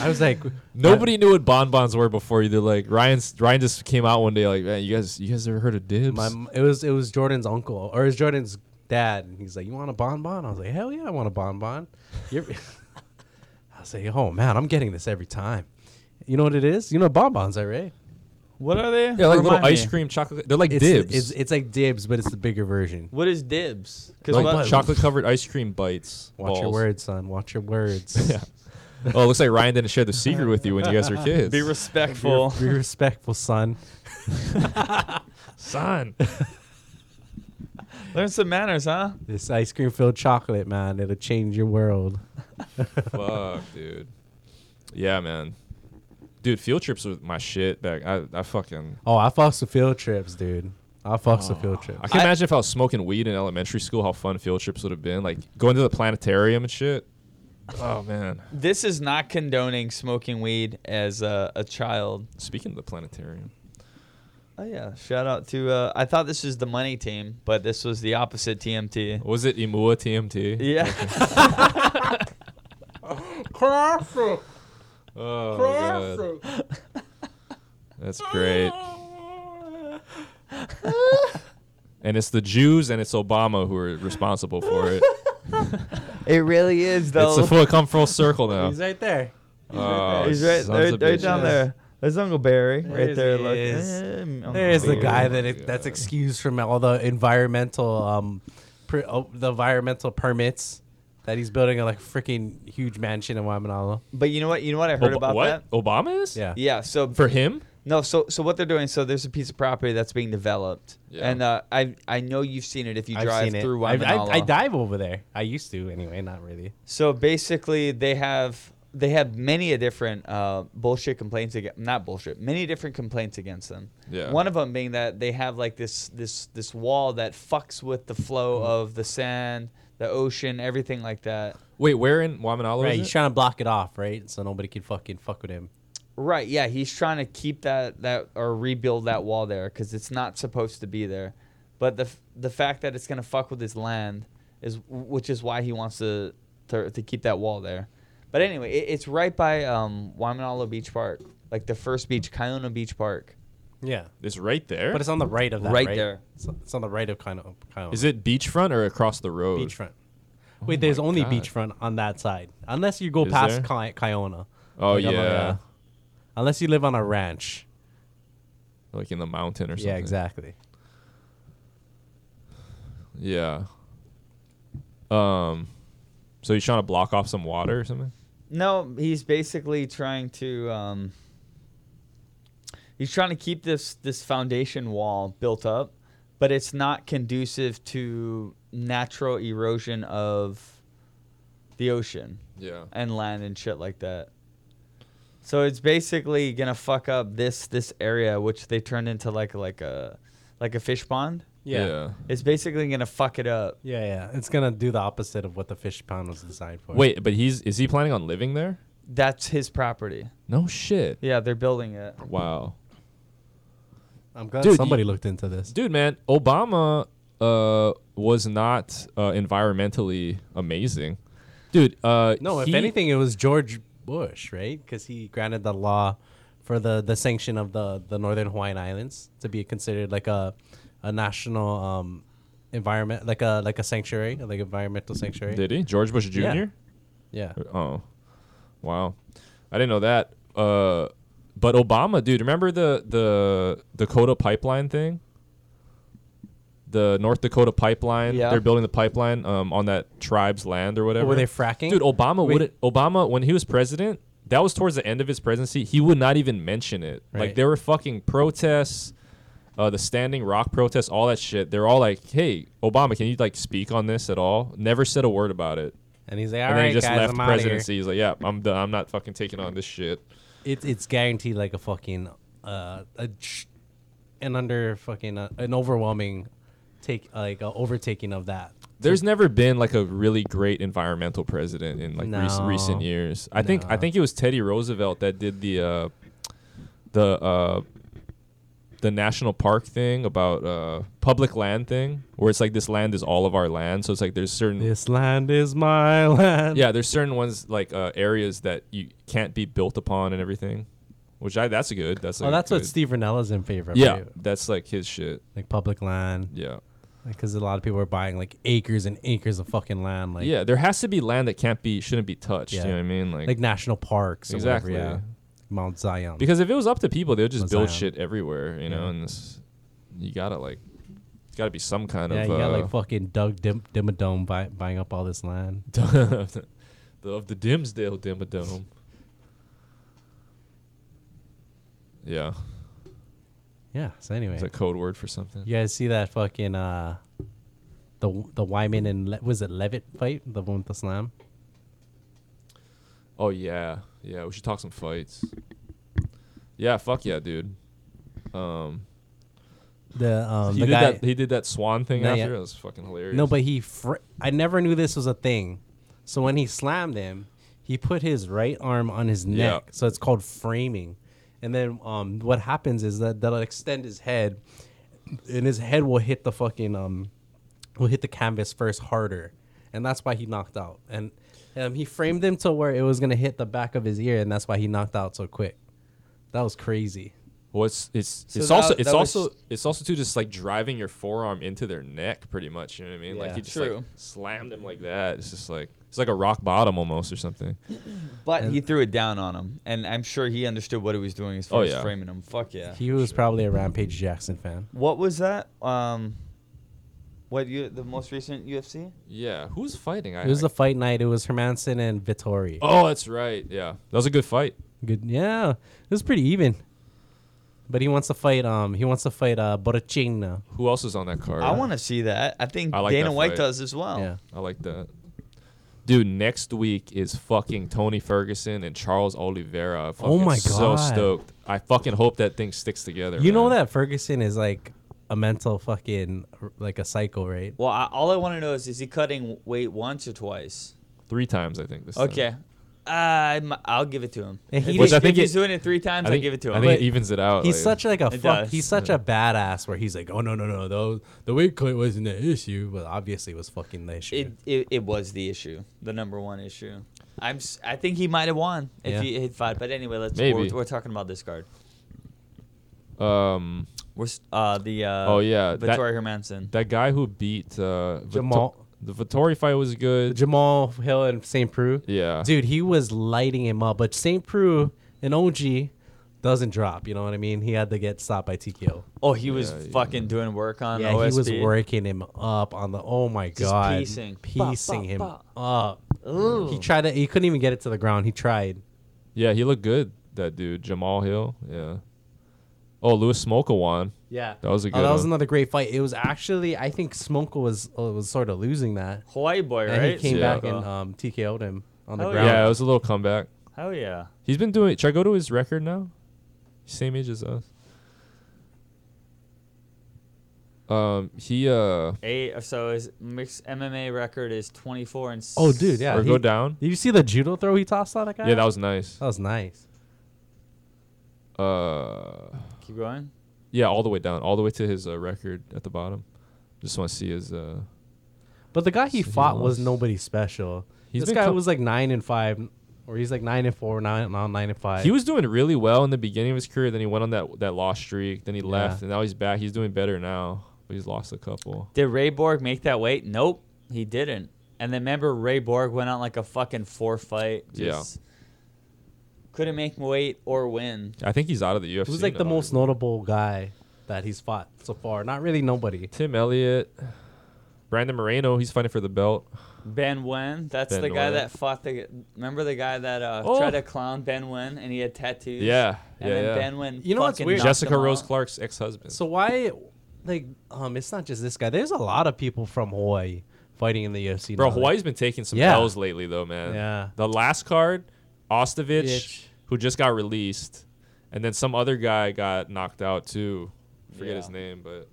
I was like, Nobody knew what bonbons were before you. They're like Ryan's. Ryan just came out one day like, man, you guys, you guys ever heard of dibs? My m- it was it was Jordan's uncle or it was Jordan's dad, and he's like, "You want a bonbon?" I was like, "Hell yeah, I want a bonbon." You're- I was like, "Oh man, I'm getting this every time." You know what it is? You know bonbons, are right? What are they? yeah, like Remind little ice me. cream chocolate. They're like It's, dibs. It's, it's like dibs, but it's the bigger version. What is dibs? Because like chocolate covered ice cream bites. Watch your balls. words, son. Watch your words. Yeah. Oh, it looks like Ryan didn't share the secret with you when you guys were kids. Be respectful. Be respectful, son. son. Learn some manners, huh? This ice cream filled chocolate, man, it'll change your world. Fuck, dude. Yeah, man. Dude, field trips were my shit back. I, I fucking. Oh, I fucks with field trips, dude. I fucks with field trips. Oh, I can imagine if I was smoking weed in elementary school, how fun field trips would have been. Like going to the planetarium and shit. Oh man. This is not condoning smoking weed as a, a child. Speaking of the planetarium, Oh yeah, shout out to. Uh, I thought this was the money team, but this was the opposite TMT. was it Emua TMT? Yeah, Oh, my God. That's great. and it's the Jews and it's Obama who are responsible for it. it really is it's though. a full come full circle now. He's right there. Oh, He's right, sons right, of right down bitches. there. There's Uncle Barry right There's there. he Look, is. Eh, Uncle There's the Barry. guy Oh that my it, that's God. excused from all the environmental um, per, oh, the environmental permits that he's building a like freaking huge mansion in Waimanalo. But you know what? You know what I heard Ob- about what? that? Obama is? Yeah. Yeah. So For him? No, so so what they're doing? So there's a piece of property that's being developed, Yeah. and uh, I I know you've seen it if you I've drive seen it. through I, Waimanalo. I, I dive over there. I used to anyway. Not really. So basically, they have they have many a different uh, bullshit complaints against not bullshit, many different complaints against them. Yeah. One of them being that they have like this this this wall that fucks with the flow of the sand, the ocean, everything like that. Wait, where in Wamanalo? Right, is he's it? trying to block it off, right? So nobody can fucking fuck with him. Right. Yeah. He's trying to keep that that or rebuild that wall there because it's not supposed to be there. But the f- the fact that it's gonna fuck with his land is which is why he wants to to, to keep that wall there. But anyway, it, it's right by um, Waimanalo Beach Park, like the first beach, Kiona Beach Park. Yeah, It's right there. but it's on the right of that. Right Right, there. It's, it's on the right of kind of kind of Is it beachfront or across the road? beachfront. Wait, there's my only God. beachfront on that side, unless you go Is past there? Ki- Kiona. Oh Like, yeah. I'm on uh, a- unless you live on a ranch. like in the mountain or something. Yeah, exactly. Yeah. Um so you're trying to block off some water or something? no, he's basically trying to. Um, he's trying to keep this this foundation wall built up, but it's not conducive to natural erosion of the ocean Yeah. and land and shit like that. So it's basically gonna fuck up this this area, which they turned into like like a like a fish pond. Yeah. yeah. It's basically gonna fuck it up. Yeah, It's gonna do the opposite of what the fish pond was designed for. Wait, but he's is he planning on living there? That's his property. No shit. Yeah, they're building it. Wow. I'm glad Dude, somebody you- looked into this. Dude, man, Obama uh, was not uh, environmentally amazing. Dude, uh, No, if he- anything, it was George Bush, right? Because he granted the law for the the sanction of the the Northern Hawaiian Islands to be considered like a a national um environment, like a like a sanctuary, like environmental sanctuary. did he George Bush Jr. Yeah. Yeah. Oh, wow! I didn't know that. Uh, but Obama, dude, remember the the Dakota pipeline thing? The North Dakota pipeline. Yeah. They're building the pipeline um, on that tribe's land or whatever. Were they fracking? Dude, Obama Wait. would Obama when he was president, that was towards the end of his presidency. He would not even mention it. Like Right. there were fucking protests, uh, the Standing Rock protests, all that shit. They're all like, "Hey, Obama, can you like speak on this at all?" Never said a word about it. And he's like, all and then right, he just guys, left I'm outta here." presidency. He's like, "Yeah, I'm done. I'm not fucking taking on this shit." It, it's guaranteed like a fucking uh a ch- an under fucking uh, an overwhelming take like uh, overtaking of that. There's never been like a really great environmental president in like rec- No. recent years. I think I No. think it was Teddy Roosevelt that did the uh, the uh, the national park thing about uh, public land thing, where it's like this land is all of our land. So it's like there's certain This land is my land. yeah, there's certain ones like uh, areas that you can't be built upon and everything. Which I that's good. That's like Oh, a that's what good- Steve Rennella's in favor of. Yeah, right? that's like his shit. Like public land. Yeah. because a lot of people are buying like acres and acres of fucking land, like yeah, there has to be land that can't be shouldn't be touched. You Yeah. know what I mean? Like, like national parks, or Exactly. Whatever, yeah, Mount Zion. because if it was up to people, they would just build Zion. shit everywhere. You know, and this, you gotta like, it's gotta be some kind yeah, of you got uh, like fucking Doug Dim- Dimmadome buy- buying up all this land. the, of the Dimsdale Dimmadome. Yeah, Yeah. So anyway, it's a code word for something. you guys see that fucking uh, the the Wyman and Le- was it Levitt fight, the one with the slam? Oh yeah, yeah. We should talk some fights. Yeah, fuck yeah, dude. Um, The um, he the did guy. that. He did that swan thing No, yeah. after. That was fucking hilarious. no, but he. Fr- I never knew this was a thing. So when he slammed him, he put his right arm on his neck. So it's called framing. And then um, what happens is that that'll extend his head, and his head will hit the fucking um, will hit the canvas first harder, and that's why he knocked out. And um, he framed him to where it was gonna hit the back of his ear, and that's why he knocked out so quick. That was crazy. Well, it's it's it's that- also that it's was- also it's also too just like driving your forearm into their neck, pretty much. You know what I mean? like Yeah. he just like True. slammed them like that. It's just like it's like a rock bottom almost or something. But he threw it down on him, and I'm sure he understood what he was doing as far Oh, as yeah. framing him. Fuck yeah. He was probably a Rampage Jackson fan. what was that? Um, what you the most recent UFC? Yeah, who's fighting? I, It was I- a fight night. It was Hermanson and Vittori. oh, that's right. Yeah, that was a good fight. Good. Yeah, it was pretty even. But he wants to fight. Um, he wants to fight. Uh, Borachina. Who else is on that card? I want to see that. I think I like Dana that White fight. does as well. Yeah. I like that. Dude, next week is fucking Tony Ferguson and Charles Oliveira. I'm Oh fucking my So God. stoked. I fucking hope that thing sticks together. You know man. that Ferguson is like a mental fucking like a cycle, right? Well, I, all I want to know is is he cutting weight once or twice? three times I think this. time. Okay. I'm, I'll give it to him. And he if Which he- I think if he's it- doing it three times, I I think, give it to him. I think But it evens it out. He's like- such like a It fuck. does. He's such a badass. Where he's like, oh no no no, the the weight cut wasn't the issue, but obviously it was fucking the issue. it, it it was the issue, the number one issue. I'm s- I think he might have won if Yeah. he had fought. But anyway, let's Maybe. We're, we're talking about this card. um We're s- uh the uh, Oh, yeah, that- Vittorio Hermanson. That guy who beat uh, Vito- Jamal. the Vittori fight was good. Jamal Hill and St. Prue. Yeah. Dude, he was lighting him up. But St. Prue and OG doesn't drop. You know what I mean? He had to get stopped by TKO. oh, he was Yeah, yeah. fucking doing work on Yeah, OSP. he was working him up on the. Oh my god, piecing. Bah, piecing bah, him bah. up. He tried it. He couldn't even get it to the ground. He tried. Yeah, he looked good. That dude, Jamal Hill. Yeah. Oh, Louis Smolka won. Yeah, That was a good Oh, that was one. another great fight. It was actually I think Smolka was uh, was sort of losing that, Hawaii boy, and right? he came Yeah. back and um, TKO'd him on the Oh, ground. Yeah, it was a little comeback. Hell yeah. He's been doing. Should I go to his record now? Same age as us. Um, he uh, Eight. So his mixed MMA record is 24 and. s- Oh, dude, yeah. or he- go down. Did you see the judo throw he tossed on that guy? Yeah, that was nice. that was nice. Uh, Keep going. yeah, all the way down, all the way to his uh, record at the bottom. Just want to see his. Uh, But the guy he So he fought was lost. nobody special. He's this been guy co- was like nine and five, or he's like nine and four, nine now nine and five. he was doing really well in the beginning of his career. Then he went on that that lost streak. Then he left, Yeah. and now he's back. He's doing better now, but he's lost a couple. Did Ray Borg make that weight? Nope, he didn't. And then remember, Ray Borg went on like a fucking four fight. Yeah. Just Couldn't make weight or win. I think he's out of the UFC. Who's like the now. most notable guy that he's fought so far? Not really nobody. Tim Elliott, Brandon Moreno. He's fighting for the belt. Ben Wen, that's Ben the guy Wen. that fought the. Remember the guy that uh, Oh. tried to clown Ben Wen and he had tattoos. Yeah, And yeah, then yeah. Ben Wen. You know what's fucking weird? knocked Jessica him Rose out. Clark's ex-husband. So why, like, um, it's not just this guy. There's a lot of people from Hawaii fighting in the UFC. Bro, now. Hawaii's been taking some Yeah. L's lately, though, man. Yeah. The last card, Ostovich, Itch. who just got released, and then some other guy got knocked out too. Forget Yeah. his name, but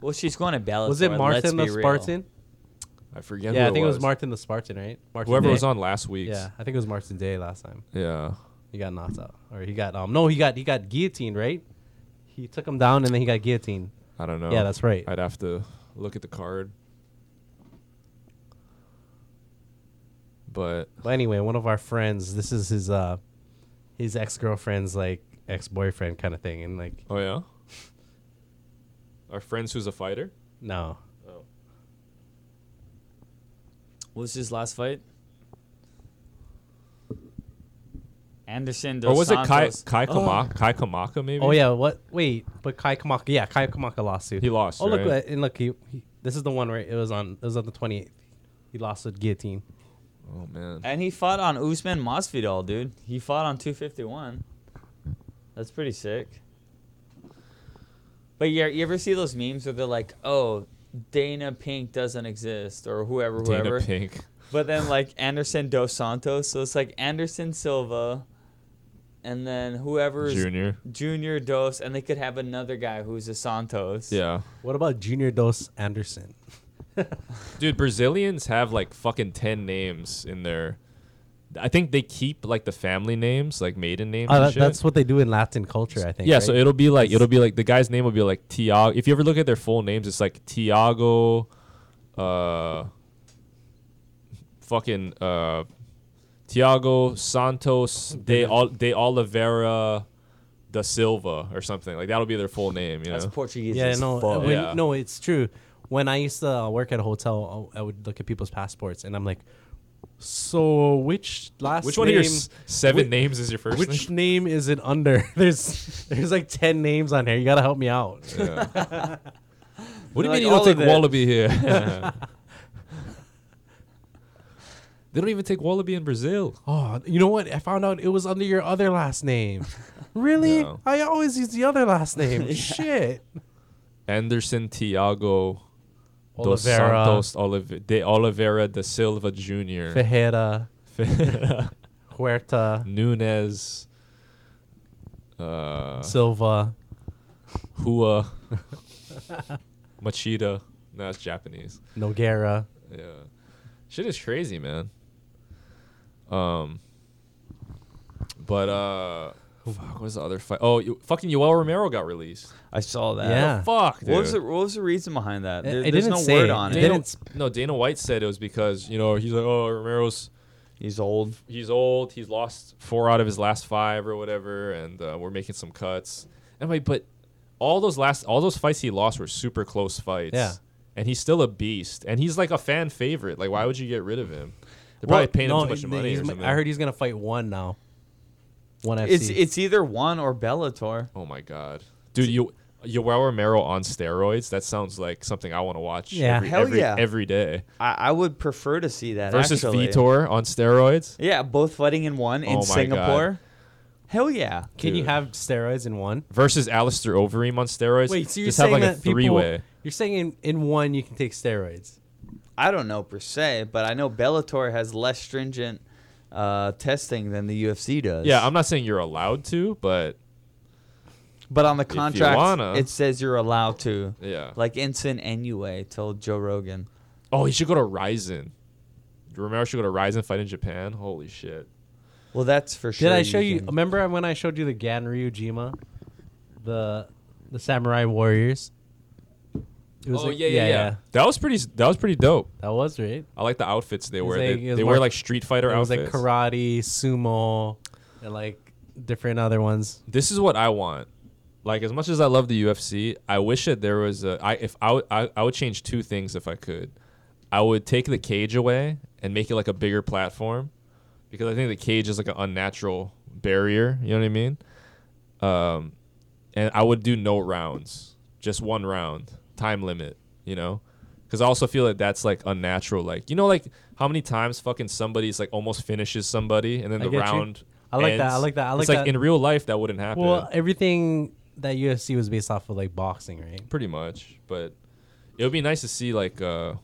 Well, she's going to Bellator. was it let's Martin the be real. Spartan? I forget. Yeah, who I think it was Martin the Spartan, right? Martin Whoever Day. was on last week. Yeah, I think it was Martin Day last time. Yeah. He got knocked out, or he got um, no, he got he got guillotined, right? He took him down and then he got guillotined. I don't know. Yeah, that's right. I'd have to look at the card. But But anyway, one of our friends, this is his uh, his ex girlfriend's like ex boyfriend kind of thing, and like oh yeah, our friends who's a fighter. no, What was his last fight? Anderson. or Dos was it Kai Santos. Kai Oh. Kamaka? Kai Kamaka maybe. oh yeah, what? Wait, but Kai Kamaka, yeah, Kai Kamaka lost too. He lost, Oh look, right? uh, and look, he, he this is the one where it was on it was on the twenty eighth. He lost with guillotine. Oh man. And he fought on Usman Masvidal, dude. He fought on 251. That's pretty sick. But yeah, you ever see those memes where they're like, "Oh, Dana Pink doesn't exist," or whoever, whoever. Dana Pink. But then like Anderson Dos Santos, so it's like Anderson Silva, and then whoever's Junior. Junior Dos, and they could have another guy who's a Santos. Yeah. What about Junior Dos Anderson? Dude, Brazilians have like fucking 10 names in their. I think they keep like the family names, like maiden names. Oh, and that, shit. that's what they do in Latin culture, I think. Yeah, right? so it'll be like it'll be like the guy's name will be like Tiago. If you ever look at their full names, it's like Tiago, uh, fucking uh, Tiago Santos de Ol- de Oliveira da Silva or something like that'll be their full name. You know, that's Portuguese. Yeah, as no, uh, fuck. when, Yeah. no, it's true. When I used to uh, work at a hotel, oh, I I would look at people's passports, and I'm like, "So which last which one of name, your s- seven whi- names is your first Which name? name is it under? There's there's like ten names on here. You gotta help me out. What do you They're mean like, you don't "All of take it." wallaby here? they don't even take wallaby in Brazil. Oh, you know what? I found out it was under your other last name. Really? No. I always use the other last name. Shit. Anderson Tiago dos Oliveira. Santos Olive- de Oliveira da Silva Jr. Ferreira, Huerta, Nunes uh, Silva. Hua Machida. No, that's Japanese. Noguera. Yeah. Shit is crazy, man. Um but uh fuck, what was the other fight? Oh, you, fucking Yoel Romero got released. I saw that. Yeah. Fuck, dude. What was, the, what was the reason behind that? It- There- it there's didn't no say. word on It it. Dana, didn't- no, Dana White said it was because you know he's like, oh, Romero's He's old. he's old, he's lost four out of his last five or whatever, and uh, we're making some cuts. And wait, but all those last all those fights he lost were super close fights. Yeah. and he's still a beast, and he's like a fan favorite. Like, why would you get rid of him? They're probably paying no, him too much he- money. he's Or ma- something. I heard he's gonna fight one now. One FC. It's it's either one or Bellator. Oh my god, dude, you Yoel Romero on steroids. That sounds like something I want to watch. Yeah. every, Hell every- yeah. every day I, I would prefer to see that versus actually. Vitor on steroids. Yeah, both fighting in one Oh in my Singapore. Hell yeah. Can you Dude. have steroids in one? Versus Alistair Overeem on steroids. Wait, so you're Just saying have like a that three way. people? You're saying in, in one you can take steroids. I don't know per se, but I know Bellator has less stringent uh, testing than the UFC does. Yeah, I'm not saying you're allowed to, but but on the you contract, wanna. it says you're allowed to. Yeah. Like Ensign anyway told Joe Rogan. oh, he should go to Ryzen. Romero should go to Ryzen fight in Japan. Holy shit! Well, that's for Did sure. I show you? can- Remember when I showed you the Ganryu Jima, the the samurai warriors? It Oh yeah, yeah, yeah, That was pretty. That was pretty dope. That was right. I like the outfits they wear. like- they it was they wear more- like Street Fighter It was outfits. like karate, sumo, and like different other ones. this is what I want. Like as much as I love the UFC, I wish that there was a. I if I would I, I would change two things if I could. I would take the cage away and make it like a bigger platform, because I think the cage is like an unnatural barrier. You know what I mean? Um, and I would do no rounds, just one round, time limit. You know, because I also feel that that's like unnatural. Like you know, like how many times fucking somebody's like almost finishes somebody and then I the get you. round. I like that, I ends. like that, I it's like like that. in real life that wouldn't happen Well, everything that UFC was based off of like boxing, right? pretty much. But it would be nice to see like uh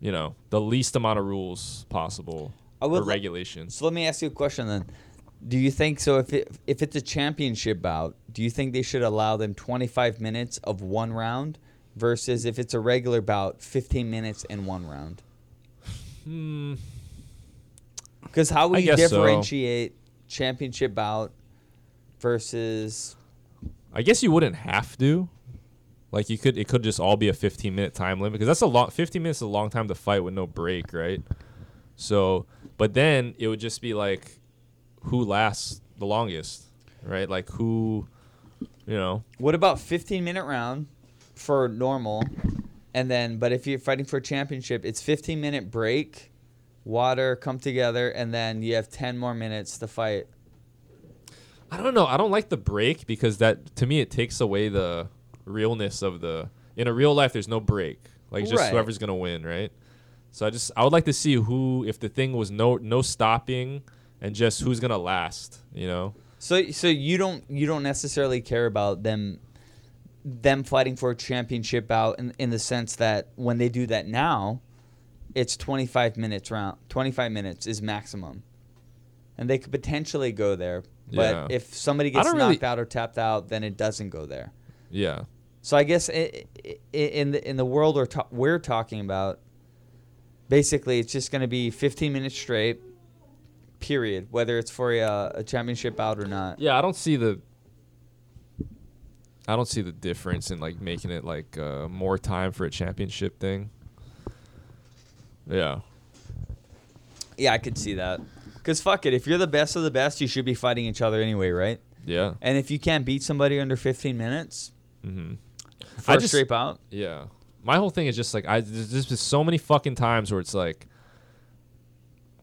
you know, the least amount of rules possible I would or li- regulations. So let me ask you a question then. Do you think so? If it, if it's a championship bout, do you think they should allow them 25 minutes of one round versus if it's a regular bout, 15 minutes and one round? Because how Hmm. I would you guess so. differentiate championship bout versus? I guess you wouldn't have to. Like you could it could just all be a 15 minute time limit because that's a long 15 minutes is a long time to fight with no break, right? So, but then it would just be like who lasts the longest, right? Like who you know, What about 15 minute round for normal, and then but if you're fighting for a championship, it's 15 minute break, water, come together, and then you have 10 more minutes to fight. I don't know. I don't like the break because that to me it takes away the realness of the in a real life there's no break. Like it's just Right. whoever's gonna win, right? So I just I would like to see who if the thing was no no stopping and just who's gonna last, you know? So so you don't you don't necessarily care about them them fighting for a championship out in, in the sense that when they do that now, it's 25 minutes round. 25 minutes is maximum. And they could potentially go there, but Yeah. if somebody I gets don't knocked really- out or tapped out, then it doesn't go there. Yeah. So I guess i i in the in the world we're, ta- we're talking about, basically it's just going to be 15 minutes straight, period. Whether it's for a, a championship out or not. Yeah, I don't see the I don't see the difference in like making it like uh, more time for a championship thing. Yeah. Yeah, I could see that. Cause fuck it, if you're the best of the best, you should be fighting each other anyway, right? Yeah. And if you can't beat somebody under 15 minutes, mm-hmm. I first just- straight out. Yeah. My whole thing is just like I there's just been so many fucking times where it's like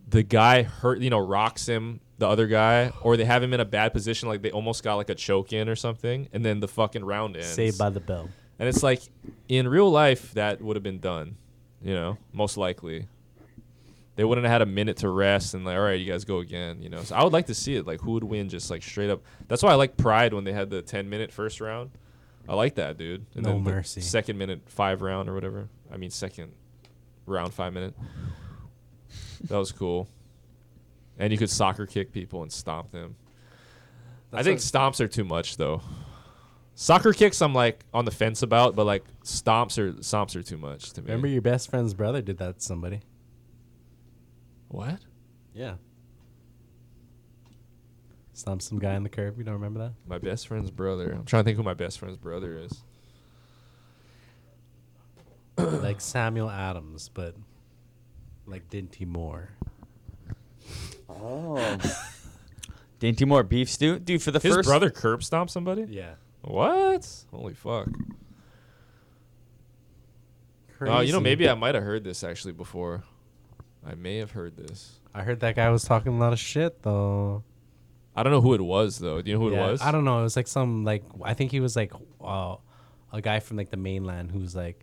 the guy hurt you know, rocks him, the other guy, or they have him in a bad position, like they almost got like a choke in or something, and then the fucking round ends. Saved by the Bell. and it's like in real life that would have been done, you know, most likely. They wouldn't have had a minute to rest and like, all right, you guys go again, you know. So I would like to see it, like who would win just like straight up. That's why I like Pride when they had the ten minute first round. I like that, dude. And No then the mercy. second minute five round or whatever. I mean second round five minute. That was cool. And you could soccer kick people and stomp them. I think stomps are too much though. Soccer kicks I'm like on the fence about, but like stomps are stomps are too much to me. Remember your best friend's brother did that to somebody. what? Yeah. Stomp some guy on the curb. You don't remember that? My best friend's brother. I'm trying to think who my best friend's brother is. like Samuel Adams, but like Dinty Moore. Oh. Dainty more beef stew, dude. For the His first brother curb stomped somebody? Yeah. What? Holy fuck. Oh, you know, maybe I might have heard this actually before. I may have heard this. I heard that guy was talking a lot of shit though. I don't know who it was though. Do you know who Yeah, it was? I don't know. It was like some like I think he was like uh, a guy from like the mainland who was like,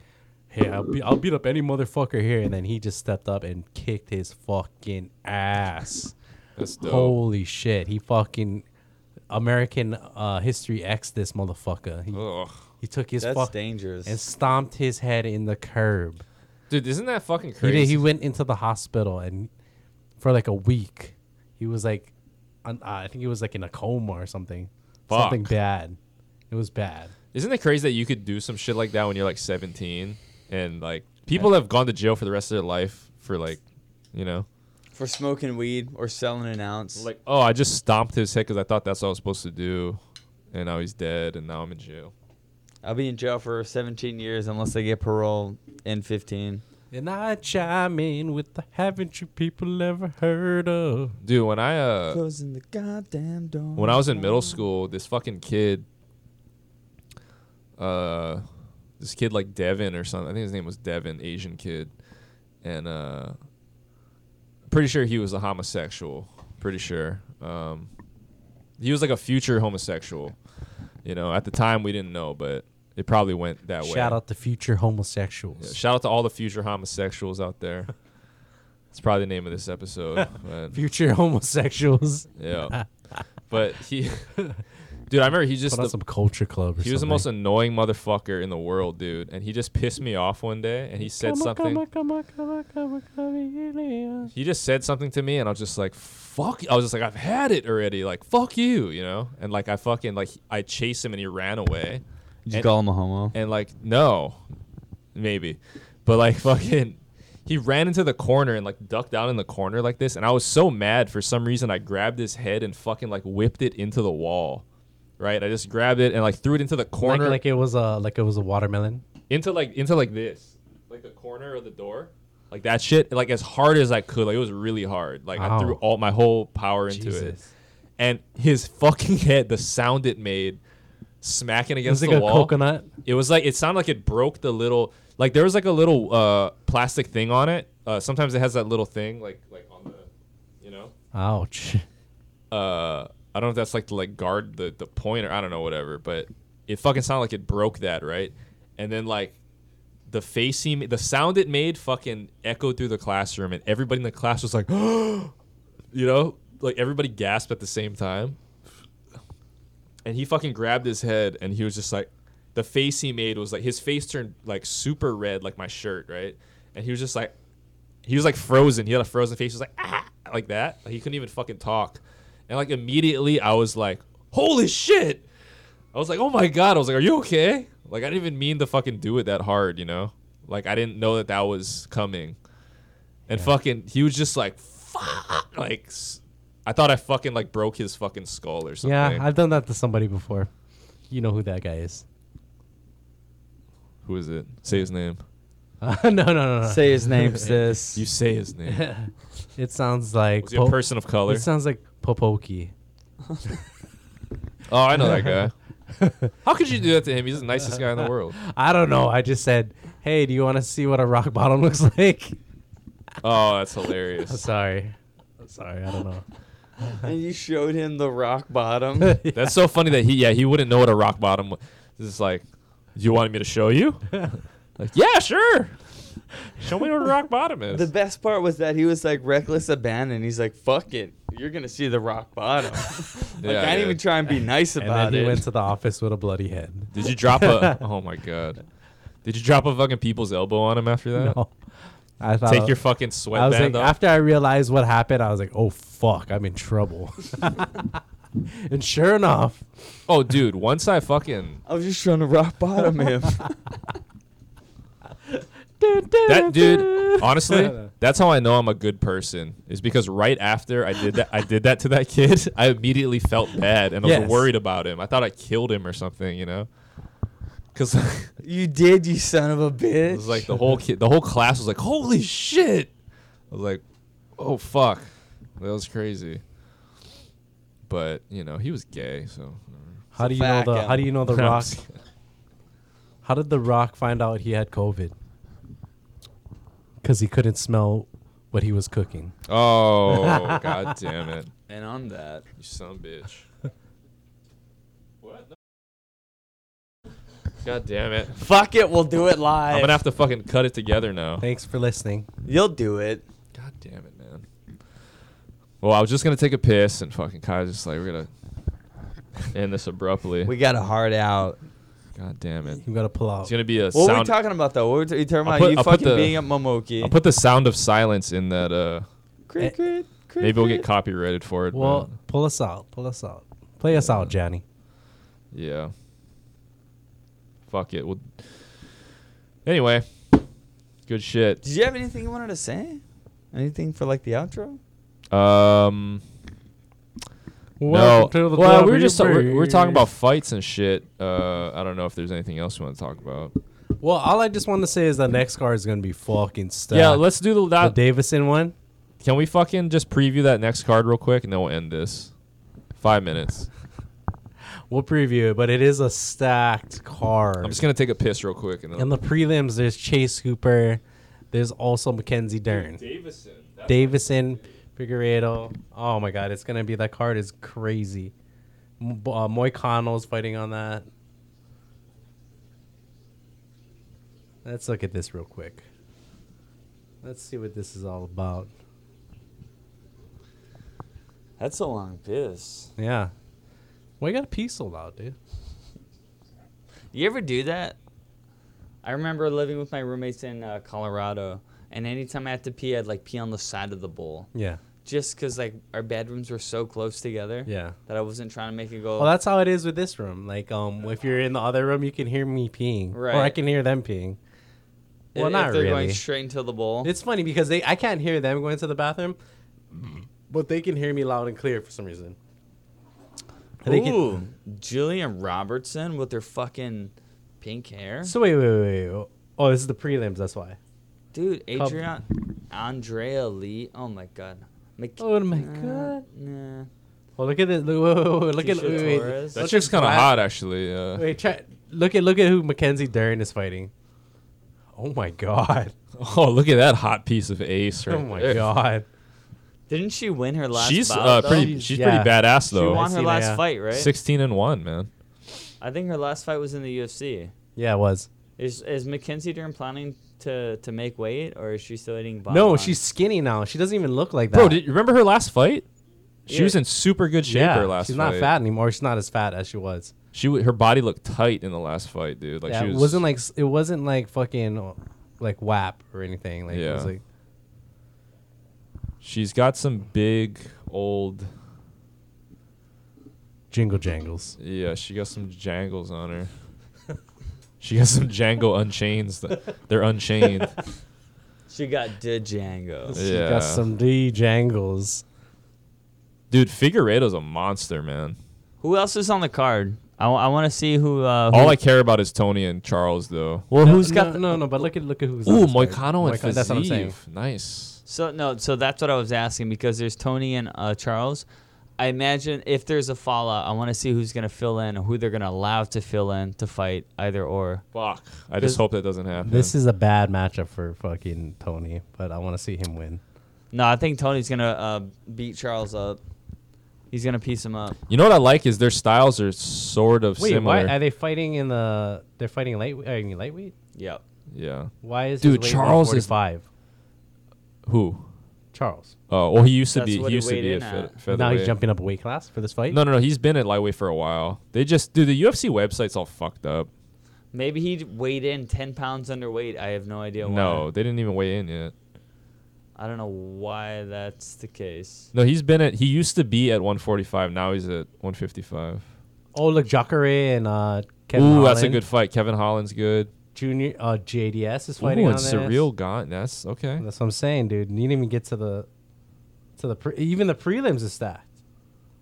"Hey, I'll, be- I'll beat up any motherfucker here," and then he just stepped up and kicked his fucking ass. That's dope. Holy shit! He fucking American uh, History X this motherfucker. He, Ugh. he took his That's fuck dangerous. and stomped his head in the curb. Dude, isn't that fucking He crazy? did, he went into the hospital and for like a week, he was like, un, uh, I think he was like in a coma or something. Fuck. Something bad. It was bad. Isn't it crazy that you could do some shit like that when you're like 17 and like people have gone to jail for the rest of their life for like, you know, For smoking weed or selling an ounce. like oh I just stomped his head because I thought that's what I was supposed to do, and now he's dead and now I'm in jail. I'll be in jail for 17 years unless I get parole in 15. And I chime in with the haven't you people ever heard of? Dude, when I uh Closing the goddamn door. when I was in middle school, this fucking kid, uh, this kid like Devin or something. I think his name was Devin, Asian kid, and uh, pretty sure he was a homosexual. Pretty sure. Um, he was like a future homosexual. You know, at the time we didn't know, but it probably went that way. Shout out to future Yeah, homosexuals. shout out to all the future homosexuals out there. It's probably the name of this episode. but- Future homosexuals. yeah. But he, dude, I remember he just Put on the- some culture club. Or he was the most annoying motherfucker in the world, dude. And he just pissed me off one day, and he said something. He just said something to me, and I was just like, "Fuck!" you." I was just like, "I've had it already." Like, "Fuck you," you know. And like, I fucking like, I chased him, and he ran away. Did and- you call him a homo? And like, no, maybe, but like, fucking, he ran into the corner and like ducked down in the corner like this, and I was so mad for some reason. I grabbed his head and fucking like whipped it into the wall. Right, I just grabbed it and like threw it into the like, corner like it was a like it was a watermelon. into like into like this, like the corner of the door, like that shit, like as hard as I could. Like it was really hard. Like I Ow. threw all my whole power into it, Jesus. and his fucking head, the sound it made, smacking It was against like the a wall. coconut. It was like it sounded like it broke the little like there was like a little uh plastic thing on it. Uh, sometimes it has that little thing like like on the, you know Ouch. uh, I don't know if that's like to like guard the the point or I don't know whatever, but it fucking sounded like it broke that right, and then like the face he ma- the sound it made fucking echoed through the classroom, and everybody in the class was like, you know, like everybody gasped at the same time, and he fucking grabbed his head and he was just like, the face he made was like his face turned like super red like my shirt right, and he was just like, he was like frozen. He had a frozen face. He was like ah, like that. Like, he couldn't even fucking talk. And like immediately, I was like, holy shit! I was like, oh my god! I was like, are you okay? Like I didn't even mean to fucking do it that hard, you know? Like I didn't know that that was coming. And fucking, he was just like, fuck! Like s- I thought I fucking like broke his fucking skull or something. Yeah, I've done that to somebody before. You know who that guy is. Who is it? Say his name. no, no, no, no. Say his name, sis. You say his name. It sounds like Was he a Po- person of color? It sounds like Popoki. Oh, I know that guy. How could you do that to him? He's the nicest guy in the world. I don't know. I just said, "Hey, do you want to see what a rock bottom looks like?" Oh, that's hilarious. I'm sorry. I'm sorry. I don't know. and you showed him the rock bottom. That's so funny that he yeah he wouldn't know what a rock bottom was. This is like, you wanted me to show you? like yeah sure. Show me what a rock bottom is. the best part was that he was like reckless abandon. He's like, "Fuck it, you're gonna see the rock bottom." like Yeah, I didn't yeah. even try and be nice And then about he it. went to the office with a bloody head. Did you drop a? Oh my god. Did you drop a fucking people's elbow on him after that? No. I thought Take your fucking I was sweatband like, off. after I realized what happened, I was like, "Oh fuck, I'm in trouble." and sure enough, oh dude, once I fucking I was just trying to rock bottom him. that dude. Honestly, that's how I know I'm a good person. Is because right after I did that, I did that to that kid. I immediately felt bad and I was Yes. worried about him. I thought I killed him or something, you know? Because. you did, you son of a bitch. It was like the whole kid, the whole class was like, "Holy shit!" I was like, "Oh fuck, that was crazy." But you know, he was gay, so how do you know fact, the how Alan. do you know the I'm rock? just- How did the rock find out he had COVID? Because he couldn't smell what he was cooking. oh god damn it! And on that, You son of a bitch. what? God damn it. fuck it, we'll do it live. I'm gonna have to fucking cut it together now. Thanks for listening. You'll do it. God damn it, man. Well, I was just gonna take a piss and fucking Kai's just like we're gonna end this abruptly. We got a hard out. God damn it. You gotta pull out. It's gonna be a What were we sound. talking about though? What were we talking I'll about? put- you I'll put fucking the- being up Momoki. I'll put the sound of silence in that. Uh, Crit, crit, crit, maybe we'll get crit. copyrighted for it. Well, but, pull us out. Pull us out. Play us out, Johnny. yeah. Fuck it. We'll. Anyway, good shit. Did you have anything you wanted to say? Anything for like the outro? Um. Welcome no. to the well, club, we were just you we we're, we were talking birds. about fights and shit. Uh, I don't know if there's anything else we want to talk about. Well, all I just want to say is the next car is gonna be fucking stacked. yeah, let's do the the that. Davison one. Can we fucking just preview that next card real quick and then we'll end this? Five minutes. We'll preview it, but it is a stacked card. I'm just gonna take a piss real quick and then. In the prelims, there's Chase Hooper. There's also Mackenzie Dern, Davison. That's Davison, Figueredo. Oh my God, it's gonna be that card is crazy. M- b- uh, Moicano's fighting on that. Let's look at this real quick. Let's see what this is all about. That's a long piss. Yeah. Why you got a piece sold out, dude? You ever do that? I remember living with my roommates in uh, Colorado, and anytime I had to pee, I'd like pee on the side of the bowl, Yeah. just because like our bedrooms were so close together. Yeah. That I wasn't trying to make it go. Well, that's how it is with this room. Like, um, if you're in the other room, you can hear me peeing, or I Right. can hear them peeing. i- Well, if not they're really. going straight into the bowl. It's funny because they I can't hear them going to the bathroom, but they can hear me loud and clear for some reason. And they can- Ooh, Julian Robertson with her fucking pink hair, so wait, wait, wait, wait. Oh, this is the prelims. That's why. dude. Adrian, Andrea Lee. Oh my god. Mc- Oh my Nah, god. nah. Well, look at this. Look, whoa, whoa, whoa, look at Keisha wait, wait. Torres. That Look chick's at kind of Brad- hot, actually. Uh, Wait, try, look at look at who Mackenzie Dern is fighting. Oh my god. oh, look at that hot piece of ace right Oh my there. god. Didn't she win her last? She's bout, uh, though? pretty. She's Yeah. pretty badass though. She won her seen her, last yeah. fight, right? Sixteen and one, man. I think her last fight was in the UFC. Yeah, it was. Is is Mackenzie Dern planning to to make weight, or is she still eating? No, bonbons? she's skinny now. She doesn't even look like that. Bro, did you remember her last fight? She Yeah. was in super good shape. her last she's fight. not fat anymore. She's not as fat as she was. She w- her body looked tight in the last fight, dude. Like yeah, she was it wasn't like s- it wasn't like fucking uh, like WAP or anything. Like it was Yeah. like She's got some big old. jingle jangles. Yeah, she got some jangles on her. she got some Django unchains. th- They're unchained. she got de Django. She yeah, got some D jangles. dude. Figueredo's a monster, man. Who else is on the card? I, w- I want to see who. Uh, who All I care about is Tony and Charles, though. well, No, who's got? no, the- no, no, but look at look at who's on Ooh, this card. Moicano and Moicano, That's what I'm saying. Fiziev. Nice. So no, so that's what I was asking because there's Tony and uh, Charles. I imagine if there's a fallout, I want to see who's gonna fill in, or who they're gonna allow to fill in to fight either or. Fuck. I just hope that doesn't happen. This is a bad matchup for fucking Tony, but I want to see him win. No, I think Tony's gonna uh, beat Charles up. He's gonna piece him up. You know what I like is their styles are sort of Wait, similar. why are they fighting in the? They're fighting light. I mean lightweight. Yep. yeah. Why is Dude, Charles is- five. Who? Charles. Oh, well, he used to That's be. what He he used to weighed be a in fe- at. featherweight. Now he's jumping up a weight class for this fight. No, no, no. He's been at lightweight for a while. They just, dude. The UFC website's all fucked up. Maybe he weighed in ten pounds underweight. I have no idea why. No, they didn't even weigh in yet. I don't know why that's the case. No, he's been at. He used to be at 145. Now he's at 155. Oh, look, Jacare and uh, Ooh, Kevin that's a Holland. good fight. Kevin Holland's good. Junior uh, JDS is Ooh, fighting and on this. surreal gaunt. That's okay. That's what I'm saying, dude. You didn't even get to the to the pre- even the prelims is stacked.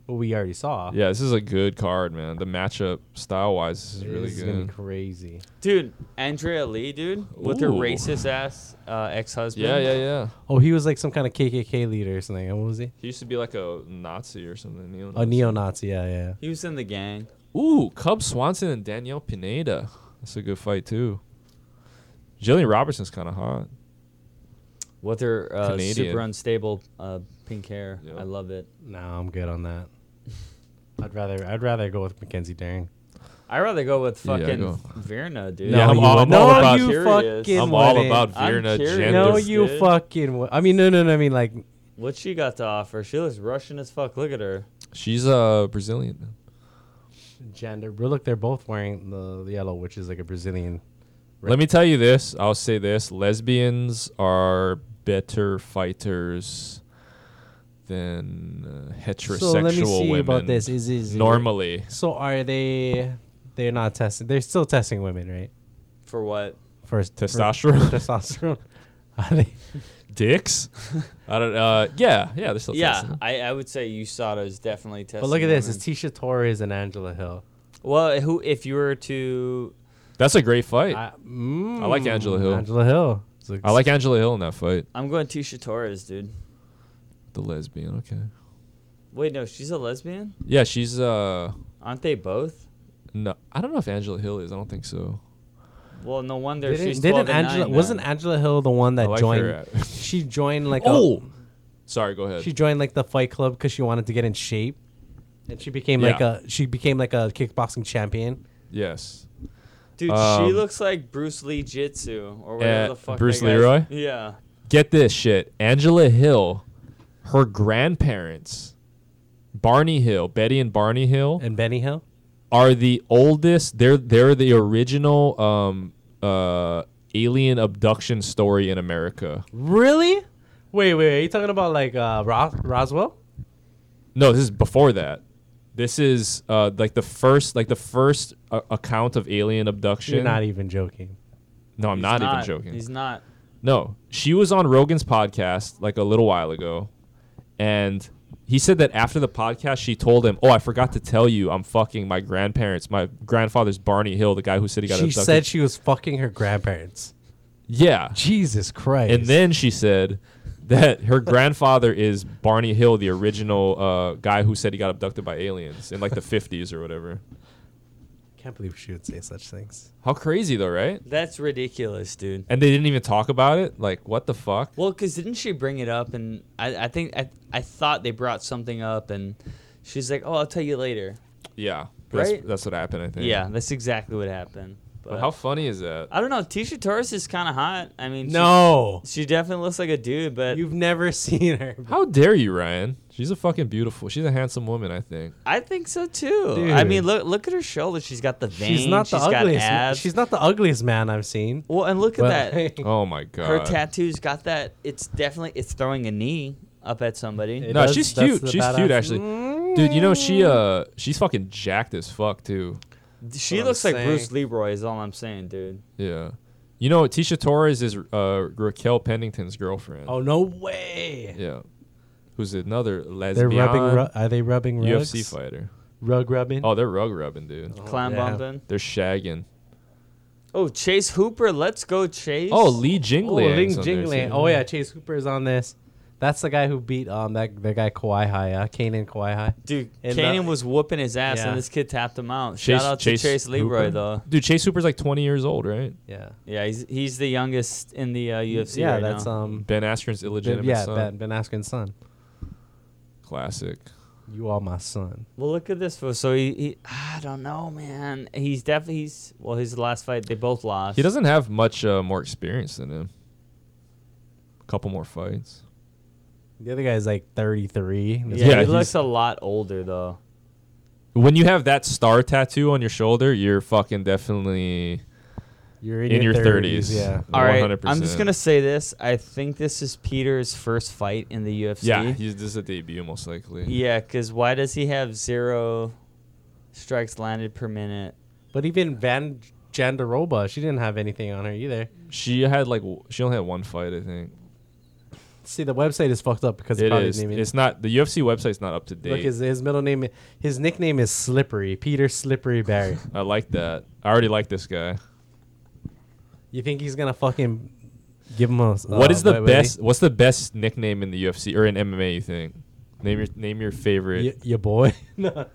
What we already saw. Yeah, this is a good card, man. The matchup style wise, this is really this is gonna good. be crazy. Dude, Andrea Lee, dude, with her Ooh. racist ass uh, ex husband. Yeah, yeah, yeah. Oh, he was like some kind of KKK leader or something. What was he? He used to be like a Nazi or something. A neo-Nazi. Yeah, yeah. He was in the gang. Ooh, Cub Swanson and Danielle Pineda. That's a good fight too. Jillian Robertson's kind of hot. What their uh, Canadian. super unstable uh, pink hair. Yeah. I love it. No, I'm good on that. I'd rather I'd rather go with Mackenzie Daring. I'd rather go with Yeah, I fucking go. Verna, dude. uh, No, Yeah, I'm you all- would- I'm no, all about- you Curious. fucking I'm all wouldn't. about I'm Virna curious. gender. No, Anders, you dude. fucking. wo- I mean, no, no, no. I mean, like, What she got to offer? She looks Russian as fuck. Look at her. She's uh Brazilian. gender. But look, they're both wearing the, the yellow, which is like a Brazilian. Let me tell you this. I'll say this: lesbians are better fighters than uh, heterosexual so let me see women. about this. Is is Normally, So are they? They're not testing. They're still testing women, right? For what? For for Testosterone? testosterone. Are they? dicks. I don't. Uh, yeah, yeah. They're still Yeah, testing. I, I would say USADA is definitely testing. But look at this. It's women. Tisha Torres and Angela Hill. well, who if you were to That's a great fight. I, I, mm, like Angela Hill. Angela Hill. It's I like Angela Hill in that fight. I'm going Tisha Torres, dude. The lesbian. Okay. Wait, no, she's a lesbian? Yeah, she's uh. Aren't they both? No, I don't know if Angela Hill is. I don't think so. Well, no wonder Didn't, she's didn't 12 and Angela? 9 wasn't then. Angela Hill the one I that like joined? her. at- She joined like oh, a. sorry. Go ahead. She joined like the Fight Club because she wanted to get in shape, and she became like Yeah. a she became like a kickboxing champion. yes. Dude, she Um, looks like Bruce Lee Jitsu or whatever Uh, the fuck. Bruce that guy's- Leroy? Yeah. get this shit. Angela Hill, her grandparents, Barney Hill, Betty and Barney Hill, And Benny Hill, are the oldest. They're they're the original um, uh, alien abduction story in America. really? Wait, wait, are you talking about like uh, Ros- Roswell? No, this is before that. This is uh, like the first, like the first uh, account of alien abduction. You're not e- even joking. no, I'm He's not, even joking. He's not. No, she was on Rogan's podcast like a little while ago, and he said that after the podcast, she told him, "Oh, I forgot to tell you, I'm fucking my grandparents. My grandfather's Barney Hill, the guy who said he got She abducted." said she was fucking her grandparents. yeah, Jesus Christ! and then she said that her grandfather is Barney Hill, the original uh, guy who said he got abducted by aliens in like the 50s or whatever. can't believe she would say such things. How crazy though, right? That's ridiculous, dude. And they didn't even talk about it. Like, what the fuck? Well, because didn't she bring it up? And I, I think I, I thought they brought something up, and she's like, "Oh, I'll tell you later." Yeah, that's, Right? that's what happened. I think. Yeah, that's exactly what happened. But, But how funny is that? I don't know. Tisha Torres is kind of hot. I mean, she- No, she, definitely looks like a dude, but you've never seen her. How dare you, Ryan? She's a fucking beautiful. She's a handsome woman, I think. I think so too. I Dude. mean, look look at her shoulder. She's got the vein. She's not the got ugliest. ma- abs. She's not the ugliest man I've seen. well, and look at But- that. Oh my god. Her tattoos got that. It's definitely it's throwing a knee up at somebody. It no, does- she's that's cute. the She's badass- cute actually. Dude, you know she uh she's fucking jacked as fuck too. She what I'm looks like saying. Bruce Leroy. Is all I'm saying, dude. Yeah. You know Tisha Torres is uh Raquel Pennington's girlfriend. Oh no way! Yeah. Who's another They're lesbian rubbing. Ru- are they rubbing rugs? UFC fighter. Rug rubbing. Oh, they're rug rubbing, dude. Clown yeah. bumping. They're shagging. Oh, Chase Hooper. Let's go, Chase. Oh, Lee Oh, Jingley. Ling Jingling. Oh yeah, Chase Hooper is on this. That's the guy who beat um that that guy Kawhi High, uh, Kanan Kawhi High. Dude, And Kanan the- was whooping his ass, Yeah. and this kid tapped him out. Chase, Shout out Chase to Chase Leroy, Hooper? though. Dude, Chase Hooper's like 20 years old, right? Yeah. Yeah, he's he's the youngest in the uh, UFC. yeah, right that's now. um. Ben Askren's Ben, illegitimate yeah, son. Ben, ben Askren's son. Classic. You are my son. Well, look at this. fool. So he, he, I don't know, man. He's definitely he's well. His last fight, they both lost. He doesn't have much uh, more experience than him. A couple more fights. The other guy's like 33. This Yeah, Yeah, he he's- looks a lot older though. When you have that star tattoo on your shoulder, you're fucking definitely You're in, your 30s. Yeah. All right, I'm 100%. just gonna say this. I think this is Peter's first fight in the UFC. Yeah, he's, this is a debut, most likely. yeah. Because why does he have zero strikes landed per minute? But even Van Jandaroba, she didn't have anything on her either. She had like, w- she only had one fight, I think. See, the website is fucked up because it It probably is. didn't even- It's not, the UFC website's not up to Look, date. his, his middle name, his nickname is Slippery. Peter Slippery Barry. I like that. I already like this guy. you think he's gonna fucking give him a? uh, what is the Oh, wait, wait, best, what's the best nickname in the UFC or in MMA, you think? Name your name your favorite. Y- your boy. no.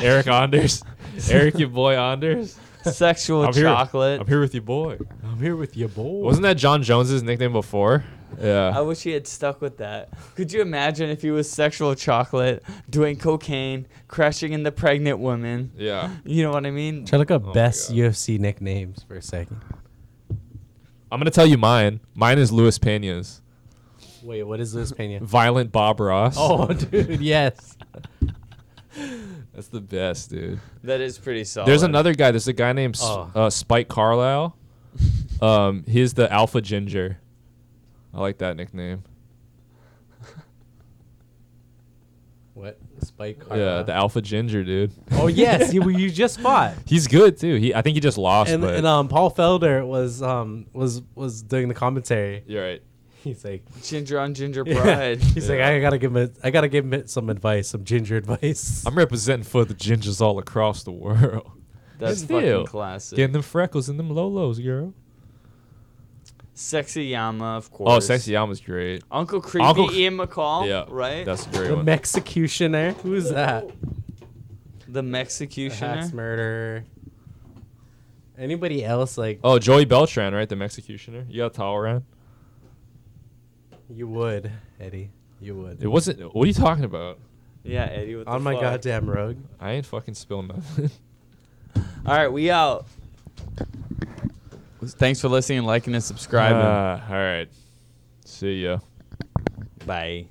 Eric Anders. Eric, your boy Anders. Sexual chocolate. Here, I'm here with you, boy. I'm here with your boy. Wasn't that John Jones's nickname before? Yeah. I wish he had stuck with that. Could you imagine if he was sexual chocolate, doing cocaine, crashing into pregnant women? Yeah. You know what I mean? Try to look up best Oh, God. UFC nicknames for a second. I'm gonna tell you mine. Mine is Luis Pena's Wait, what is this opinion? violent Bob Ross. oh, dude, yes. that's the best, dude. That is pretty solid. There's another guy. There's a guy named S- Oh. uh, Spike Carlisle. um, he's the Alpha Ginger. I like that nickname. What Spike? Yeah, the Alpha Ginger, dude. oh yes, you you just fought. he's good too. He, I think he just lost, And, but and um, Paul Felder was um was was doing the commentary. you're right. He's like, ginger on ginger yeah. bride. he's like, I gotta give him, a, I gotta give him some advice, some ginger advice. I'm representing for the gingers all across the world. That's Good deal. fucking classic. Getting them freckles and them lolos, girl. Sexy Yama, of course. Oh, Sexy Yama's great. Uncle Creepy Uncle- Ian McCall. yeah, Oh, Right? That's a great the one. Mexicutioner. Who's that? the The Axe Mexicutioner. murderer. Anybody else like oh, Joey Beltran, right? The Mexicutioner. You got towel around. you would, Eddie? You It would. wasn't. What are you talking about? Yeah, Eddie with On the Oh my fuck. goddamn rogue. I ain't fucking spilling nothing. All right, we out. Thanks for listening, liking, and subscribing. Uh, all right. See ya. Bye.